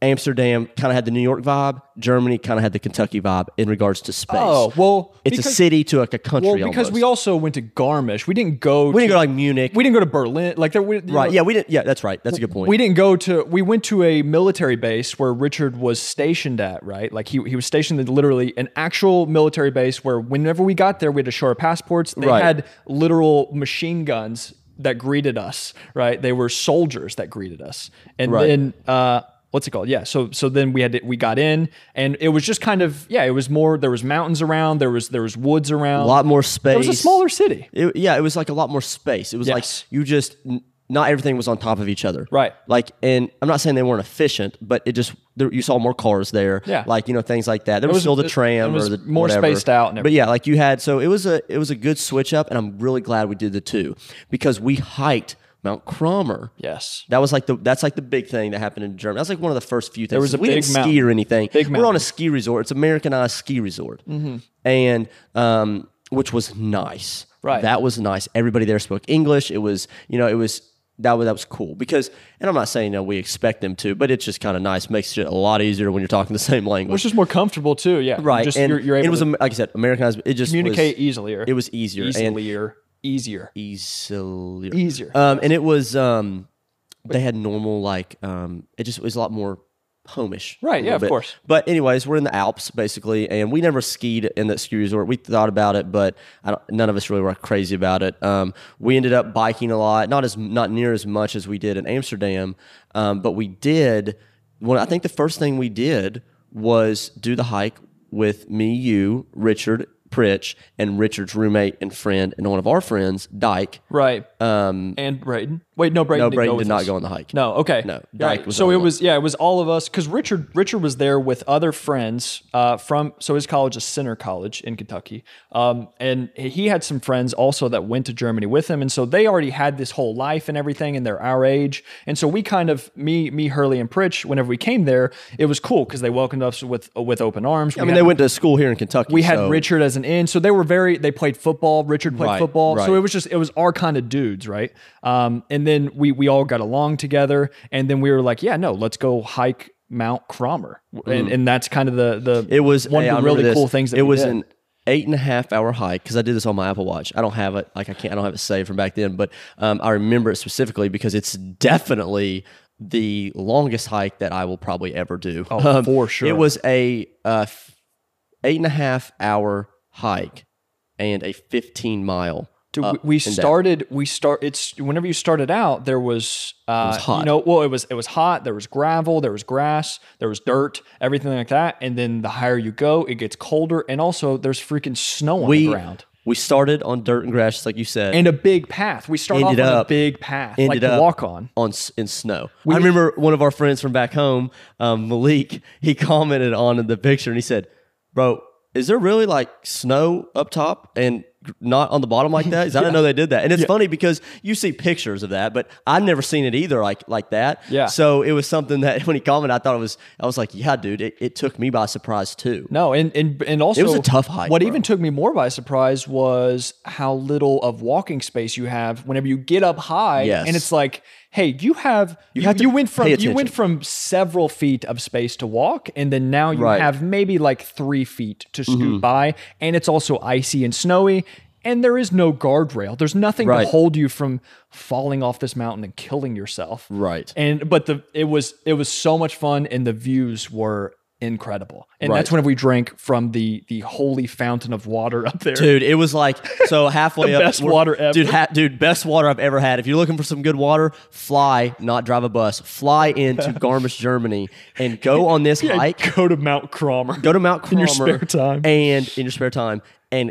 Speaker 3: Amsterdam kind of had the New York vibe, Germany kind of had the Kentucky vibe in regards to space.
Speaker 2: Oh well,
Speaker 3: it's a
Speaker 2: because-
Speaker 3: city to like a country.
Speaker 2: Well, because
Speaker 3: almost.
Speaker 2: we also went to Garmisch. We didn't go.
Speaker 3: we
Speaker 2: to,
Speaker 3: didn't go to like Munich,
Speaker 2: we didn't go to Berlin. Like there, we,
Speaker 3: right? Yeah, we didn't. Yeah, that's right. That's a good point.
Speaker 2: We didn't go to. We went to a military base where Richard was stationed at. Right, like he he was stationed at literally an actual military base where whenever we got there, we had to show our passports. They
Speaker 3: Right.
Speaker 2: had literal machine guns that greeted us. Right, they were soldiers that greeted us, and
Speaker 3: Right.
Speaker 2: then. Uh, What's it called? Yeah. So so then we had to, we got in and it was just kind of yeah it was more there was mountains around there was there was woods around
Speaker 3: a lot more space.
Speaker 2: it was a smaller city
Speaker 3: It, yeah, it was like a lot more space. It was
Speaker 2: Yes.
Speaker 3: like you just n- not everything was on top of each other.
Speaker 2: Right.
Speaker 3: Like, and I'm not saying they weren't efficient, but it just there, you saw more cars there.
Speaker 2: Yeah.
Speaker 3: Like you know things like that. There was,
Speaker 2: was-
Speaker 3: still the
Speaker 2: it-
Speaker 3: tram
Speaker 2: it was
Speaker 3: or the
Speaker 2: more
Speaker 3: whatever.
Speaker 2: spaced out and
Speaker 3: but yeah, like you had so it was a it was a good switch up, and I'm really glad we did the two because we hiked Mount Cromer.
Speaker 2: yes
Speaker 3: That was like the that's like the big thing that happened in Germany. That's like one of the first few things.
Speaker 2: was a
Speaker 3: we
Speaker 2: big
Speaker 3: didn't ski
Speaker 2: mountain. Mm-hmm.
Speaker 3: or anything.
Speaker 2: Big
Speaker 3: We're on a ski resort. It's Americanized ski resort, and um, which was nice.
Speaker 2: Right.
Speaker 3: that was nice. Everybody there spoke English. It was you know it was that was that was cool because and I'm not saying that we expect them to, but it's just kind of nice. Makes it a lot easier when you're talking the same language.
Speaker 2: which is more comfortable too yeah
Speaker 3: Right,
Speaker 2: just,
Speaker 3: and
Speaker 2: you're, you're able
Speaker 3: it was
Speaker 2: to
Speaker 3: am- like I said, Americanized. It just
Speaker 2: communicate
Speaker 3: was
Speaker 2: easier.
Speaker 3: it was easier and-
Speaker 2: easier, easier.
Speaker 3: easier.
Speaker 2: Easier.
Speaker 3: Um, and it was um, they had normal like um, it just was a lot more homish.
Speaker 2: Right,
Speaker 3: a
Speaker 2: yeah,
Speaker 3: little
Speaker 2: of
Speaker 3: bit.
Speaker 2: course.
Speaker 3: But anyways, we're in the Alps basically, and we never skied in that ski resort. We thought about it, but I don't, none of us really were crazy about it. Um, we ended up biking a lot, not as not near as much as we did in Amsterdam, um, but we did. Well, I think the first thing we did was do the hike with me, you, Richard Pritch, and Richard's roommate and friend, and one of our friends, Dyke.
Speaker 2: Right. Um, and Brayden. Wait, no, Brayden.
Speaker 3: No,
Speaker 2: didn't
Speaker 3: Brayden
Speaker 2: go
Speaker 3: did
Speaker 2: with
Speaker 3: not
Speaker 2: us.
Speaker 3: go on the hike.
Speaker 2: No. Okay.
Speaker 3: No,
Speaker 2: You're
Speaker 3: Dyke
Speaker 2: right.
Speaker 3: was the
Speaker 2: so
Speaker 3: only
Speaker 2: it
Speaker 3: one.
Speaker 2: was yeah, it was all of us because Richard Richard was there with other friends uh, from so his college is Center College in Kentucky, um, and he had some friends also that went to Germany with him, and so they already had this whole life and everything, and they're our age, and so we kind of me me Hurley and Pritch whenever we came there, it was cool because they welcomed us with with open arms.
Speaker 3: I mean, they went to school here in Kentucky.
Speaker 2: we had
Speaker 3: so-
Speaker 2: Richard as an in, so they were very. They played football. Richard played
Speaker 3: Right,
Speaker 2: football,
Speaker 3: right.
Speaker 2: so it was just it was our kind of dudes, right? Um, and then we we all got along together, and then we were like, yeah, no, let's go hike Mount Cromer, and, and that's kind of the the
Speaker 3: Mm. It was
Speaker 2: one
Speaker 3: hey,
Speaker 2: of
Speaker 3: I
Speaker 2: the
Speaker 3: remember
Speaker 2: really
Speaker 3: this.
Speaker 2: cool things. That
Speaker 3: it
Speaker 2: we
Speaker 3: was
Speaker 2: did.
Speaker 3: an eight and a half hour hike because I did this on my Apple Watch. I don't have it like I can't. I don't have it saved from back then, but um, I remember it specifically because it's definitely the longest hike that I will probably ever do. Um,
Speaker 2: Oh, for sure.
Speaker 3: It was a uh, f- eight and a half hour hike and a fifteen mile.
Speaker 2: Dude,
Speaker 3: up
Speaker 2: we- we
Speaker 3: and down.
Speaker 2: started. We start. It's whenever you started out, there was, uh,
Speaker 3: hot.
Speaker 2: you know, well, it was it was hot. There was gravel. There was grass. There was dirt. Everything like that. And then the higher you go, it gets colder. And also, there's freaking snow on the
Speaker 3: We
Speaker 2: ground.
Speaker 3: we started on dirt and grass, just like you said.
Speaker 2: and a big path. We started off
Speaker 3: Ended
Speaker 2: on
Speaker 3: up-
Speaker 2: a big path, like
Speaker 3: ended
Speaker 2: to
Speaker 3: up
Speaker 2: walk on.
Speaker 3: on s- in snow. I remember one of our friends from back home, um, Malik. He commented on the picture and he said, "Bro, is there really like snow up top and g- not on the bottom like that?" 'Cause I didn't know they did that. And it's funny because you see pictures of that, but I've never seen it either like like that.
Speaker 2: Yeah.
Speaker 3: So it was something that when he commented, I thought it was. I was like, "Yeah, dude, it, it took me by surprise too."
Speaker 2: No, and and and also
Speaker 3: It was a tough hike,
Speaker 2: What
Speaker 3: bro.
Speaker 2: even took me more by surprise was how little of walking space you have whenever you get up high.
Speaker 3: Yes.
Speaker 2: and it's like, hey, you have you,
Speaker 3: have to
Speaker 2: you went from
Speaker 3: pay
Speaker 2: you went from several feet of space to walk, and then now you
Speaker 3: Right. Mm-hmm.
Speaker 2: have maybe like three feet to scoot by, and it's also icy and snowy. And there is no guardrail. There's nothing
Speaker 3: Right.
Speaker 2: to hold you from falling off this mountain and killing yourself.
Speaker 3: Right.
Speaker 2: and but the it was it was so much fun and the views were incredible and that's
Speaker 3: Right.
Speaker 2: when we drank from the the holy fountain of water up there
Speaker 3: Dude, it was like so halfway up.
Speaker 2: best
Speaker 3: we're-
Speaker 2: water ever.
Speaker 3: dude. Ha, dude, best water I've ever had. If you're looking for some good water, fly, not drive a bus. Fly into Garmisch, Germany, and go on this hike.
Speaker 2: go to mount cromer
Speaker 3: Go to Mount Cromer
Speaker 2: your spare time.
Speaker 3: and in your spare time, and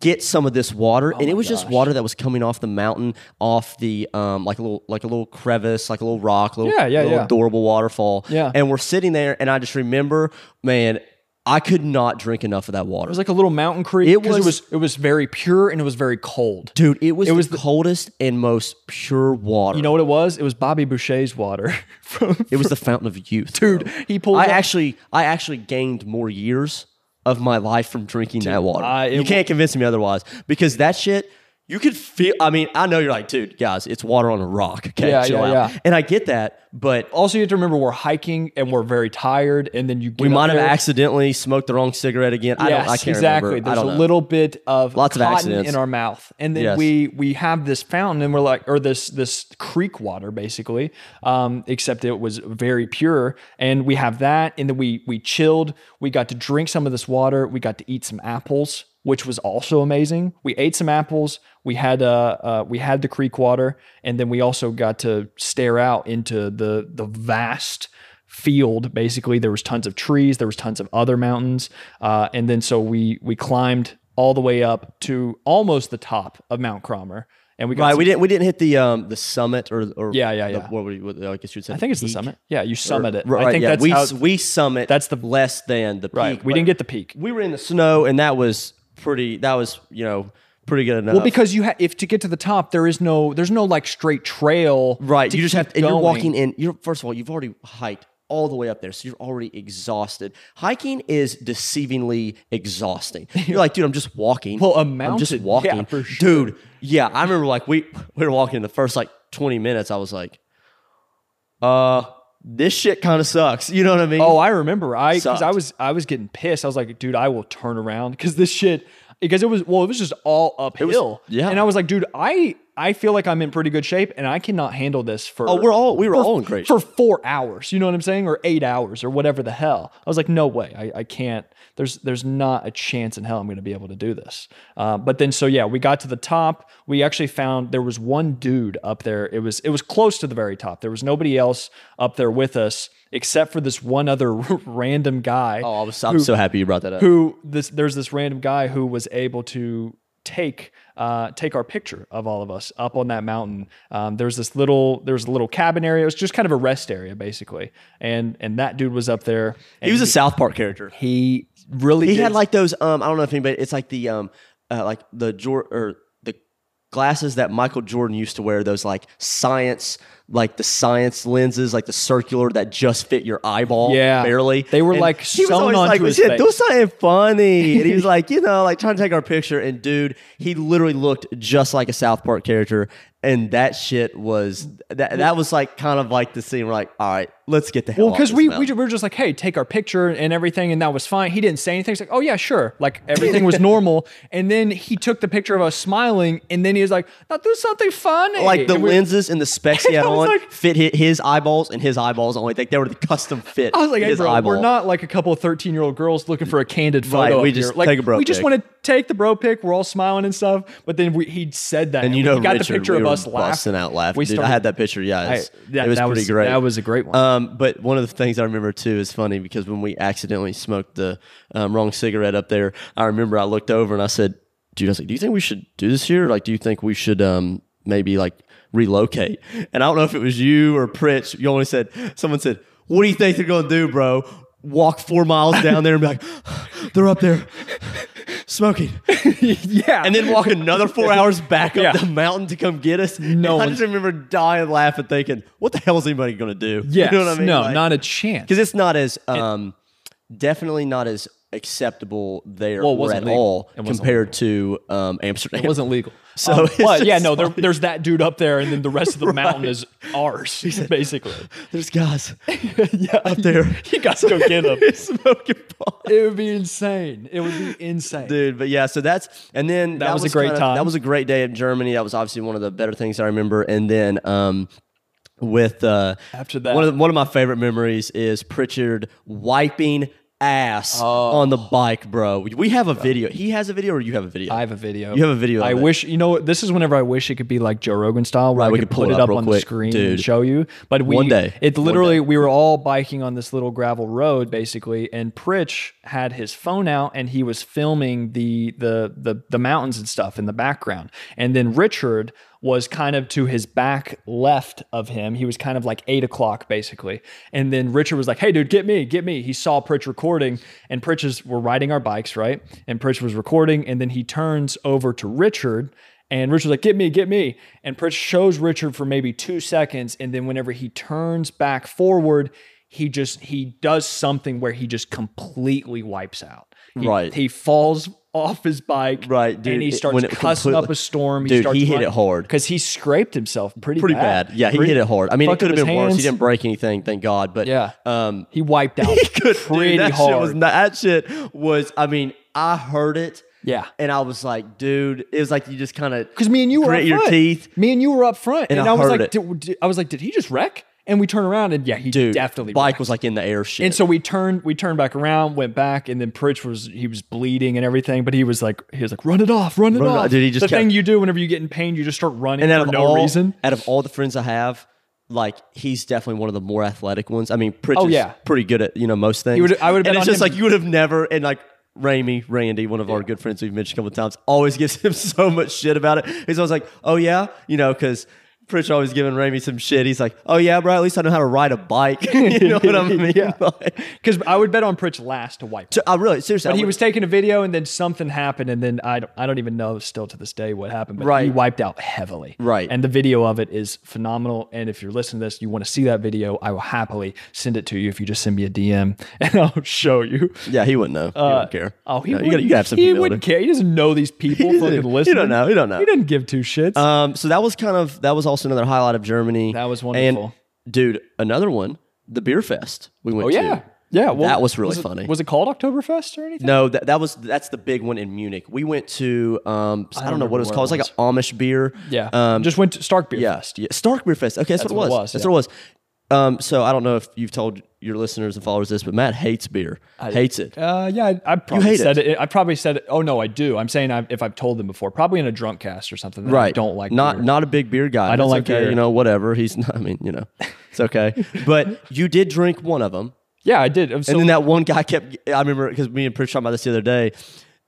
Speaker 3: get some of this water.
Speaker 2: Oh
Speaker 3: and it was just water that was coming off the mountain, off the um, like a little like a little crevice, like a little rock, little,
Speaker 2: Yeah, yeah,
Speaker 3: little
Speaker 2: yeah.
Speaker 3: adorable waterfall.
Speaker 2: Yeah.
Speaker 3: and we're sitting there, and I just remember, man. I could not drink enough of that water.
Speaker 2: it was like a little mountain creek
Speaker 3: It
Speaker 2: 'cause
Speaker 3: was-
Speaker 2: it was it was very pure and it was very cold
Speaker 3: Dude, it was,
Speaker 2: It was
Speaker 3: the,
Speaker 2: the-
Speaker 3: coldest and most pure water.
Speaker 2: you know what it was it was bobby boucher's water from
Speaker 3: it was the fountain of youth.
Speaker 2: dude he pulled
Speaker 3: I
Speaker 2: up-
Speaker 3: actually I actually gained more years of my life from drinking that water.
Speaker 2: I- it
Speaker 3: you can't convince me otherwise because that shit you could feel I mean, I know you're like, dude, guys, it's water on a rock. Okay,
Speaker 2: Yeah,
Speaker 3: chill
Speaker 2: yeah,
Speaker 3: out.
Speaker 2: yeah.
Speaker 3: And I get that, but oh,
Speaker 2: also you have to remember we're hiking and we're very tired and then you get
Speaker 3: we
Speaker 2: up
Speaker 3: might have
Speaker 2: there.
Speaker 3: accidentally smoked the wrong cigarette again. I don't I
Speaker 2: Yes,
Speaker 3: can't
Speaker 2: exactly.
Speaker 3: remember. I
Speaker 2: There's
Speaker 3: don't
Speaker 2: a
Speaker 3: know.
Speaker 2: little bit of
Speaker 3: Lots of
Speaker 2: cotton
Speaker 3: accidents.
Speaker 2: in our mouth, and then
Speaker 3: Yes.
Speaker 2: we we have this fountain, and we're like, or this this creek water, basically. Um, except it was very pure, and we have that, and then we we chilled. We got to drink some of this water. We got to eat some apples, which was also amazing. We ate some apples. We had uh, uh we had the creek water, and then we also got to stare out into the the vast field basically there was tons of trees there was tons of other mountains uh, and then so we we climbed all the way up to almost the top of mount cromer and we got
Speaker 3: Right,
Speaker 2: some-
Speaker 3: we didn't we didn't hit the um the summit or or
Speaker 2: Yeah, yeah,
Speaker 3: the-
Speaker 2: yeah.
Speaker 3: What we what, I guess you'd say
Speaker 2: i think it's the summit yeah you summit it
Speaker 3: Right,
Speaker 2: i think
Speaker 3: yeah.
Speaker 2: that's
Speaker 3: we
Speaker 2: how,
Speaker 3: s- we summit.
Speaker 2: That's the-
Speaker 3: less than the
Speaker 2: right
Speaker 3: peak.
Speaker 2: we
Speaker 3: but-
Speaker 2: didn't get the peak
Speaker 3: we were in the snow and that was pretty that was you know pretty good enough
Speaker 2: well because you have if to get to the top there is no there's no like straight trail
Speaker 3: right
Speaker 2: to
Speaker 3: you just have
Speaker 2: keep
Speaker 3: to, and you're
Speaker 2: going.
Speaker 3: walking in you're first of all you've already hiked all the way up there so you're already exhausted hiking is deceivingly exhausting you're like dude i'm just walking
Speaker 2: Well, a
Speaker 3: i'm just
Speaker 2: mountain, yeah,
Speaker 3: walking
Speaker 2: for sure.
Speaker 3: dude yeah i remember like we we were walking in the first like 20 minutes i was like uh this shit kind of sucks you know what i mean
Speaker 2: Oh, I remember. I because I
Speaker 3: Sucked.
Speaker 2: was I was getting pissed. I was like, dude, I will turn around because this shit because it was well, it was just all uphill.
Speaker 3: yeah.
Speaker 2: and I was like, dude, I I feel like I'm in pretty good shape and I cannot handle this for
Speaker 3: Oh, we're all we were
Speaker 2: for-
Speaker 3: all in great.
Speaker 2: for four hours. You know what I'm saying? Or eight hours or whatever the hell. I was like, no way. I, I can't. There's there's not a chance in hell I'm going to be able to do this. Uh, but then so yeah, we got to the top. We actually found there was one dude up there. It was it was close to the very top. There was nobody else up there with us except for this one other random guy
Speaker 3: oh, I was, I'm so happy you brought that up.
Speaker 2: who this there's this random guy who was able to take uh, take our picture of all of us up on that mountain. Um, there was this little there was a little cabin area. It was just kind of a rest area basically, and and that dude was up there. And
Speaker 3: he was a South Park character.
Speaker 2: he really
Speaker 3: He
Speaker 2: did-
Speaker 3: had like those. Um, I don't know if anybody. It's like the um, uh, like the Jor- or the glasses that Michael Jordan used to wear. Those like science, like the science lenses, like the circular that just fit your eyeball.
Speaker 2: Yeah.
Speaker 3: barely.
Speaker 2: They were,
Speaker 3: And
Speaker 2: like,
Speaker 3: he was
Speaker 2: sewn
Speaker 3: always
Speaker 2: onto
Speaker 3: like,
Speaker 2: his
Speaker 3: "Yeah,
Speaker 2: face."
Speaker 3: Do something funny, and he was like, you know, like trying to take our picture. And dude, he literally looked just like a South Park character. And that shit was that. That was like kind of like the scene. We're like, all right, let's get the hell.
Speaker 2: Well,
Speaker 3: off
Speaker 2: because
Speaker 3: this
Speaker 2: we,
Speaker 3: mountain."
Speaker 2: we ju- we were just like, hey, take our picture and everything, and that was fine. He didn't say anything. He's like, oh yeah, sure. Like everything was normal. And then he took the picture of us smiling, and then he was like, now do something funny.
Speaker 3: like the
Speaker 2: And we-
Speaker 3: lenses and the specs he had
Speaker 2: I was
Speaker 3: on
Speaker 2: like-
Speaker 3: fit his, his eyeballs and his eyeballs only. Like they were the custom fit.
Speaker 2: I was like, hey,
Speaker 3: his
Speaker 2: bro,
Speaker 3: eyeball.
Speaker 2: we're not like a couple of 13 year old girls looking for a candid photo.
Speaker 3: Right, we
Speaker 2: up here.
Speaker 3: just
Speaker 2: Like,
Speaker 3: take a bro
Speaker 2: We just
Speaker 3: pic.
Speaker 2: want to take the bro pic. We're all smiling and stuff. But then we, he said that.
Speaker 3: And
Speaker 2: we
Speaker 3: you know,
Speaker 2: got
Speaker 3: Richard,
Speaker 2: the picture
Speaker 3: we
Speaker 2: of
Speaker 3: were
Speaker 2: us laughing.
Speaker 3: busting out laughing.
Speaker 2: We
Speaker 3: Dude, I
Speaker 2: started-
Speaker 3: had that picture. Yeah, it was,
Speaker 2: that-
Speaker 3: it was
Speaker 2: that
Speaker 3: pretty
Speaker 2: was-
Speaker 3: great.
Speaker 2: that was a great one.
Speaker 3: Um, but one of the things I remember too is funny because when we accidentally smoked the um, wrong cigarette up there, I remember I looked over and I said, "Dude, I was like, do you think we should do this here? Like, do you think we should um maybe like relocate?" And I don't know if it was you or Prince. You only said someone said, "What do you think they're gonna do, bro?" Walk four miles down there and be like, "They're up there." Smoking,
Speaker 2: yeah.
Speaker 3: and then walk another four hours back up
Speaker 2: Yeah.
Speaker 3: the mountain to come get us.
Speaker 2: No
Speaker 3: And I
Speaker 2: one-
Speaker 3: just remember dying laughing, thinking, "What the hell is anybody going to do?"
Speaker 2: Yes.
Speaker 3: you know what I mean?
Speaker 2: No,
Speaker 3: Like-
Speaker 2: not a chance.
Speaker 3: because it's not as um, definitely not as acceptable there
Speaker 2: Well, it
Speaker 3: or
Speaker 2: wasn't
Speaker 3: at
Speaker 2: legal.
Speaker 3: all
Speaker 2: It wasn't
Speaker 3: compared to um, Amsterdam.
Speaker 2: It wasn't legal.
Speaker 3: So
Speaker 2: Um,
Speaker 3: it's
Speaker 2: but yeah,
Speaker 3: just
Speaker 2: no, there,
Speaker 3: like-
Speaker 2: there's that dude up there, and then the rest of the mountain is ours, basically.
Speaker 3: There's guys yeah, up there.
Speaker 2: You got to go get him.
Speaker 3: smoking pot.
Speaker 2: It would be insane. It would be insane.
Speaker 3: Dude, but yeah, so that's and then that,
Speaker 2: was a great
Speaker 3: kinda-
Speaker 2: time.
Speaker 3: That was a great day in Germany. That was obviously one of the better things I remember. And then um, with uh,
Speaker 2: After that-
Speaker 3: one of the- one of my favorite memories is Pritchard wiping ass
Speaker 2: Oh.
Speaker 3: on the bike, bro. We have a video. He has a video, or you have a video.
Speaker 2: I have a video.
Speaker 3: You have a video of
Speaker 2: I
Speaker 3: it.
Speaker 2: wish you know this is whenever I wish it could be like Joe Rogan style, where I
Speaker 3: we
Speaker 2: could,
Speaker 3: could pull
Speaker 2: put
Speaker 3: it
Speaker 2: it
Speaker 3: up
Speaker 2: up,
Speaker 3: real
Speaker 2: on
Speaker 3: quick.
Speaker 2: the screen
Speaker 3: Dude.
Speaker 2: and show you. But we,
Speaker 3: One day.
Speaker 2: it
Speaker 3: One
Speaker 2: literally we were all biking on this little gravel road basically, and Pritch had his phone out and he was filming the the the the mountains and stuff in the background, and then Richard was kind of to his back left of him. He was kind of like eight o'clock basically. And then Richard was like, Hey dude, get me, get me. He saw Pritch recording and Pritch's we're riding our bikes, right? And Pritch was recording. And then he turns over to Richard and Richard's like, get me, get me. And Pritch shows Richard for maybe two seconds. And then whenever he turns back forward, he just he does something where he just completely wipes out. He-
Speaker 3: Right.
Speaker 2: He falls off his bike.
Speaker 3: Right, dude.
Speaker 2: And he
Speaker 3: It-
Speaker 2: starts
Speaker 3: when it
Speaker 2: cussing up
Speaker 3: completely-
Speaker 2: a storm.
Speaker 3: Dude, he hit it hard.
Speaker 2: Because he scraped himself pretty
Speaker 3: pretty
Speaker 2: bad.
Speaker 3: bad. Yeah, he
Speaker 2: Pretty-
Speaker 3: hit it hard. I mean, it
Speaker 2: fucked up
Speaker 3: could
Speaker 2: his
Speaker 3: have been worse. He
Speaker 2: hands.
Speaker 3: didn't break anything, thank God. But
Speaker 2: Yeah.
Speaker 3: um,
Speaker 2: He wiped out
Speaker 3: he could
Speaker 2: pretty
Speaker 3: dude, that
Speaker 2: hard.
Speaker 3: Shit was not, that shit was. I mean, I heard it.
Speaker 2: Yeah.
Speaker 3: and I was like, dude, it was like you just kind of
Speaker 2: Because me and you were
Speaker 3: grit
Speaker 2: up
Speaker 3: your
Speaker 2: front.
Speaker 3: teeth.
Speaker 2: Me and you were up front, and,
Speaker 3: I
Speaker 2: I, was
Speaker 3: heard
Speaker 2: like,
Speaker 3: it.
Speaker 2: did, did- I was like, did he just wreck? And we turn around, and yeah, he
Speaker 3: Dude,
Speaker 2: definitely
Speaker 3: bike
Speaker 2: wrecked.
Speaker 3: was like in the air. Shit.
Speaker 2: And so we turned, we turned back around, went back, and then Pritch was he was bleeding and everything, but he was like, he was like, run it off, run it
Speaker 3: Run it
Speaker 2: off.
Speaker 3: off. Dude, he just
Speaker 2: the
Speaker 3: kept-
Speaker 2: thing you do whenever you get in pain, you just start running
Speaker 3: and out
Speaker 2: for
Speaker 3: of
Speaker 2: no
Speaker 3: all,
Speaker 2: reason.
Speaker 3: out of all the friends I have, like he's definitely one of the more athletic ones. I mean, Pritch
Speaker 2: Oh,
Speaker 3: is
Speaker 2: yeah.
Speaker 3: pretty good at you know most things.
Speaker 2: would- I would've
Speaker 3: and
Speaker 2: been
Speaker 3: it's
Speaker 2: on
Speaker 3: just
Speaker 2: him-
Speaker 3: like you would have never and like. Ramey, Randy, one of our good friends we've mentioned a couple of times, always gives him so much shit about it. He's always like, "Oh yeah," you know, because Pritch always giving Ramey some shit. He's like, "Oh yeah, bro, at least I know how to ride a bike." you know what I mean?
Speaker 2: Yeah.
Speaker 3: Like,
Speaker 2: Because I would bet on Pritch last to wipe.
Speaker 3: so I really seriously,
Speaker 2: but
Speaker 3: I
Speaker 2: he
Speaker 3: would-
Speaker 2: was taking a video, and then something happened, and then I don't, I don't even know still to this day what happened. But he
Speaker 3: Right.
Speaker 2: wiped out heavily.
Speaker 3: Right.
Speaker 2: And the video of it is phenomenal. And if you're listening to this, you want to see that video, I will happily send it to you if you just send me a DM, and I'll show you.
Speaker 3: yeah, he wouldn't know. he wouldn't care.
Speaker 2: Oh, he
Speaker 3: No,
Speaker 2: wouldn't,
Speaker 3: you gotta, you gotta have some
Speaker 2: He
Speaker 3: humility.
Speaker 2: wouldn't care. He doesn't know these people.
Speaker 3: He
Speaker 2: fucking
Speaker 3: doesn't-
Speaker 2: listening.
Speaker 3: he don't know. He don't know.
Speaker 2: He doesn't give two shits.
Speaker 3: Um, so that was kind of that was also another highlight of Germany.
Speaker 2: That was wonderful.
Speaker 3: And, dude, another one, the beer fest we went
Speaker 2: Oh, yeah.
Speaker 3: to.
Speaker 2: Yeah, well,
Speaker 3: That was really
Speaker 2: it-
Speaker 3: funny.
Speaker 2: Was it called Oktoberfest or anything?
Speaker 3: No, that, that was that's the big one in Munich. We went to um, I, don't know
Speaker 2: remember
Speaker 3: what it was
Speaker 2: where
Speaker 3: called.
Speaker 2: it
Speaker 3: It's like an Amish beer.
Speaker 2: Yeah,
Speaker 3: Um,
Speaker 2: just went to Stark Beer
Speaker 3: yeah,
Speaker 2: Fest.
Speaker 3: yeah. Stark Beer Fest. Okay, that's, what it was. that's
Speaker 2: yeah.
Speaker 3: what it was. Um, so I don't know if you've told your listeners and followers this, but Matt hates beer. hates it.
Speaker 2: Uh, yeah, I, I probably
Speaker 3: hate
Speaker 2: said it. I probably said, it- oh no, I do. I'm saying I've, if I've told them before, probably in a drunk cast or something. That I
Speaker 3: right.
Speaker 2: don't like
Speaker 3: not
Speaker 2: beer.
Speaker 3: not a big beer guy.
Speaker 2: I don't
Speaker 3: It's
Speaker 2: like
Speaker 3: okay,
Speaker 2: beer.
Speaker 3: You know, whatever. He's not, I mean, you know, it's okay. but you did drink one of them.
Speaker 2: Yeah, I did. So,
Speaker 3: and then that one guy kept. I remember because me and Pritch talking about this the other day.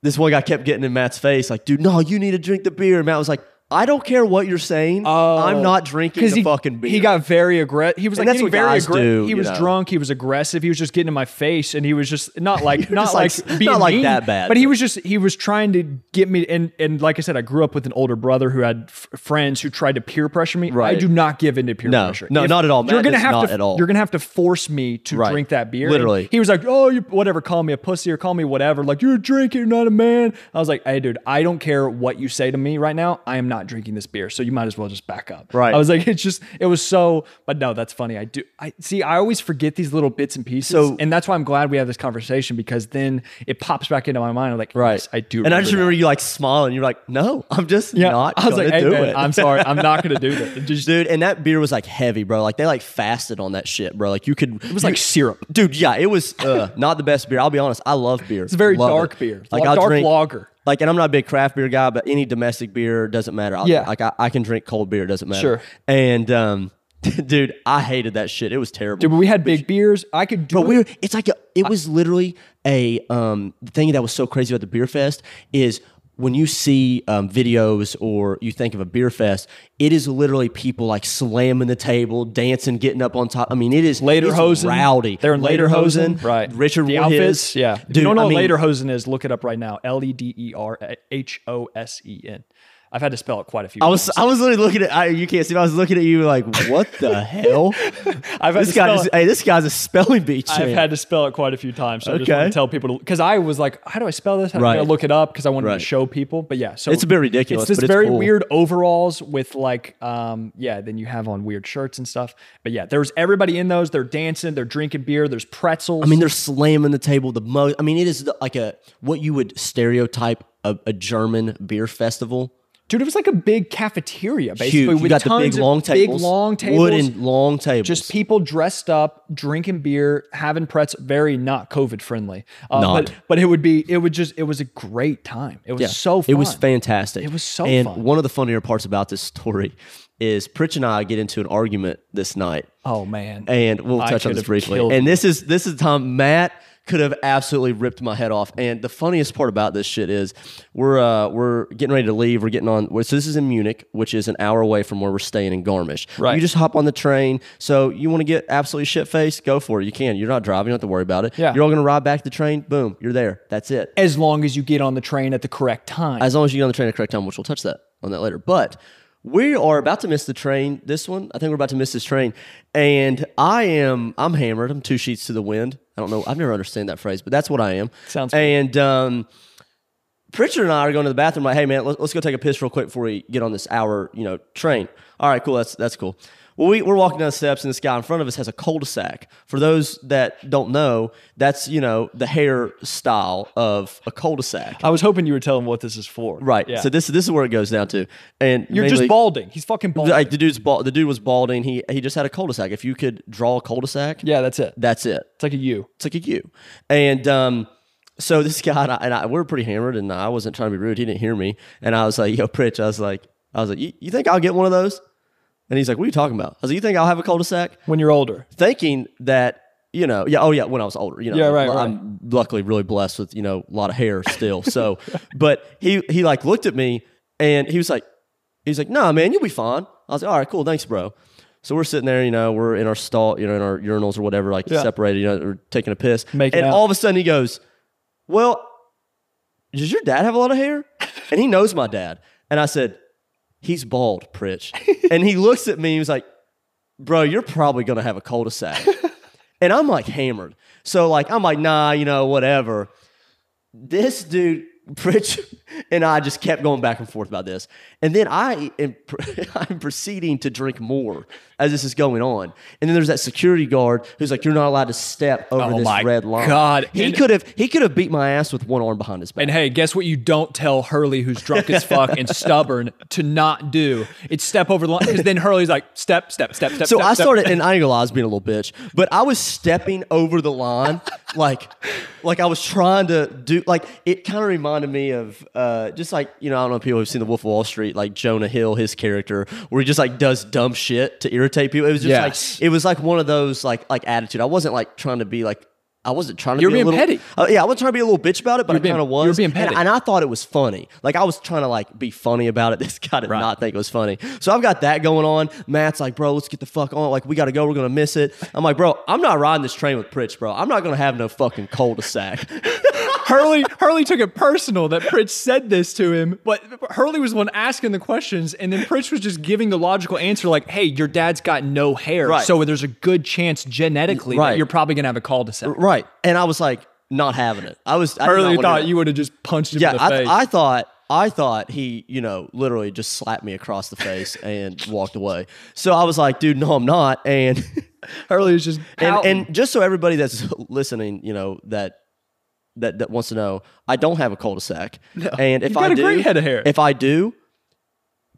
Speaker 3: This one guy kept getting in Matt's face, like, "Dude, no, you need to drink the beer." And Matt was like, "I don't care what you're saying. I'm not drinking the
Speaker 2: Oh. he,
Speaker 3: fucking beer."
Speaker 2: He got very aggressive. He was like,
Speaker 3: And that's
Speaker 2: getting
Speaker 3: what
Speaker 2: very
Speaker 3: guys do,
Speaker 2: aggressive. He
Speaker 3: you
Speaker 2: was
Speaker 3: know.
Speaker 2: drunk. He was aggressive. He was just getting in my face, and he was just not like not
Speaker 3: just
Speaker 2: like,
Speaker 3: like-
Speaker 2: being
Speaker 3: not like
Speaker 2: mean,
Speaker 3: that bad,
Speaker 2: But he
Speaker 3: but-
Speaker 2: was just he was trying to get me. And and like I said, I grew up with an older brother who had f- friends who tried to peer pressure me. I
Speaker 3: Right.
Speaker 2: do not give in to peer
Speaker 3: No.
Speaker 2: pressure.
Speaker 3: No, not at all.
Speaker 2: you're
Speaker 3: Matt
Speaker 2: gonna
Speaker 3: does
Speaker 2: have
Speaker 3: not
Speaker 2: to
Speaker 3: at all.
Speaker 2: You're gonna have to force me to
Speaker 3: Right.
Speaker 2: drink that beer. And
Speaker 3: Literally.
Speaker 2: he was like, oh, you, whatever. Call me a pussy or call me whatever. Like you're a drinker, you're not a man. I was like, hey, dude, I don't care what you say to me right now. I am not drinking this beer, so you might as well just back up.
Speaker 3: Right.
Speaker 2: I was like, it's just, it was so, but no, that's funny. I do, I see, I always forget these little bits and pieces.
Speaker 3: So-
Speaker 2: and that's why I'm glad we have this conversation because then it pops back into my mind. I'm like,
Speaker 3: right.
Speaker 2: yes, I do.
Speaker 3: And I just remember you like smiling. You're like, "No, I'm just
Speaker 2: that. yeah,
Speaker 3: not."
Speaker 2: I was like, hey,
Speaker 3: do
Speaker 2: man,
Speaker 3: it.
Speaker 2: I'm sorry. I'm not going to do that. It just-
Speaker 3: dude. And that beer was like heavy, bro. Like they like fasted on that shit, bro. Like you could. It
Speaker 2: was like syrup.
Speaker 3: dude. Yeah, it was uh, not the best beer. I'll be honest. I love beer. It's
Speaker 2: very dark beer. Like dark lager.
Speaker 3: Like, and I'm not a big craft beer guy, but any domestic beer doesn't matter. I'll,
Speaker 2: Yeah.
Speaker 3: like I, I can drink cold beer. It doesn't matter.
Speaker 2: Sure.
Speaker 3: And um, dude, I hated that shit. It was terrible.
Speaker 2: dude, but we had big beers. I could do
Speaker 3: But
Speaker 2: it.
Speaker 3: we were, it's like a, it was literally a um the thing that was so crazy about the beer fest is when you see um, videos or you think of a beer fest, it is literally people like slamming the table, dancing, getting up on top. I mean, it is it's
Speaker 2: Lederhosen.
Speaker 3: rowdy.
Speaker 2: They're in Lederhosen.
Speaker 3: right? Richard
Speaker 2: the
Speaker 3: wore
Speaker 2: outfits.
Speaker 3: his.
Speaker 2: Yeah.
Speaker 3: dude.
Speaker 2: If you don't know
Speaker 3: I mean,
Speaker 2: what Lederhosen is, look it up right now. L E D E R H O S E N. I've had to spell it quite a few
Speaker 3: I
Speaker 2: times.
Speaker 3: was I was literally looking at I, you can't see. but I was looking at you like, what the hell?
Speaker 2: I've had
Speaker 3: this
Speaker 2: to
Speaker 3: guy,
Speaker 2: spell
Speaker 3: is,
Speaker 2: it.
Speaker 3: hey, this guy's a spelling bee
Speaker 2: I've
Speaker 3: champ.
Speaker 2: had to spell it quite a few times. So I just
Speaker 3: Okay.
Speaker 2: want to tell people because I was like, how do I spell this? How do I
Speaker 3: Right.
Speaker 2: look it up? Because I wanted
Speaker 3: Right.
Speaker 2: to show people. But yeah, so
Speaker 3: It's a bit ridiculous,
Speaker 2: It's this
Speaker 3: but it's
Speaker 2: very
Speaker 3: cool.
Speaker 2: weird overalls with like, um, yeah. Then you have on weird shirts and stuff. But yeah, there's everybody in those. They're dancing. They're drinking beer. There's pretzels.
Speaker 3: I mean, they're slamming the table. The most. I mean, it is the, like a what you would stereotype a, a German beer festival.
Speaker 2: dude, it was like a big cafeteria basically.
Speaker 3: Huge. You
Speaker 2: with
Speaker 3: got the
Speaker 2: tons
Speaker 3: big
Speaker 2: of
Speaker 3: long tables,
Speaker 2: big long tables,
Speaker 3: wooden long tables.
Speaker 2: just people dressed up, drinking beer, having pretzel, very not COVID friendly. Uh,
Speaker 3: Not.
Speaker 2: But, but it would be, it would just, it was a great time. It was so fun.
Speaker 3: It was fantastic.
Speaker 2: It was so
Speaker 3: And
Speaker 2: fun.
Speaker 3: one of the funnier parts about this story is Pritch and I get into an argument this night,
Speaker 2: Oh man.
Speaker 3: and we'll
Speaker 2: I
Speaker 3: touch on
Speaker 2: could
Speaker 3: this
Speaker 2: have
Speaker 3: briefly.
Speaker 2: killed
Speaker 3: And this is this is the time Matt could have absolutely ripped my head off. And the funniest part about this shit is we're uh, we're getting ready to leave. We're getting on. So this is in Munich, which is an hour away from where we're staying in Garmisch.
Speaker 2: Right.
Speaker 3: You just hop on the train. So you want to get absolutely shit faced? Go for it. You can. You're not driving. You don't have to worry about it.
Speaker 2: Yeah.
Speaker 3: You're all gonna ride back to the train. Boom. You're there. That's it
Speaker 2: as long as you get on the train at the correct time.
Speaker 3: as long as you get on the train at the correct time, which we'll touch that on that later. But we are about to miss the train. This one, I think we're about to miss this train. And I am, I'm hammered. I'm two sheets to the wind. I don't know. I've never understand that phrase, but that's what I am.
Speaker 2: Sounds cool.
Speaker 3: And um, Pritchard and I are going to the bathroom. Like, hey man, let's, let's go take a piss real quick before we get on this hour, you know, train. All right, cool. That's that's cool. Well, we, we're walking down the steps, and this guy in front of us has a cul-de-sac. For those that don't know, that's you know the hairstyle of a cul-de-sac.
Speaker 2: I was hoping you were telling what this is for.
Speaker 3: Right.
Speaker 2: Yeah.
Speaker 3: So this this is where it goes down to, and
Speaker 2: you're
Speaker 3: mainly-
Speaker 2: just balding. He's fucking balding.
Speaker 3: Like the dude's bald. The dude was balding. He he just had a cul-de-sac. If you could draw a cul-de-sac,
Speaker 2: yeah, that's it.
Speaker 3: that's it.
Speaker 2: It's like a U.
Speaker 3: It's like a U. And um, so this guy and I, and I we were pretty hammered, and I wasn't trying to be rude. He didn't hear me, and I was like, "Yo, Pritch," I was like, "I was like, you, you think I'll get one of those?" And he's like, "What are you talking about?" I was like, "You think I'll have a cul-de-sac?"
Speaker 2: When you're older.
Speaker 3: thinking that you know yeah oh yeah when i was older you know
Speaker 2: Yeah, right,
Speaker 3: i'm luckily really blessed with you know a lot of hair still so but he he like looked at me and he was like he's like nah man you'll be fine i was like all right cool thanks bro so we're sitting there you know we're in our stall you know in our urinals or whatever like
Speaker 2: Yeah.
Speaker 3: separated you know or taking a piss
Speaker 2: Making
Speaker 3: and
Speaker 2: out.
Speaker 3: all of a sudden he goes well does your dad have a lot of hair and he knows my dad and i said he's bald pritch and he looks at me and he was like bro, you're probably gonna have a cul-de-sac. and I'm like hammered. So like I'm like, nah, you know, whatever. This dude, Pritch, and I just kept going back and forth about this. And then I am I'm proceeding to drink more as this is going on. And then there's that security guard who's like, "You're not allowed to step over
Speaker 2: Oh
Speaker 3: this
Speaker 2: my
Speaker 3: red line."
Speaker 2: God.
Speaker 3: he
Speaker 2: And-
Speaker 3: could have he could have beat my ass with one arm behind his back.
Speaker 2: And hey, guess what? You don't tell Hurley, who's drunk as fuck and stubborn, to not do. It's step over the line because then Hurley's like step, step, step, step.
Speaker 3: so
Speaker 2: step,
Speaker 3: I
Speaker 2: step.
Speaker 3: started, and I ain't gonna lie, I was being a little bitch, but I was stepping over the line, like, like I was trying to do, like, it kind of reminded me of, uh, just like you know, I don't know if people have seen The Wolf of Wall Street, like Jonah Hill, his character, where he just like does dumb shit to irritate people. It was just
Speaker 2: Yes.
Speaker 3: like, it was like one of those like like attitude. I wasn't like trying to be like. I wasn't trying to
Speaker 2: You're
Speaker 3: be
Speaker 2: being
Speaker 3: a little,
Speaker 2: petty.
Speaker 3: Uh, yeah, I wasn't trying to be a little bitch about it, but I
Speaker 2: being-
Speaker 3: kind of was.
Speaker 2: you were being petty.
Speaker 3: And, and I thought it was funny. Like I was trying to like be funny about it. This guy did
Speaker 2: Right.
Speaker 3: not think it was funny. So I've got that going on. Matt's like, bro, let's get the fuck on. Like we gotta go. We're gonna miss it. I'm like, bro, I'm not riding this train with Pritch, bro. I'm not gonna have no fucking cul-de-sac.
Speaker 2: Hurley Hurley took it personal that Pritch said this to him, but Hurley was the one asking the questions, and then Pritch was just giving the logical answer, like, "Hey, your dad's got no hair,
Speaker 3: Right.
Speaker 2: so there's a good chance genetically
Speaker 3: Right.
Speaker 2: that you're probably gonna have a cul-de-sac."
Speaker 3: right. And I was like, not having it. I was. I did not
Speaker 2: Hurley
Speaker 3: wanna do
Speaker 2: thought
Speaker 3: that.
Speaker 2: you would have just punched him
Speaker 3: Yeah,
Speaker 2: in the face.
Speaker 3: I, I thought. I thought he, you know, literally just slapped me across the face and walked away. So I was like, dude, no, I'm not. And
Speaker 2: Hurley was just
Speaker 3: and,
Speaker 2: pouting.
Speaker 3: and just so everybody that's listening, you know that that that wants to know, I don't have a cul-de-sac, and if
Speaker 2: You've got
Speaker 3: I
Speaker 2: a
Speaker 3: do,
Speaker 2: great head of hair.
Speaker 3: if I do,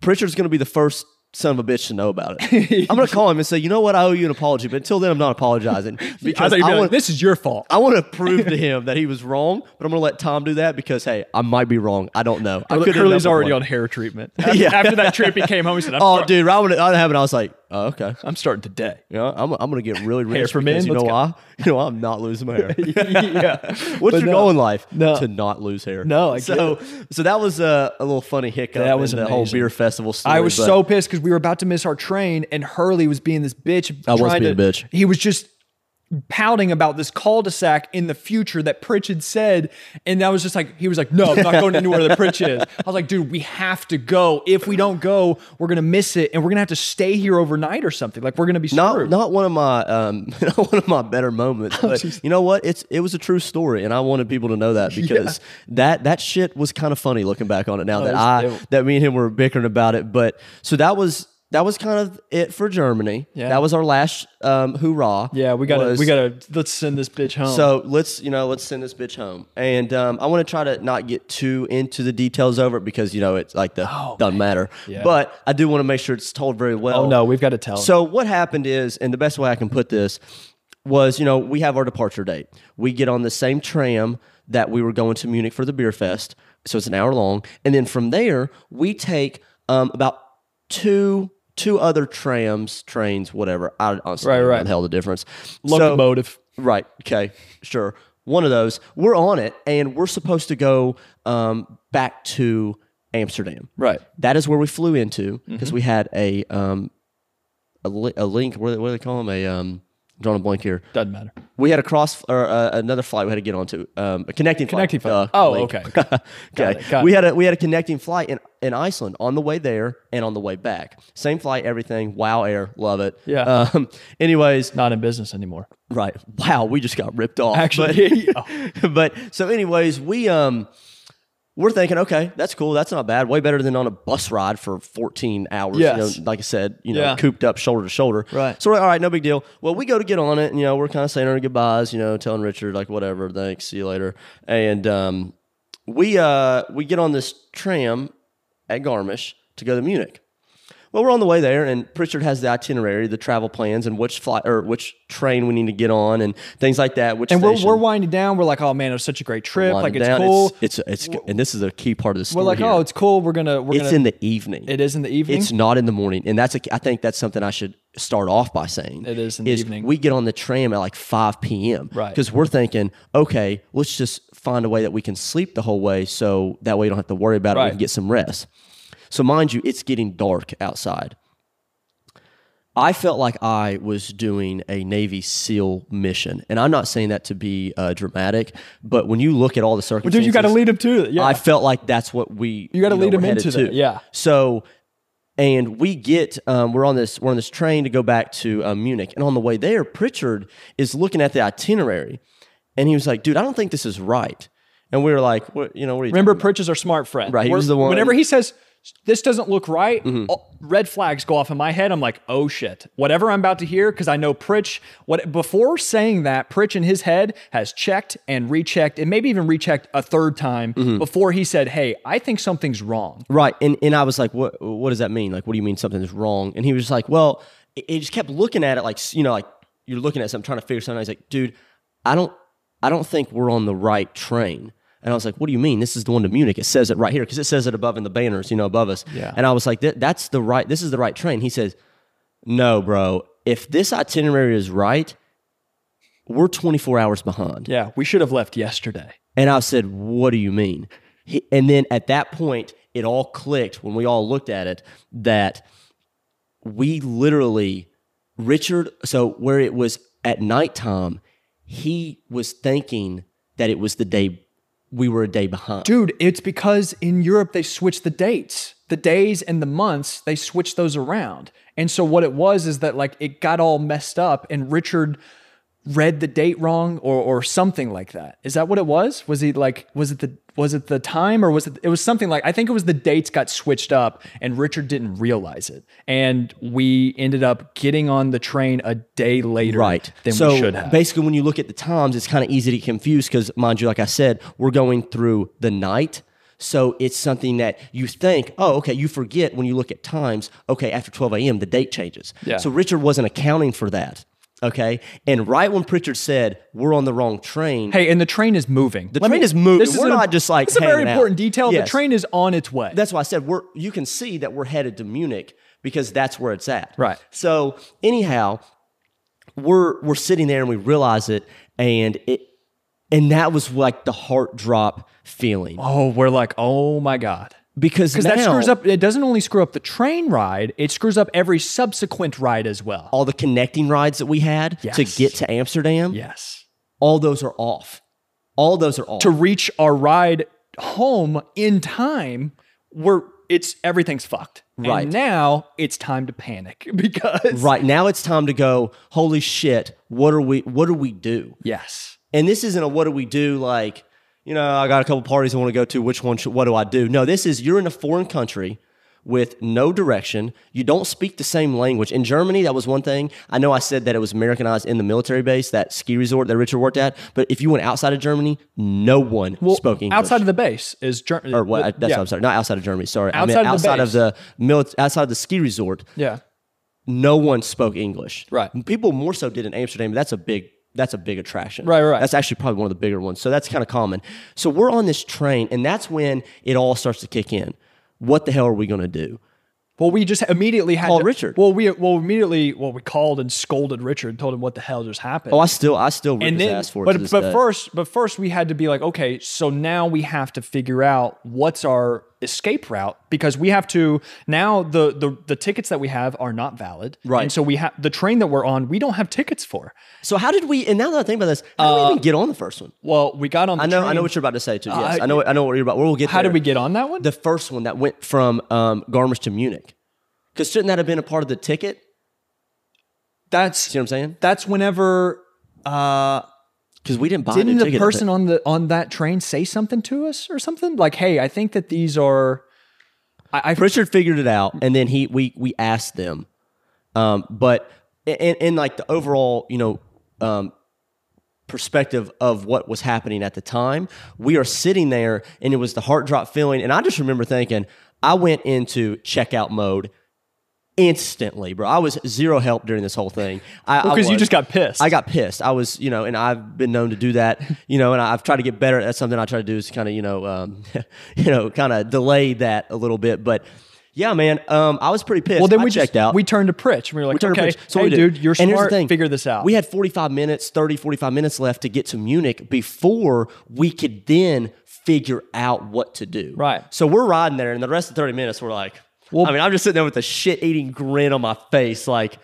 Speaker 3: Pritchard's going to be the first son of a bitch to know about it. I'm going to call him and say, you know what, I owe you an apology, but until then, I'm not apologizing
Speaker 2: I
Speaker 3: because
Speaker 2: thought
Speaker 3: I,
Speaker 2: you'd be like,
Speaker 3: want.
Speaker 2: "This is your fault."
Speaker 3: I want to prove to him that he was wrong, but I'm going to let Tom do that because, hey, I might be wrong. I don't know. I could end
Speaker 2: Hurley's
Speaker 3: up with
Speaker 2: already
Speaker 3: one.
Speaker 2: on hair treatment. After,
Speaker 3: Yeah.
Speaker 2: after that trip, he came home. He said, "I'm,
Speaker 3: Oh,
Speaker 2: start-
Speaker 3: dude, right when it happened, I was like, oh, okay.
Speaker 2: I'm starting today."
Speaker 3: You know, I'm, I'm going to get really rich
Speaker 2: for
Speaker 3: because
Speaker 2: men,
Speaker 3: you know
Speaker 2: let's go.
Speaker 3: why? You know, why? I'm not losing my hair.
Speaker 2: yeah.
Speaker 3: What's your
Speaker 2: no,
Speaker 3: goal in life?
Speaker 2: no.
Speaker 3: to not lose hair.
Speaker 2: No, I get
Speaker 3: so so that was a, a little funny hiccup.
Speaker 2: That was
Speaker 3: in the whole
Speaker 2: amazing.
Speaker 3: beer festival story.
Speaker 2: I was
Speaker 3: but-
Speaker 2: so pissed because we were about to miss our train, and Hurley was being this bitch.
Speaker 3: I was
Speaker 2: trying
Speaker 3: being
Speaker 2: to-
Speaker 3: a bitch.
Speaker 2: He was just pouting about this cul-de-sac in the future that Pritch had said, and I was just like, he was like, "No, I'm not going anywhere that Pritch is." I was like, "Dude, we have to go. If we don't go, we're gonna miss it, and we're gonna have to stay here overnight or something. Like we're gonna be
Speaker 3: not
Speaker 2: screwed."
Speaker 3: not one of my um not one of my better moments.
Speaker 2: Oh,
Speaker 3: But you know what? It's it was a true story, and I wanted people to know that because that that shit was kind of funny looking back on it now that
Speaker 2: was-
Speaker 3: I
Speaker 2: it-
Speaker 3: that me and him were bickering about it. But so that was. That was kind of it for Germany.
Speaker 2: Yeah.
Speaker 3: That was our last um, hoorah.
Speaker 2: yeah, we gotta
Speaker 3: was-
Speaker 2: we gotta let's send this bitch home.
Speaker 3: So let's you know let's send this bitch home, and um, I want to try to not get too into the details over it because you know it's like the doesn't matter. But I do want to make sure it's told very well.
Speaker 2: oh no, we've got to tell.
Speaker 3: So what happened is, and the best way I can put this was, you know, we have our departure date. We get on the same tram that we were going to Munich for the beer fest, so it's an hour long, and then from there we take um, about two two other trams, trains, whatever. I honestly
Speaker 2: Right,
Speaker 3: don't know
Speaker 2: right.
Speaker 3: the hell the difference. So-
Speaker 2: locomotive.
Speaker 3: Right. Okay. Sure. One of those. We're on it, and we're supposed to go um, back to Amsterdam.
Speaker 2: Right. Mm-hmm.
Speaker 3: That is where we flew into because we had a um, a, li- a link. What do, they, what do they call them? A um, I'm drawing a blank here.
Speaker 2: Doesn't matter.
Speaker 3: We had a cross or uh, another flight we had to get onto um, a connecting flight.
Speaker 2: Connecting flight.
Speaker 3: Uh,
Speaker 2: Oh,
Speaker 3: link.
Speaker 2: okay.
Speaker 3: okay.
Speaker 2: it, got
Speaker 3: we had a we had a connecting flight in, in Iceland on the way there and on the way back. Same flight, everything. Wow, air, love it.
Speaker 2: Yeah.
Speaker 3: Um, anyways,
Speaker 2: Not in business anymore.
Speaker 3: Right. Wow, we just got ripped off.
Speaker 2: Actually,
Speaker 3: but, but so anyways, we um we're thinking, okay, that's cool. That's not bad. Way better than on a bus ride for 14 hours. you
Speaker 2: Yes.
Speaker 3: know, like I said, you know,
Speaker 2: Yeah.
Speaker 3: cooped up shoulder to shoulder.
Speaker 2: Right.
Speaker 3: So we're like, all right, no big deal. Well, we go to get on it, and you know, we're kind of saying our goodbyes, you know, telling Richard, like, whatever, thanks, see you later. And um we uh we get on this tram at Garmisch to go to Munich. Well, we're on the way there, and Pritchard has the itinerary, the travel plans, and which flight or which train we need to get on, and things like that. Which
Speaker 2: And we're,
Speaker 3: station.
Speaker 2: we're winding down. We're like, oh man, it was such a great trip.
Speaker 3: Wind
Speaker 2: Like
Speaker 3: it
Speaker 2: it's
Speaker 3: down.
Speaker 2: cool.
Speaker 3: It's it's, it's- and this is a key part of the story.
Speaker 2: we're like,
Speaker 3: here.
Speaker 2: oh, it's cool. We're gonna we're
Speaker 3: it's
Speaker 2: gonna
Speaker 3: in the evening.
Speaker 2: it is in the evening.
Speaker 3: It's not in the morning, and that's a, I think that's something I should start off by saying.
Speaker 2: It is in the evening.
Speaker 3: We get on the tram at like five p.m.
Speaker 2: Right.
Speaker 3: because we're thinking, okay, let's just find a way that we can sleep the whole way, so that way you don't have to worry about it.
Speaker 2: Right.
Speaker 3: We can get some rest. So, mind you, it's getting dark outside. I felt like I was doing a Navy SEAL mission, and I'm not saying that to be uh, dramatic, but when you look at all the circumstances,
Speaker 2: Dude, you got to lead him to it. Yeah.
Speaker 3: I felt like that's what we
Speaker 2: You gotta
Speaker 3: know,
Speaker 2: lead 'em
Speaker 3: were headed
Speaker 2: into that,
Speaker 3: to.
Speaker 2: yeah.
Speaker 3: So, and we get um, we're on this we're on this train to go back to uh, Munich, and on the way there, Pritchard is looking at the itinerary, and he was like, "Dude, I don't think this is right." And we were like, what, you know, what are you
Speaker 2: Remember, Pritch is our smart friend.
Speaker 3: Right, he
Speaker 2: We're-
Speaker 3: was the one- Mm-hmm.
Speaker 2: Whenever he says this doesn't look right, all- red flags go off in my head. I'm like, oh shit, whatever I'm about to hear, because I know Pritch. What before saying that, Pritch in his head has checked and rechecked, and maybe even rechecked a third time
Speaker 3: Mm-hmm.
Speaker 2: before he said, hey, I think something's wrong.
Speaker 3: Right. And and I was like, what what does that mean? Like, what do you mean something's wrong? And he was like, well, it, it just kept looking at it like, you know, like you're looking at something trying to figure something out. He's like, dude, I don't I don't think we're on the right train. And I was like, what do you mean? This is the one to Munich. It says it right here because it says it above in the banners, you know, above us.
Speaker 2: Yeah.
Speaker 3: And I was like, that, that's the right, this is the right train. He says, no, bro, if this itinerary is right, we're 24 hours behind.
Speaker 2: Yeah, we should have left yesterday.
Speaker 3: And I said, What do you mean? He, and then at that point, it all clicked when we all looked at it that we literally, Richard, so where it was at nighttime, he was thinking that it was the day we were a day behind.
Speaker 2: Dude, it's because in Europe they switched the dates, the days and the months, they switched those around. And so what it was is that like it got all messed up and Richard read the date wrong or or something like that. Is that what it was? Was he like was it the was it the time or was it it was something like I think it was the dates got switched up and Richard didn't realize it. And we ended up getting on the train a day later
Speaker 3: Right.
Speaker 2: than
Speaker 3: so
Speaker 2: we should have.
Speaker 3: basically, when you look at the times, it's kind of easy to get confused because, mind you, like I said, we're going through the night. So it's something that you think, oh, okay, you forget when you look at times, okay, after 12 a.m., the date changes.
Speaker 2: Yeah.
Speaker 3: So Richard wasn't accounting for that. Okay. And right when Pritchard said, we're on the wrong train,
Speaker 2: Hey, and the train is moving. The
Speaker 3: train is moving. We're not just, like,
Speaker 2: It's a very
Speaker 3: hanging out.
Speaker 2: important detail.
Speaker 3: Yes.
Speaker 2: The train is on its way.
Speaker 3: that's why I said we're you can see that we're headed to Munich because that's where it's at.
Speaker 2: Right.
Speaker 3: So anyhow, we're we're sitting there and we realize it and it and that was like the heart drop feeling.
Speaker 2: oh, we're like, oh my god,
Speaker 3: Because
Speaker 2: because that
Speaker 3: now
Speaker 2: screws up. It doesn't only screw up the train ride; it screws up every subsequent ride as well.
Speaker 3: all the connecting rides that we had to
Speaker 2: Yes.
Speaker 3: get to Amsterdam,
Speaker 2: Yes,
Speaker 3: all those are off. All those are off.
Speaker 2: to reach our ride home in time, we're it's everything's fucked. And
Speaker 3: Right.
Speaker 2: now, it's time to panic because
Speaker 3: right now it's time to go, holy shit, what are we what do we do?
Speaker 2: yes,
Speaker 3: And this isn't a what do we do like, you know, I got a couple parties I want to go to. Which one should, what do I do? No, this is you're in a foreign country with no direction. You don't speak the same language. In Germany, that was one thing. I know I said that it was Americanized in the military base, that ski resort that Richard worked at. But if you went outside of Germany, no one spoke English.
Speaker 2: outside of the base is Germany.
Speaker 3: or what, that's what I'm sorry. Not outside of Germany. Sorry, I
Speaker 2: Outside of
Speaker 3: meant
Speaker 2: the
Speaker 3: outside of
Speaker 2: base.
Speaker 3: the mili- outside of the ski resort
Speaker 2: yeah.
Speaker 3: no one spoke English.
Speaker 2: Right.
Speaker 3: People more so did in Amsterdam. but That's a big that's a big attraction.
Speaker 2: Right, right.
Speaker 3: That's actually probably one of the bigger ones. So that's kind of common. So we're on this train, and that's when it all starts to kick in. What the hell are we going to do?
Speaker 2: Well, we just immediately had
Speaker 3: Call
Speaker 2: to-
Speaker 3: Richard.
Speaker 2: Well, we well immediately well we called and scolded Richard, told him what the hell just happened.
Speaker 3: Oh, I still I still rip
Speaker 2: and
Speaker 3: his
Speaker 2: then,
Speaker 3: ass for it.
Speaker 2: but
Speaker 3: to this
Speaker 2: but
Speaker 3: day.
Speaker 2: first, but first we had to be like, okay, so now we have to figure out what's our escape route because we have to now the the the tickets that we have are not valid,
Speaker 3: Right.
Speaker 2: And so we have the train that we're on, we don't have tickets for.
Speaker 3: so how did we? And now that I think about this, how did we even get on the first one?
Speaker 2: Well, we got on. Uh, The
Speaker 3: I know I
Speaker 2: train.
Speaker 3: know what you're about to say too. Yes,
Speaker 2: Uh,
Speaker 3: I know I know what you're about. We'll get.
Speaker 2: How
Speaker 3: there.
Speaker 2: did we get on that one?
Speaker 3: the first one that went from um, Garmisch to Munich? Because shouldn't that have been a part of the ticket?
Speaker 2: that's
Speaker 3: See what I'm saying?
Speaker 2: that's whenever. Uh,
Speaker 3: Because we didn't buy
Speaker 2: didn't
Speaker 3: the
Speaker 2: the
Speaker 3: ticket.
Speaker 2: person on the on that train say something to us or something like hey i think that these are i, I
Speaker 3: Pritchard figured it out, and then he we we asked them, um, but in, in like the overall you know um, perspective of what was happening at the time, we are sitting there, and it was the heart drop feeling, and I just remember thinking I went into checkout mode instantly, bro. I was zero help during this whole thing. I
Speaker 2: because
Speaker 3: I
Speaker 2: you
Speaker 3: was-
Speaker 2: just got pissed
Speaker 3: I got pissed. I was, you know, and I've been known to do that, you know, and I've tried to get better. That's something I try to do is kind of, you know, um, you know, kind of delay that a little bit. But yeah, man, um, I was pretty pissed.
Speaker 2: well then
Speaker 3: I
Speaker 2: we
Speaker 3: checked
Speaker 2: just,
Speaker 3: out.
Speaker 2: we turned to pritch and we were like
Speaker 3: turned to
Speaker 2: okay
Speaker 3: Pritch. So
Speaker 2: hey,
Speaker 3: we did.
Speaker 2: dude you're
Speaker 3: And here's the
Speaker 2: smart
Speaker 3: thing.
Speaker 2: figure this out
Speaker 3: We had 45 minutes, 30, 45 minutes left to get to Munich before we could then figure out what to do.
Speaker 2: Right.
Speaker 3: So we're riding there, and the rest of 30 minutes, we're like, I mean, I'm just sitting there with a shit eating grin on my face, like,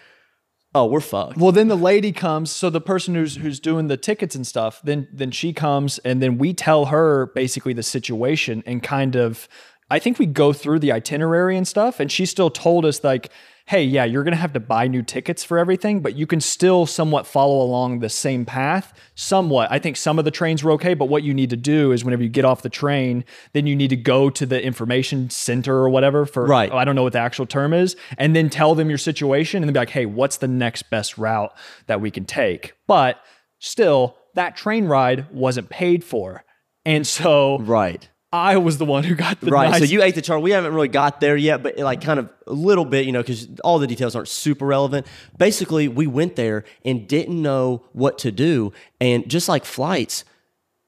Speaker 3: oh, we're fucked.
Speaker 2: well then the lady comes so the person who's who's doing the tickets and stuff then then she comes and then we tell her basically the situation and kind of I think we go through the itinerary and stuff, and she still told us like, "Hey, yeah, you're gonna have to buy new tickets for everything, but you can still somewhat follow along the same path, somewhat. I think some of the trains were okay, but what you need to do is whenever you get off the train, then you need to go to the information center or whatever for
Speaker 3: Right.
Speaker 2: I don't know what the actual term is, and then tell them your situation, and then be like, "Hey, what's the next best route that we can take?" But still, that train ride wasn't paid for. And so
Speaker 3: Right.
Speaker 2: I was the one who got the
Speaker 3: Right.
Speaker 2: nice-
Speaker 3: So you ate the chart. We haven't really got there yet, but like kind of a little bit, you know, because all the details aren't super relevant. Basically, we went there and didn't know what to do, and just like flights,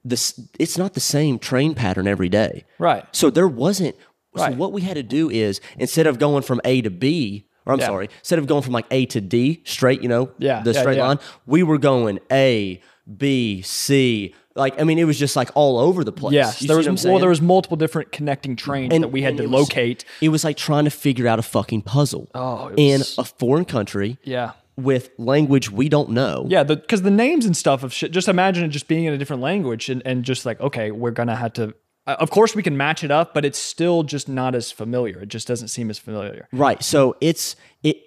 Speaker 3: this it's not the same train pattern every day.
Speaker 2: Right.
Speaker 3: So there wasn't.
Speaker 2: Right.
Speaker 3: So what we had to do is instead of going from A to B. Or I'm
Speaker 2: Yeah.
Speaker 3: sorry. Instead of going from like A to D straight, you know,
Speaker 2: Yeah,
Speaker 3: the
Speaker 2: yeah,
Speaker 3: straight
Speaker 2: yeah.
Speaker 3: line, we were going A, B, C. Like I mean, it was just like all over the place.
Speaker 2: yes,
Speaker 3: You see
Speaker 2: there was
Speaker 3: what I'm
Speaker 2: well,
Speaker 3: saying?
Speaker 2: there was multiple different connecting trains that we had
Speaker 3: and
Speaker 2: to
Speaker 3: it was-
Speaker 2: locate.
Speaker 3: it was like trying to figure out a fucking puzzle
Speaker 2: Oh, it
Speaker 3: in
Speaker 2: was-
Speaker 3: a foreign country
Speaker 2: Yeah.
Speaker 3: with language we don't know.
Speaker 2: Yeah, because the, names and stuff of shit. Just imagine it just being in a different language and, and just like, okay, we're gonna have to. uh, Of course, we can match it up, but it's still just not as familiar. It just doesn't seem as familiar.
Speaker 3: Right. So it's it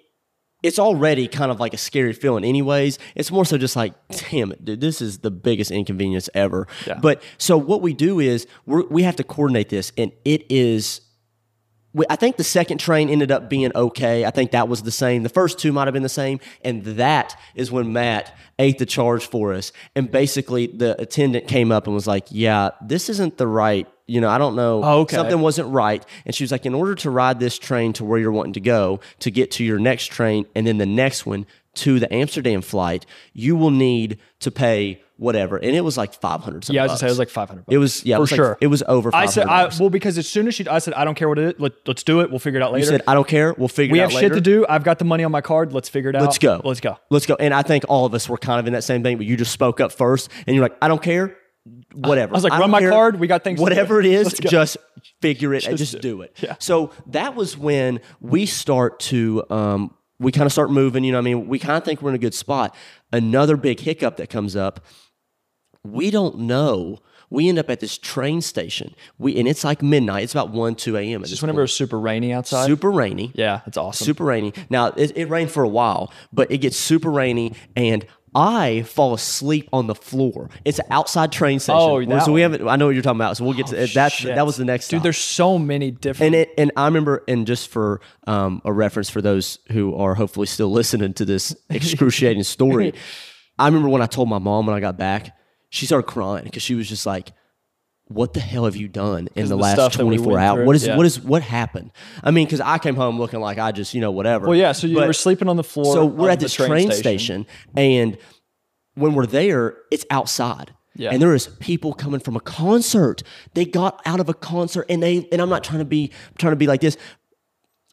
Speaker 3: it's already kind of like a scary feeling anyways. It's more so just like, damn it, dude, this is the biggest inconvenience ever. But so what we do is we're, we have to coordinate this and it is we- I think the second train ended up being okay. I think that was the same. The first two might have been the same, and that is when Matt ate the charge for us. And basically, the attendant came up and was like, "Yeah, this isn't the right. You know, I don't know.
Speaker 2: Okay.
Speaker 3: Something wasn't right." And she was like, "In order to ride this train to where you're wanting to go, to get to your next train, and then the next one to the Amsterdam flight, you will need to pay whatever." And it was like five hundred.
Speaker 2: Yeah, I was gonna say it was like five hundred.
Speaker 3: It was yeah, it
Speaker 2: for
Speaker 3: was like-
Speaker 2: sure.
Speaker 3: it was over.
Speaker 2: I said, I,
Speaker 3: $500.
Speaker 2: well, because as soon as she, I said, I don't care what it is. Let, let's do it. We'll figure it out later.
Speaker 3: You said, "I don't care. We'll figure
Speaker 2: we
Speaker 3: it out
Speaker 2: have
Speaker 3: later."
Speaker 2: shit to do. I've got the money on my card. Let's figure it out.
Speaker 3: Let's go.
Speaker 2: Oh, Let's go.
Speaker 3: Let's go. And I think all of us were kind of in that same thing, but you just spoke up first and you're like, I don't care. Whatever. I
Speaker 2: was like,
Speaker 3: don't
Speaker 2: run my card. We got things to
Speaker 3: Whatever it
Speaker 2: do.
Speaker 3: is,
Speaker 2: Let's go.
Speaker 3: just figure it. and Just, do it.
Speaker 2: Yeah.
Speaker 3: So that was when we start to, um, we kind of start moving. You know, what I mean, we kind of think we're in a good spot. Another big hiccup that comes up we don't know. We end up at this train station. We and it's like midnight. It's about one, two a.m. at this
Speaker 2: Just whenever it was super rainy outside.
Speaker 3: super rainy.
Speaker 2: yeah, that's awesome.
Speaker 3: Super rainy. Now it, it rained for a while, but it gets super rainy, and I fall asleep on the floor. It's an outside train station.
Speaker 2: Oh, that
Speaker 3: so we
Speaker 2: one.
Speaker 3: haven't. I know what you're talking about. So we'll get to that.
Speaker 2: Shit.
Speaker 3: That was the next.
Speaker 2: Dude,
Speaker 3: stop.
Speaker 2: there's so many different.
Speaker 3: And it, and I remember, and just for um, a reference for those who are hopefully still listening to this excruciating story, I remember when I told my mom when I got back, she started crying because she was just like, "What the hell have you done in the,
Speaker 2: of the
Speaker 3: last
Speaker 2: stuff that we
Speaker 3: twenty four
Speaker 2: went
Speaker 3: hours?
Speaker 2: through,
Speaker 3: What is
Speaker 2: yeah.
Speaker 3: what is what happened? I mean, because I came home looking like I just you know whatever.
Speaker 2: well, yeah. So you
Speaker 3: But-
Speaker 2: were sleeping on the floor.
Speaker 3: so we're
Speaker 2: of
Speaker 3: at
Speaker 2: the
Speaker 3: this train, station. and when we're there, it's outside.
Speaker 2: Yeah.
Speaker 3: And there is people coming from a concert. They got out of a concert, and they and I'm not trying to be trying to be like this.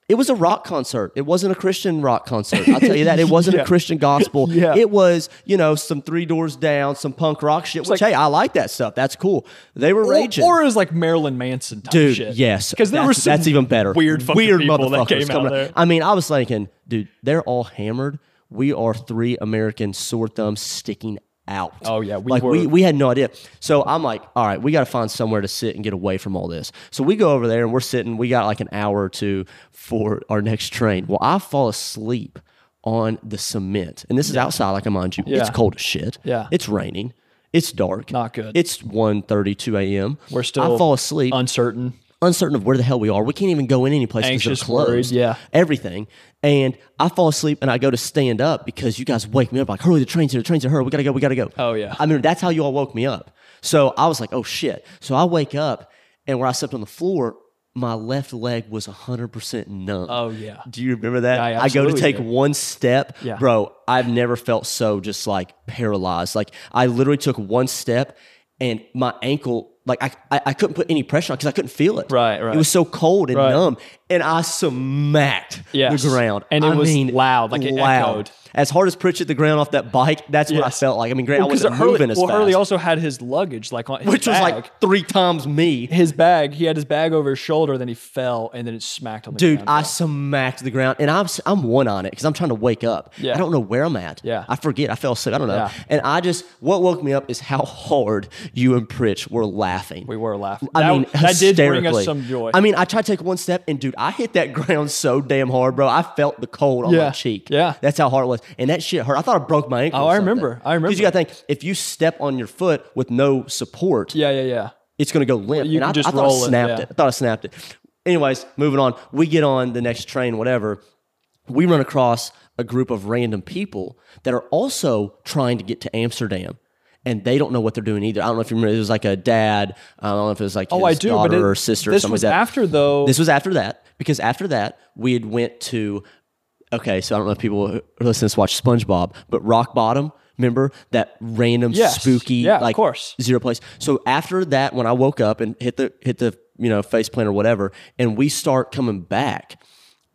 Speaker 3: It was a rock concert. It wasn't a Christian rock concert. I'll tell you that. It wasn't a Christian gospel.
Speaker 2: Yeah.
Speaker 3: It was, you know, some Three Doors Down, some punk rock shit. Which hey, I like that stuff. That's cool. They were raging.
Speaker 2: Or, or is like Marilyn Manson type
Speaker 3: Dude,
Speaker 2: shit.
Speaker 3: yes,
Speaker 2: because there
Speaker 3: that's,
Speaker 2: were some
Speaker 3: that's even better.
Speaker 2: Weird, fucking
Speaker 3: weird
Speaker 2: people that
Speaker 3: motherfuckers
Speaker 2: came out
Speaker 3: coming
Speaker 2: there.
Speaker 3: I mean, I was thinking, dude, they're all hammered. We are three American sore thumbs sticking out.
Speaker 2: Oh, yeah, we
Speaker 3: like we
Speaker 2: were-
Speaker 3: we had no idea. So I'm like, all right, we got to find somewhere to sit and get away from all this. So we go over there and we're sitting. We got like an hour or two for our next train. Well, I fall asleep on the cement, and this is outside. Like I mind you, it's
Speaker 2: Yeah.
Speaker 3: cold as shit.
Speaker 2: Yeah.
Speaker 3: it's raining. It's dark.
Speaker 2: Not good.
Speaker 3: It's 1.32 a.m.
Speaker 2: We're still
Speaker 3: I fall asleep
Speaker 2: uncertain.
Speaker 3: uncertain of where the hell we are. We can't even go in any place because
Speaker 2: Anxious,
Speaker 3: they're closed.
Speaker 2: worried, yeah.
Speaker 3: everything. And I fall asleep and I go to stand up because you guys wake me up like, hurry, the train's here, the train's here, hurry, we gotta go, we gotta go.
Speaker 2: Oh, yeah.
Speaker 3: I mean, that's how you all woke me up. So I was like, oh shit. So I wake up and where I slept on the floor, my left leg was 100% numb.
Speaker 2: Oh yeah.
Speaker 3: Do you remember that?
Speaker 2: Yeah, I
Speaker 3: I go to
Speaker 2: absolutely
Speaker 3: take
Speaker 2: do.
Speaker 3: one step,
Speaker 2: Yeah.
Speaker 3: bro. I've never felt so just like paralyzed. Like I literally took one step, and my ankle, like I, I, I couldn't put any pressure on because I couldn't feel it.
Speaker 2: Right, right.
Speaker 3: It was so cold and
Speaker 2: Right.
Speaker 3: numb, and I smacked
Speaker 2: Yes.
Speaker 3: the ground,
Speaker 2: And it
Speaker 3: I
Speaker 2: was
Speaker 3: mean,
Speaker 2: loud, like it
Speaker 3: loud.
Speaker 2: echoed.
Speaker 3: as hard as Pritchett the ground off that bike, that's what I felt like. I mean, Grant, I
Speaker 2: Because
Speaker 3: wasn't
Speaker 2: Oh, Hurley,
Speaker 3: moving as
Speaker 2: well,
Speaker 3: fast,
Speaker 2: Hurley also had his luggage like on his
Speaker 3: which was
Speaker 2: bag.
Speaker 3: like three times me.
Speaker 2: his bag. He had his bag over his shoulder, then he fell, and then it smacked on the
Speaker 3: Dude,
Speaker 2: ground.
Speaker 3: I smacked the ground, and I'm I'm one on it because I'm trying to wake up.
Speaker 2: Yeah.
Speaker 3: I don't know where I'm at.
Speaker 2: Yeah.
Speaker 3: I forget. I fell asleep. I don't know.
Speaker 2: Yeah.
Speaker 3: And I just what woke me up is how hard you and Pritch were laughing.
Speaker 2: we were laughing.
Speaker 3: I
Speaker 2: that,
Speaker 3: mean,
Speaker 2: that did bring us
Speaker 3: hysterically.
Speaker 2: some joy.
Speaker 3: I mean, I tried to take one step, and dude, I hit that ground so damn hard, bro. I felt the cold on my
Speaker 2: Yeah.
Speaker 3: cheek.
Speaker 2: Yeah.
Speaker 3: that's how hard it was, and that shit hurt. I thought I broke my ankle.
Speaker 2: Oh,
Speaker 3: or
Speaker 2: I
Speaker 3: something.
Speaker 2: remember. I remember.
Speaker 3: Because you got to think, if you step on your foot with no support,
Speaker 2: yeah, yeah, yeah.
Speaker 3: it's going to go limp.
Speaker 2: you
Speaker 3: and I,
Speaker 2: can just
Speaker 3: I thought
Speaker 2: roll
Speaker 3: I
Speaker 2: it,
Speaker 3: snapped it,
Speaker 2: yeah.
Speaker 3: I thought I snapped it. Anyways, moving on. We get on the next train, whatever. We run across a group of random people that are also trying to get to Amsterdam. And they don't know what they're doing either. I don't know if you remember. It was like a dad. I don't know if it was like
Speaker 2: Oh,
Speaker 3: his
Speaker 2: I do.
Speaker 3: daughter
Speaker 2: but it-
Speaker 3: or sister or
Speaker 2: This
Speaker 3: something
Speaker 2: was
Speaker 3: like that.
Speaker 2: after though.
Speaker 3: This was after that because after that we had went to. Okay, so I don't know if people who are listening to this watch SpongeBob, but Rock Bottom. Remember that random
Speaker 2: Yes.
Speaker 3: spooky,
Speaker 2: Yeah, of
Speaker 3: like
Speaker 2: course.
Speaker 3: zero place. So after that, when I woke up and hit the hit the you know face plant or whatever, and we start coming back,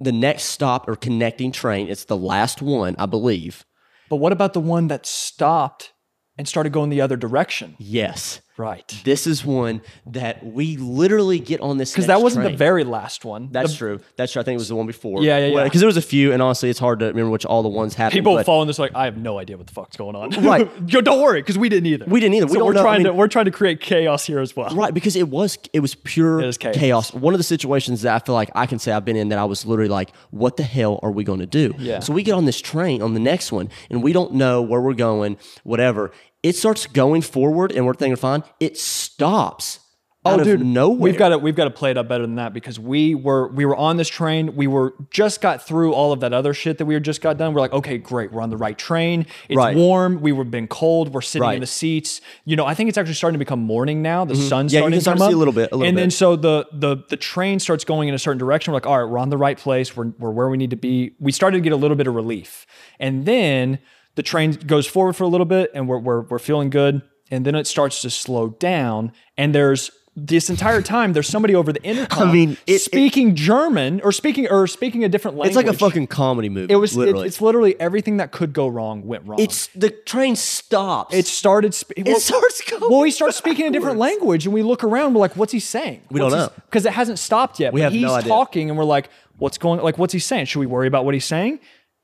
Speaker 3: the next stop or connecting train, it's the last one, I believe.
Speaker 2: but what about the one that stopped and started going the other direction?
Speaker 3: Yes,
Speaker 2: Right.
Speaker 3: this is one that we literally get on this
Speaker 2: Because that wasn't the very last one.
Speaker 3: That's true. That's true. I think it was the one before.
Speaker 2: Yeah, yeah, yeah.
Speaker 3: Because there was a few, and honestly, it's hard to remember which all the ones happened.
Speaker 2: People
Speaker 3: but
Speaker 2: following this like I have no idea what the fuck's going on.
Speaker 3: Right.
Speaker 2: Yo, don't worry, because we didn't either.
Speaker 3: We didn't either. We
Speaker 2: So
Speaker 3: don't
Speaker 2: we're
Speaker 3: know. I
Speaker 2: trying to
Speaker 3: mean-
Speaker 2: we're trying to create chaos here as well.
Speaker 3: Right, because it was it was pure
Speaker 2: It was
Speaker 3: chaos.
Speaker 2: chaos.
Speaker 3: One of the situations that I feel like I can say I've been in that I was literally like, "What the hell are we going to do?"
Speaker 2: Yeah.
Speaker 3: So we get on this train on the next one, and we don't know where we're going. Whatever. It starts going forward, and we're thinking, "Fine." It stops. out of nowhere.
Speaker 2: Oh, We've got to we've got to play it up better than that because we were we were on this train. We were just got through all of that other shit that we had just got done. We're like, okay, great, we're on the right train. It's
Speaker 3: Right.
Speaker 2: warm. We were been cold. We're sitting
Speaker 3: Right. Mm-hmm.
Speaker 2: in the seats. You know, I think it's actually starting to become morning now. The sun's
Speaker 3: Yeah, you
Speaker 2: starting
Speaker 3: can
Speaker 2: to
Speaker 3: start
Speaker 2: come
Speaker 3: to see
Speaker 2: up.
Speaker 3: a little bit, a little
Speaker 2: and
Speaker 3: bit.
Speaker 2: then so the the the train starts going in a certain direction. We're like, all right, we're on the right place. We're we're where we need to be. We started to get a little bit of relief, and then the train goes forward for a little bit, and we're we're, we're feeling good, and then it starts to slow down, and there's this entire time there's somebody over the intercom.
Speaker 3: I mean, it- it-
Speaker 2: speaking German or speaking or speaking a different language.
Speaker 3: It's like a fucking comedy movie.
Speaker 2: It was. it-
Speaker 3: literally.
Speaker 2: it's literally everything that could go wrong went wrong.
Speaker 3: it's the train stops.
Speaker 2: It started. Sp- it
Speaker 3: starts going
Speaker 2: Well, he starts speaking a different language, and we look around. We're like, "What's he saying?" We
Speaker 3: don't know.
Speaker 2: because it hasn't stopped yet. We but
Speaker 3: have
Speaker 2: he's
Speaker 3: no idea.
Speaker 2: talking, and we're like, "What's going? Like, what's he saying? Should we worry about what he's saying?"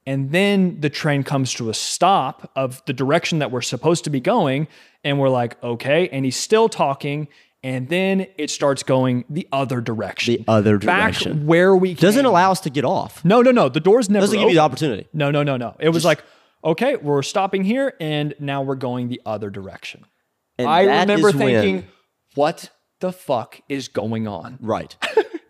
Speaker 2: And then the train comes to a stop of the direction that we're supposed to be going, and we're like, "Okay." And he's still talking, and then it starts going the other direction,
Speaker 3: The other
Speaker 2: back
Speaker 3: direction.
Speaker 2: where we
Speaker 3: doesn't
Speaker 2: came.
Speaker 3: allow us to get off.
Speaker 2: No, no, no. The door's never
Speaker 3: Doesn't give you
Speaker 2: open.
Speaker 3: the opportunity.
Speaker 2: No, no, no, no. It was like, okay, we're stopping here, and now we're going the other direction.
Speaker 3: And
Speaker 2: I
Speaker 3: that
Speaker 2: remember
Speaker 3: is when-
Speaker 2: thinking, what the fuck is going on?
Speaker 3: Right.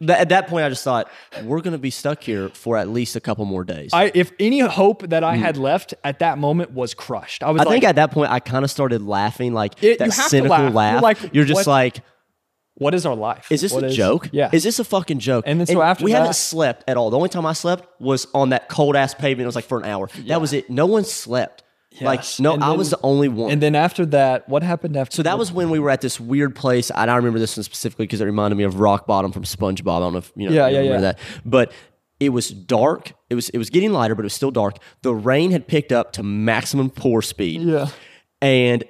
Speaker 3: Th- at that point, I just thought we're going to be stuck here for at least a couple more days. I,
Speaker 2: I, if any hope that I had left at that moment was crushed. I was like,
Speaker 3: think at that point, Hmm. I kind of started laughing, like
Speaker 2: It-
Speaker 3: that
Speaker 2: you have to
Speaker 3: cynical
Speaker 2: laugh. You're
Speaker 3: laugh. You're,
Speaker 2: like,
Speaker 3: just
Speaker 2: what-
Speaker 3: like,
Speaker 2: what is our life?
Speaker 3: is this
Speaker 2: What
Speaker 3: a joke?
Speaker 2: Yeah.
Speaker 3: Is this a fucking joke?
Speaker 2: And then so after
Speaker 3: we haven't
Speaker 2: that-
Speaker 3: slept at all. The only time I slept was on that cold ass pavement. It was like for an hour. That was it. No one slept. Like
Speaker 2: Yes.
Speaker 3: no,
Speaker 2: And
Speaker 3: I
Speaker 2: then-
Speaker 3: was the only one.
Speaker 2: and then after that, what happened after?
Speaker 3: So that was when we were at this weird place. And I remember this one specifically because it reminded me of Rock Bottom from SpongeBob. I don't know if you know
Speaker 2: Yeah,
Speaker 3: if you
Speaker 2: yeah,
Speaker 3: remember
Speaker 2: yeah.
Speaker 3: that. But it was dark. It was it was getting lighter, but it was still dark. The rain had picked up to maximum pour speed.
Speaker 2: Yeah.
Speaker 3: And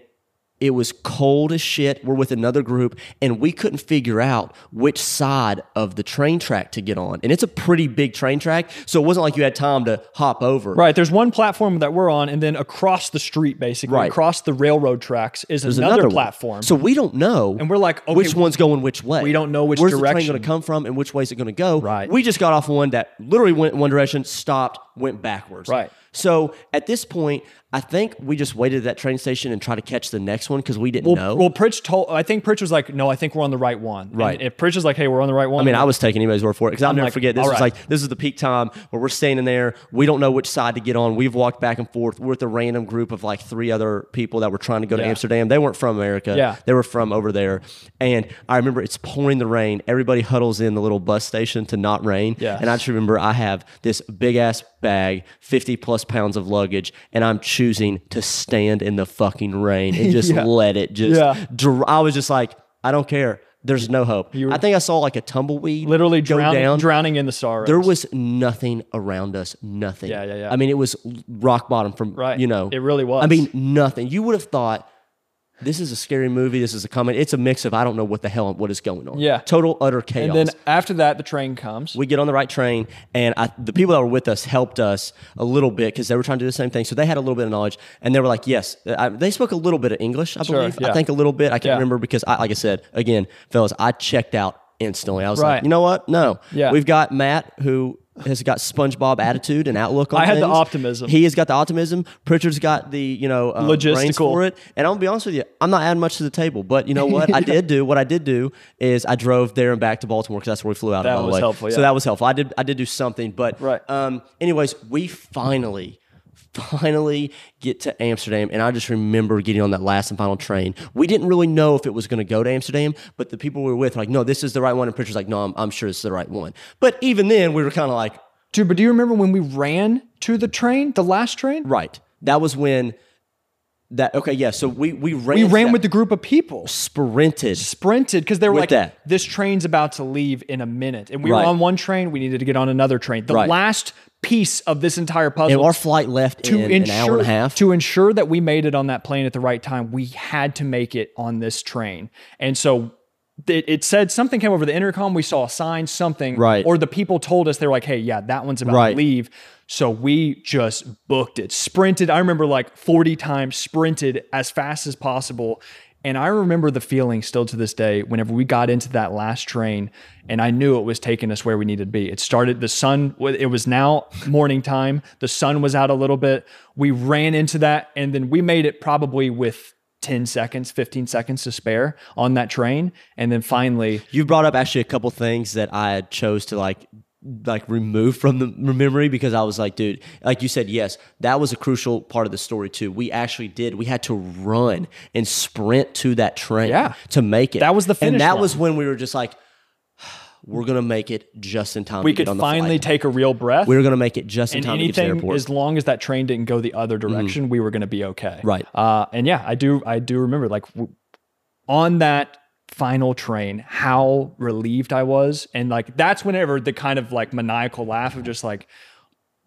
Speaker 3: it was cold as shit. We're with another group, and we couldn't figure out which side of the train track to get on. And it's a pretty big train track, so it wasn't like you had time to hop over.
Speaker 2: Right, there's one platform that we're on, and then across the street, basically,
Speaker 3: Right.
Speaker 2: across the railroad tracks, is
Speaker 3: There's
Speaker 2: another,
Speaker 3: one.
Speaker 2: platform.
Speaker 3: So we don't know.
Speaker 2: And we're like, okay,
Speaker 3: which one's going which way?
Speaker 2: we don't know which
Speaker 3: Where's the train
Speaker 2: direction.
Speaker 3: going to come from and which way is it going to go?
Speaker 2: Right.
Speaker 3: We just got off one that literally went one direction, stopped, went backwards.
Speaker 2: Right.
Speaker 3: So at this point, I think we just waited at that train station and tried to catch the next one because we didn't know.
Speaker 2: well, Pritch told. I think Pritch was like, "No, I think we're on the right one."
Speaker 3: Right.
Speaker 2: And if Pritch is like, "Hey, we're on the right one,"
Speaker 3: I mean, I was taking anybody's word for it because I'll never
Speaker 2: like,
Speaker 3: forget. This
Speaker 2: all
Speaker 3: was
Speaker 2: right.
Speaker 3: like this is the peak time where we're standing there. We don't know which side to get on. We've walked back and forth. We're with a random group of like three other people that were trying to go to
Speaker 2: Yeah.
Speaker 3: Amsterdam. They weren't from America.
Speaker 2: Yeah.
Speaker 3: they were from over there. And I remember it's pouring the rain. Everybody huddles in the little bus station to not rain.
Speaker 2: Yes.
Speaker 3: And I just remember I have this big ass bag, fifty plus pounds of luggage, and I'm choosing to stand in the fucking rain and just
Speaker 2: Yeah.
Speaker 3: let it just.
Speaker 2: Yeah.
Speaker 3: dr- I was just like, I don't care. There's no hope.
Speaker 2: were-
Speaker 3: I think I saw like a tumbleweed
Speaker 2: Literally
Speaker 3: go
Speaker 2: drowning,
Speaker 3: down.
Speaker 2: drowning in the sorrow.
Speaker 3: There was nothing around us. Nothing.
Speaker 2: Yeah, yeah, yeah.
Speaker 3: I mean, it was rock bottom from
Speaker 2: Right.
Speaker 3: You know,
Speaker 2: It really was.
Speaker 3: I mean, nothing. You would have thought this is a scary movie. This is a comedy. It's a mix of I don't know what the hell what is going on.
Speaker 2: Yeah.
Speaker 3: total utter chaos.
Speaker 2: and then after that, the train comes.
Speaker 3: we get on the right train, and I, the people that were with us helped us a little bit because they were trying to do the same thing. So they had a little bit of knowledge, and they were like, "Yes." I, they spoke a little bit of English, I believe.
Speaker 2: yeah.
Speaker 3: I think a little bit. I can't
Speaker 2: Yeah.
Speaker 3: remember because, I, like I said, again, fellas, I checked out instantly. I was like,
Speaker 2: Right.
Speaker 3: "You know what? No,
Speaker 2: Yeah.
Speaker 3: we've got Matt who." Has got SpongeBob attitude and outlook on
Speaker 2: I had the
Speaker 3: things.
Speaker 2: optimism.
Speaker 3: He has got the optimism. Pritchard's got the you know uh, brains
Speaker 2: Logistical.
Speaker 3: for it. And I'm gonna be honest with you, I'm not adding much to the table. But you know what? I did do what I did do is I drove there and back to Baltimore because that's where we flew out.
Speaker 2: That
Speaker 3: by the
Speaker 2: was
Speaker 3: way.
Speaker 2: helpful,
Speaker 3: So
Speaker 2: yeah.
Speaker 3: that was helpful. I did I did do something, but
Speaker 2: Right.
Speaker 3: Um, anyways, we finally. Finally, get to Amsterdam, and I just remember getting on that last and final train. We didn't really know if it was going to go to Amsterdam, but the people we were with were like, "No, this is the right one." And Pritchard's like, "No, I'm, I'm sure it's the right one." But even then, we were kind of like,
Speaker 2: Dude, but do you remember when we ran to the train, the last train?
Speaker 3: "Right." That was when that okay, yeah. So we we ran.
Speaker 2: We
Speaker 3: to
Speaker 2: ran
Speaker 3: that-
Speaker 2: with the group of people.
Speaker 3: sprinted.
Speaker 2: Sprinted because they were
Speaker 3: With
Speaker 2: like,
Speaker 3: that.
Speaker 2: "This train's about to leave in a minute," and we
Speaker 3: Right.
Speaker 2: were on one train. We needed to get on another train. The
Speaker 3: Right.
Speaker 2: last piece of this entire
Speaker 3: And
Speaker 2: puzzle
Speaker 3: our flight left
Speaker 2: to
Speaker 3: in
Speaker 2: ensure
Speaker 3: an hour and a half.
Speaker 2: to ensure that we made it on that plane at the right time we had to make it on this train and so it, it said something came over the intercom we saw a sign something
Speaker 3: Right.
Speaker 2: or the people told us they were like hey yeah that one's about
Speaker 3: Right.
Speaker 2: to leave so we just booked it sprinted i remember like 40 times sprinted as fast as possible and i remember the feeling still to this day whenever we got into that last train and i knew it was taking us where we needed to be it started the sun it was now morning time the sun was out a little bit we ran into that and then we made it probably with 10 seconds 15 seconds to spare on that train and then finally
Speaker 3: you brought up actually a couple things that I chose to like like remove from the memory because I was like, dude, like you said, yes, that was a crucial part of the story too. We actually did. We had to run and sprint to that train
Speaker 2: Yeah.
Speaker 3: to make it.
Speaker 2: That was the finish
Speaker 3: And that
Speaker 2: line.
Speaker 3: was when we were just like, we're gonna make it just in time.
Speaker 2: we
Speaker 3: to get
Speaker 2: could
Speaker 3: on the
Speaker 2: finally
Speaker 3: flight.
Speaker 2: take a real breath
Speaker 3: we were gonna make it just in
Speaker 2: and
Speaker 3: time to get to the
Speaker 2: anything
Speaker 3: airport. Mm-hmm.
Speaker 2: as long as that train didn't go the other direction we were going to be okay
Speaker 3: Right.
Speaker 2: uh, and yeah i do i do remember like w- on that final train how relieved i was and like that's whenever the kind of like maniacal laugh of just like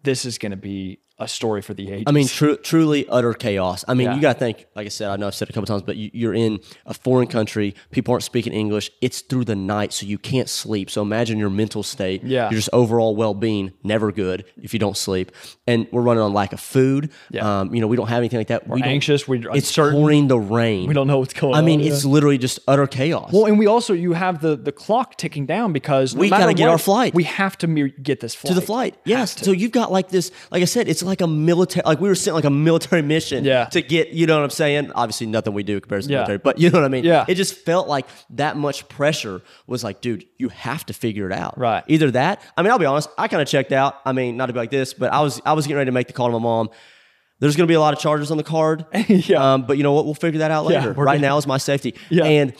Speaker 2: this is going to be a story for the ages
Speaker 3: I mean, tru- truly utter chaos. I mean,
Speaker 2: Yeah.
Speaker 3: you got to think, like I said, I know I've said it a couple times, but you, you're in a foreign country. People aren't speaking English. It's through the night, so you can't sleep. So imagine your mental state.
Speaker 2: Yeah.
Speaker 3: Your just overall well being, never good if you don't sleep. And we're running on lack of food.
Speaker 2: Yeah.
Speaker 3: Um, you know, we don't have anything like that. We're we don't-
Speaker 2: anxious, we're
Speaker 3: it's
Speaker 2: uncertain.
Speaker 3: pouring the rain.
Speaker 2: we don't know what's going
Speaker 3: I
Speaker 2: on
Speaker 3: mean,
Speaker 2: yeah.
Speaker 3: it's literally just utter chaos.
Speaker 2: well, and we also you have the the clock ticking down because no
Speaker 3: We
Speaker 2: matter
Speaker 3: gotta get
Speaker 2: what,
Speaker 3: our flight.
Speaker 2: We have to me- get this flight
Speaker 3: to the flight. Yes. So you've got like this, like I said, it's like a military, like we were sent like a military mission
Speaker 2: Yeah.
Speaker 3: to get, you know what I'm saying? Obviously, nothing we do compares to the
Speaker 2: Yeah.
Speaker 3: military, but you know what I mean?
Speaker 2: Yeah.
Speaker 3: It just felt like that much pressure was like, dude, you have to figure it out.
Speaker 2: Right.
Speaker 3: Either that, I mean, I'll be honest, I kind of checked out. I mean, not to be like this, but I was, I was getting ready to make the call to my mom. There's going to be a lot of charges on the card.
Speaker 2: Yeah.
Speaker 3: Um, but you know what? We'll figure that out
Speaker 2: Yeah,
Speaker 3: later.
Speaker 2: we're
Speaker 3: right
Speaker 2: gonna-
Speaker 3: now is my safety.
Speaker 2: Yeah.
Speaker 3: And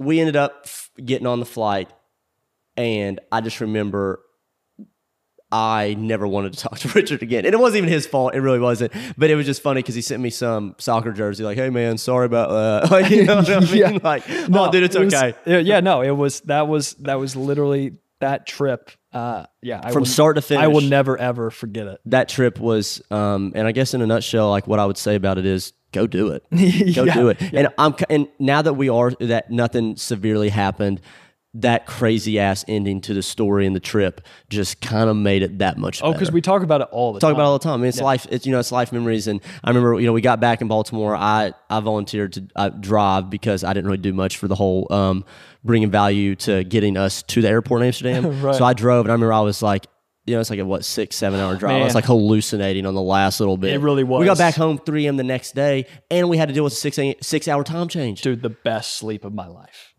Speaker 3: we ended up f- getting on the flight. And I just remember I never wanted to talk to Richard again. And it wasn't even his fault. It really wasn't. But it was just funny because he sent me some soccer jersey, like, hey, man, sorry about that. Like, you know what I mean?
Speaker 2: Yeah.
Speaker 3: Like, no, dude, it's
Speaker 2: Oh, it was-
Speaker 3: okay.
Speaker 2: yeah, yeah, no, it was that was that was literally that trip. Uh, yeah, I
Speaker 3: From
Speaker 2: will-
Speaker 3: start to finish.
Speaker 2: I will never ever forget it.
Speaker 3: that trip was, um, and I guess in a nutshell, like what I would say about it is go do it, go
Speaker 2: Yeah.
Speaker 3: do it. And I'm, ki- and now that we are, that nothing severely happened, that crazy ass ending to the story and the trip just kind of made it that much
Speaker 2: Oh,
Speaker 3: better
Speaker 2: because we talk about it all the
Speaker 3: talk
Speaker 2: time.
Speaker 3: about it all the time. I mean, it's life. It's you know, it's life memories. And I remember, you know, we got back in Baltimore. I I volunteered to uh, drive because I didn't really do much for the whole um, bringing value to getting us to the airport in Amsterdam.
Speaker 2: Right.
Speaker 3: So I drove, and I remember I was like. You know, it's like a what six, seven hour drive. I was
Speaker 2: Man.
Speaker 3: like hallucinating on the last little bit.
Speaker 2: It really
Speaker 3: We got
Speaker 2: was.
Speaker 3: back home 3 a.m. the next day, and we had to deal with a six a, six hour time change.
Speaker 2: dude. The best sleep of my life.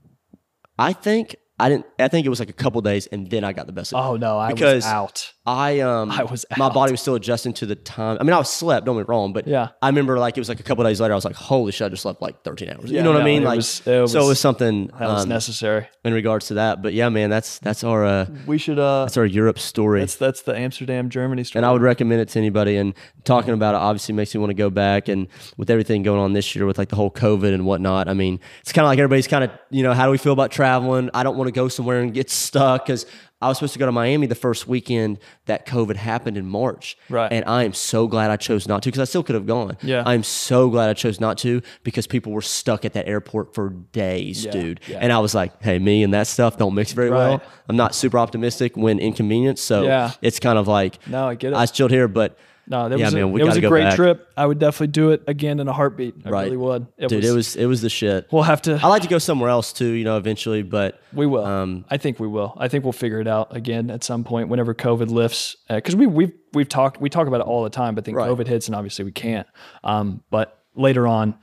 Speaker 3: I think I didn't. I think it was like a couple days, and then I got the best. Of it.
Speaker 2: Oh no, I
Speaker 3: because
Speaker 2: was out.
Speaker 3: I um
Speaker 2: I was
Speaker 3: my
Speaker 2: out.
Speaker 3: body was still adjusting to the time. I mean, I was slept. Don't get me wrong, but
Speaker 2: Yeah.
Speaker 3: I remember like it was like a couple days later. I was like, holy shit, I just slept like thirteen hours.
Speaker 2: Yeah,
Speaker 3: you know what
Speaker 2: no,
Speaker 3: I mean?
Speaker 2: it
Speaker 3: Like
Speaker 2: was- it
Speaker 3: so, it was
Speaker 2: was-
Speaker 3: something
Speaker 2: That was
Speaker 3: um,
Speaker 2: necessary.
Speaker 3: in regards to that. But yeah, man, that's that's our uh,
Speaker 2: We should uh
Speaker 3: that's our Europe story.
Speaker 2: that's that's the Amsterdam Germany story.
Speaker 3: and I would recommend it to anybody. And talking about it obviously makes me want to go back. And with everything going on this year with like the whole COVID and whatnot, I mean, it's kind of like everybody's kind of, you know, how do we feel about traveling? I don't want to go somewhere and get stuck because I was supposed to go to Miami the first weekend that COVID happened in March.
Speaker 2: Right.
Speaker 3: And I am so glad I chose not to because I still could have gone.
Speaker 2: Yeah.
Speaker 3: I'm so glad I chose not to because people were stuck at that airport for days,
Speaker 2: Yeah,
Speaker 3: dude.
Speaker 2: yeah.
Speaker 3: And I was like, hey, me and that stuff don't mix very well.
Speaker 2: Right.
Speaker 3: I'm not super optimistic when inconvenienced. So
Speaker 2: Yeah.
Speaker 3: it's kind of like,
Speaker 2: No, I get it.
Speaker 3: I chilled here, but
Speaker 2: no, that
Speaker 3: yeah,
Speaker 2: was a,
Speaker 3: man, we
Speaker 2: it was
Speaker 3: gotta
Speaker 2: a
Speaker 3: go
Speaker 2: great
Speaker 3: back.
Speaker 2: trip. I would definitely do it again in a heartbeat. I
Speaker 3: Right.
Speaker 2: really would. It
Speaker 3: dude,
Speaker 2: was,
Speaker 3: it was it was the shit.
Speaker 2: We'll have to.
Speaker 3: I like to go somewhere else too, you know, eventually, but
Speaker 2: we will.
Speaker 3: Um,
Speaker 2: I think we will. I think we'll figure it out again at some point whenever COVID lifts. Because we we've we've talked we talk about it all the time, but then
Speaker 3: Right.
Speaker 2: COVID hits and obviously we can't. Um, but later on,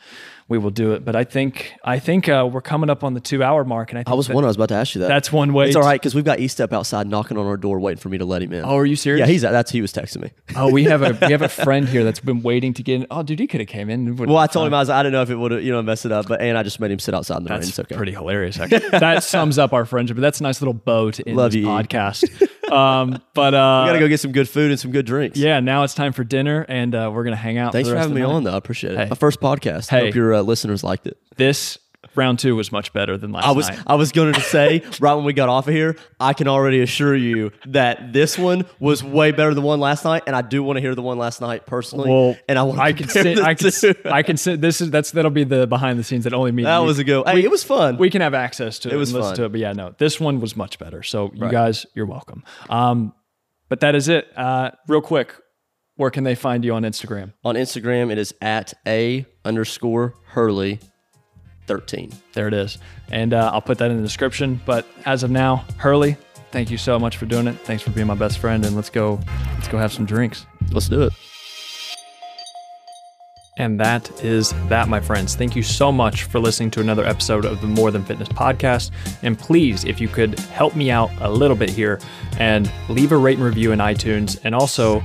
Speaker 2: we will do it. But I think I think uh, we're coming up on the two hour mark, and I think
Speaker 3: I was
Speaker 2: that-
Speaker 3: one. I was about to ask you that.
Speaker 2: that's one way.
Speaker 3: it's all
Speaker 2: to-
Speaker 3: right because we've got E Step outside knocking on our door, waiting for me to let him in.
Speaker 2: Oh, are you serious?
Speaker 3: yeah, he's that's he was texting me.
Speaker 2: Oh, we have a we have a friend here that's been waiting to get in. Oh, dude, he could have came in.
Speaker 3: Well, I told him I was I didn't know if it would have you know messed it up, but and I just made him sit outside in the rain.
Speaker 2: That's
Speaker 3: It's okay.
Speaker 2: pretty hilarious. Actually, that sums up our friendship. That's a nice little bow to end
Speaker 3: Love
Speaker 2: this
Speaker 3: you, E.
Speaker 2: podcast. Um, but uh,
Speaker 3: I gotta go get some good food and some good drinks.
Speaker 2: Yeah, now it's time for dinner, and uh, we're gonna hang out.
Speaker 3: Thanks
Speaker 2: for,
Speaker 3: for
Speaker 2: the rest
Speaker 3: having me
Speaker 2: of the night.
Speaker 3: on though. I appreciate it.
Speaker 2: Hey.
Speaker 3: My first podcast. I
Speaker 2: Hey.
Speaker 3: hope your uh, listeners liked it.
Speaker 2: This round two was much better than last
Speaker 3: I was
Speaker 2: night.
Speaker 3: I was going to say right when we got off of here, I can already assure you that this one was way better than one last night, and I do want to hear the one last night personally.
Speaker 2: Well,
Speaker 3: and I want to
Speaker 2: I can
Speaker 3: compare
Speaker 2: sit.
Speaker 3: the
Speaker 2: I can.
Speaker 3: two.
Speaker 2: sit- I can sit. This is that's that'll be the behind the scenes that only me. and
Speaker 3: that
Speaker 2: you-
Speaker 3: was a good. Hey, it was fun.
Speaker 2: We can have access to it. It
Speaker 3: was
Speaker 2: and listen
Speaker 3: fun.
Speaker 2: to it, but yeah, no, this one was much better. So you guys, you're welcome. Um, but that is it. Uh, real quick, where can they find you on Instagram?
Speaker 3: On Instagram, it is at a underscore Hurley thirteen.
Speaker 2: There it is, and uh, I'll put that in the description. But as of now, Hurley, thank you so much for doing it. Thanks for being my best friend, and let's go. Let's go have some drinks.
Speaker 3: Let's do it.
Speaker 2: And that is that, my friends. Thank you so much for listening to another episode of the More Than Fitness podcast. And please, if you could help me out a little bit here and leave a rate and review in iTunes and also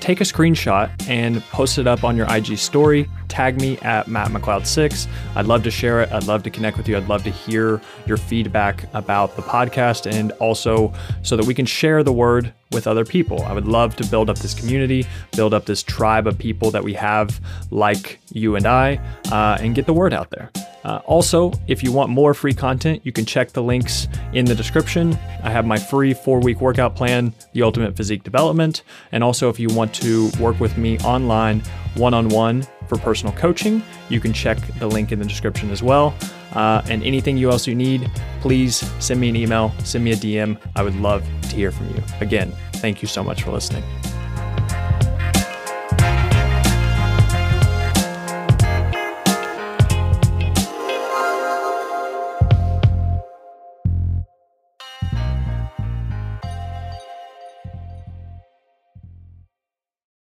Speaker 2: take a screenshot and post it up on your IG story. Tag me at Matt McLeod6. I'd love to share it. I'd love to connect with you. I'd love to hear your feedback about the podcast and also so that we can share the word with other people. I would love to build up this community, build up this tribe of people that we have like you and I, uh, and get the word out there. Uh, also, if you want more free content, you can check the links in the description. I have my free four week workout plan, The Ultimate Physique Development. And also, if you want to work with me online, one on one for personal coaching, you can check the link in the description as well. Uh, and anything you else you need, please send me an email, send me a DM. I would love to hear from you. Again, thank you so much for listening.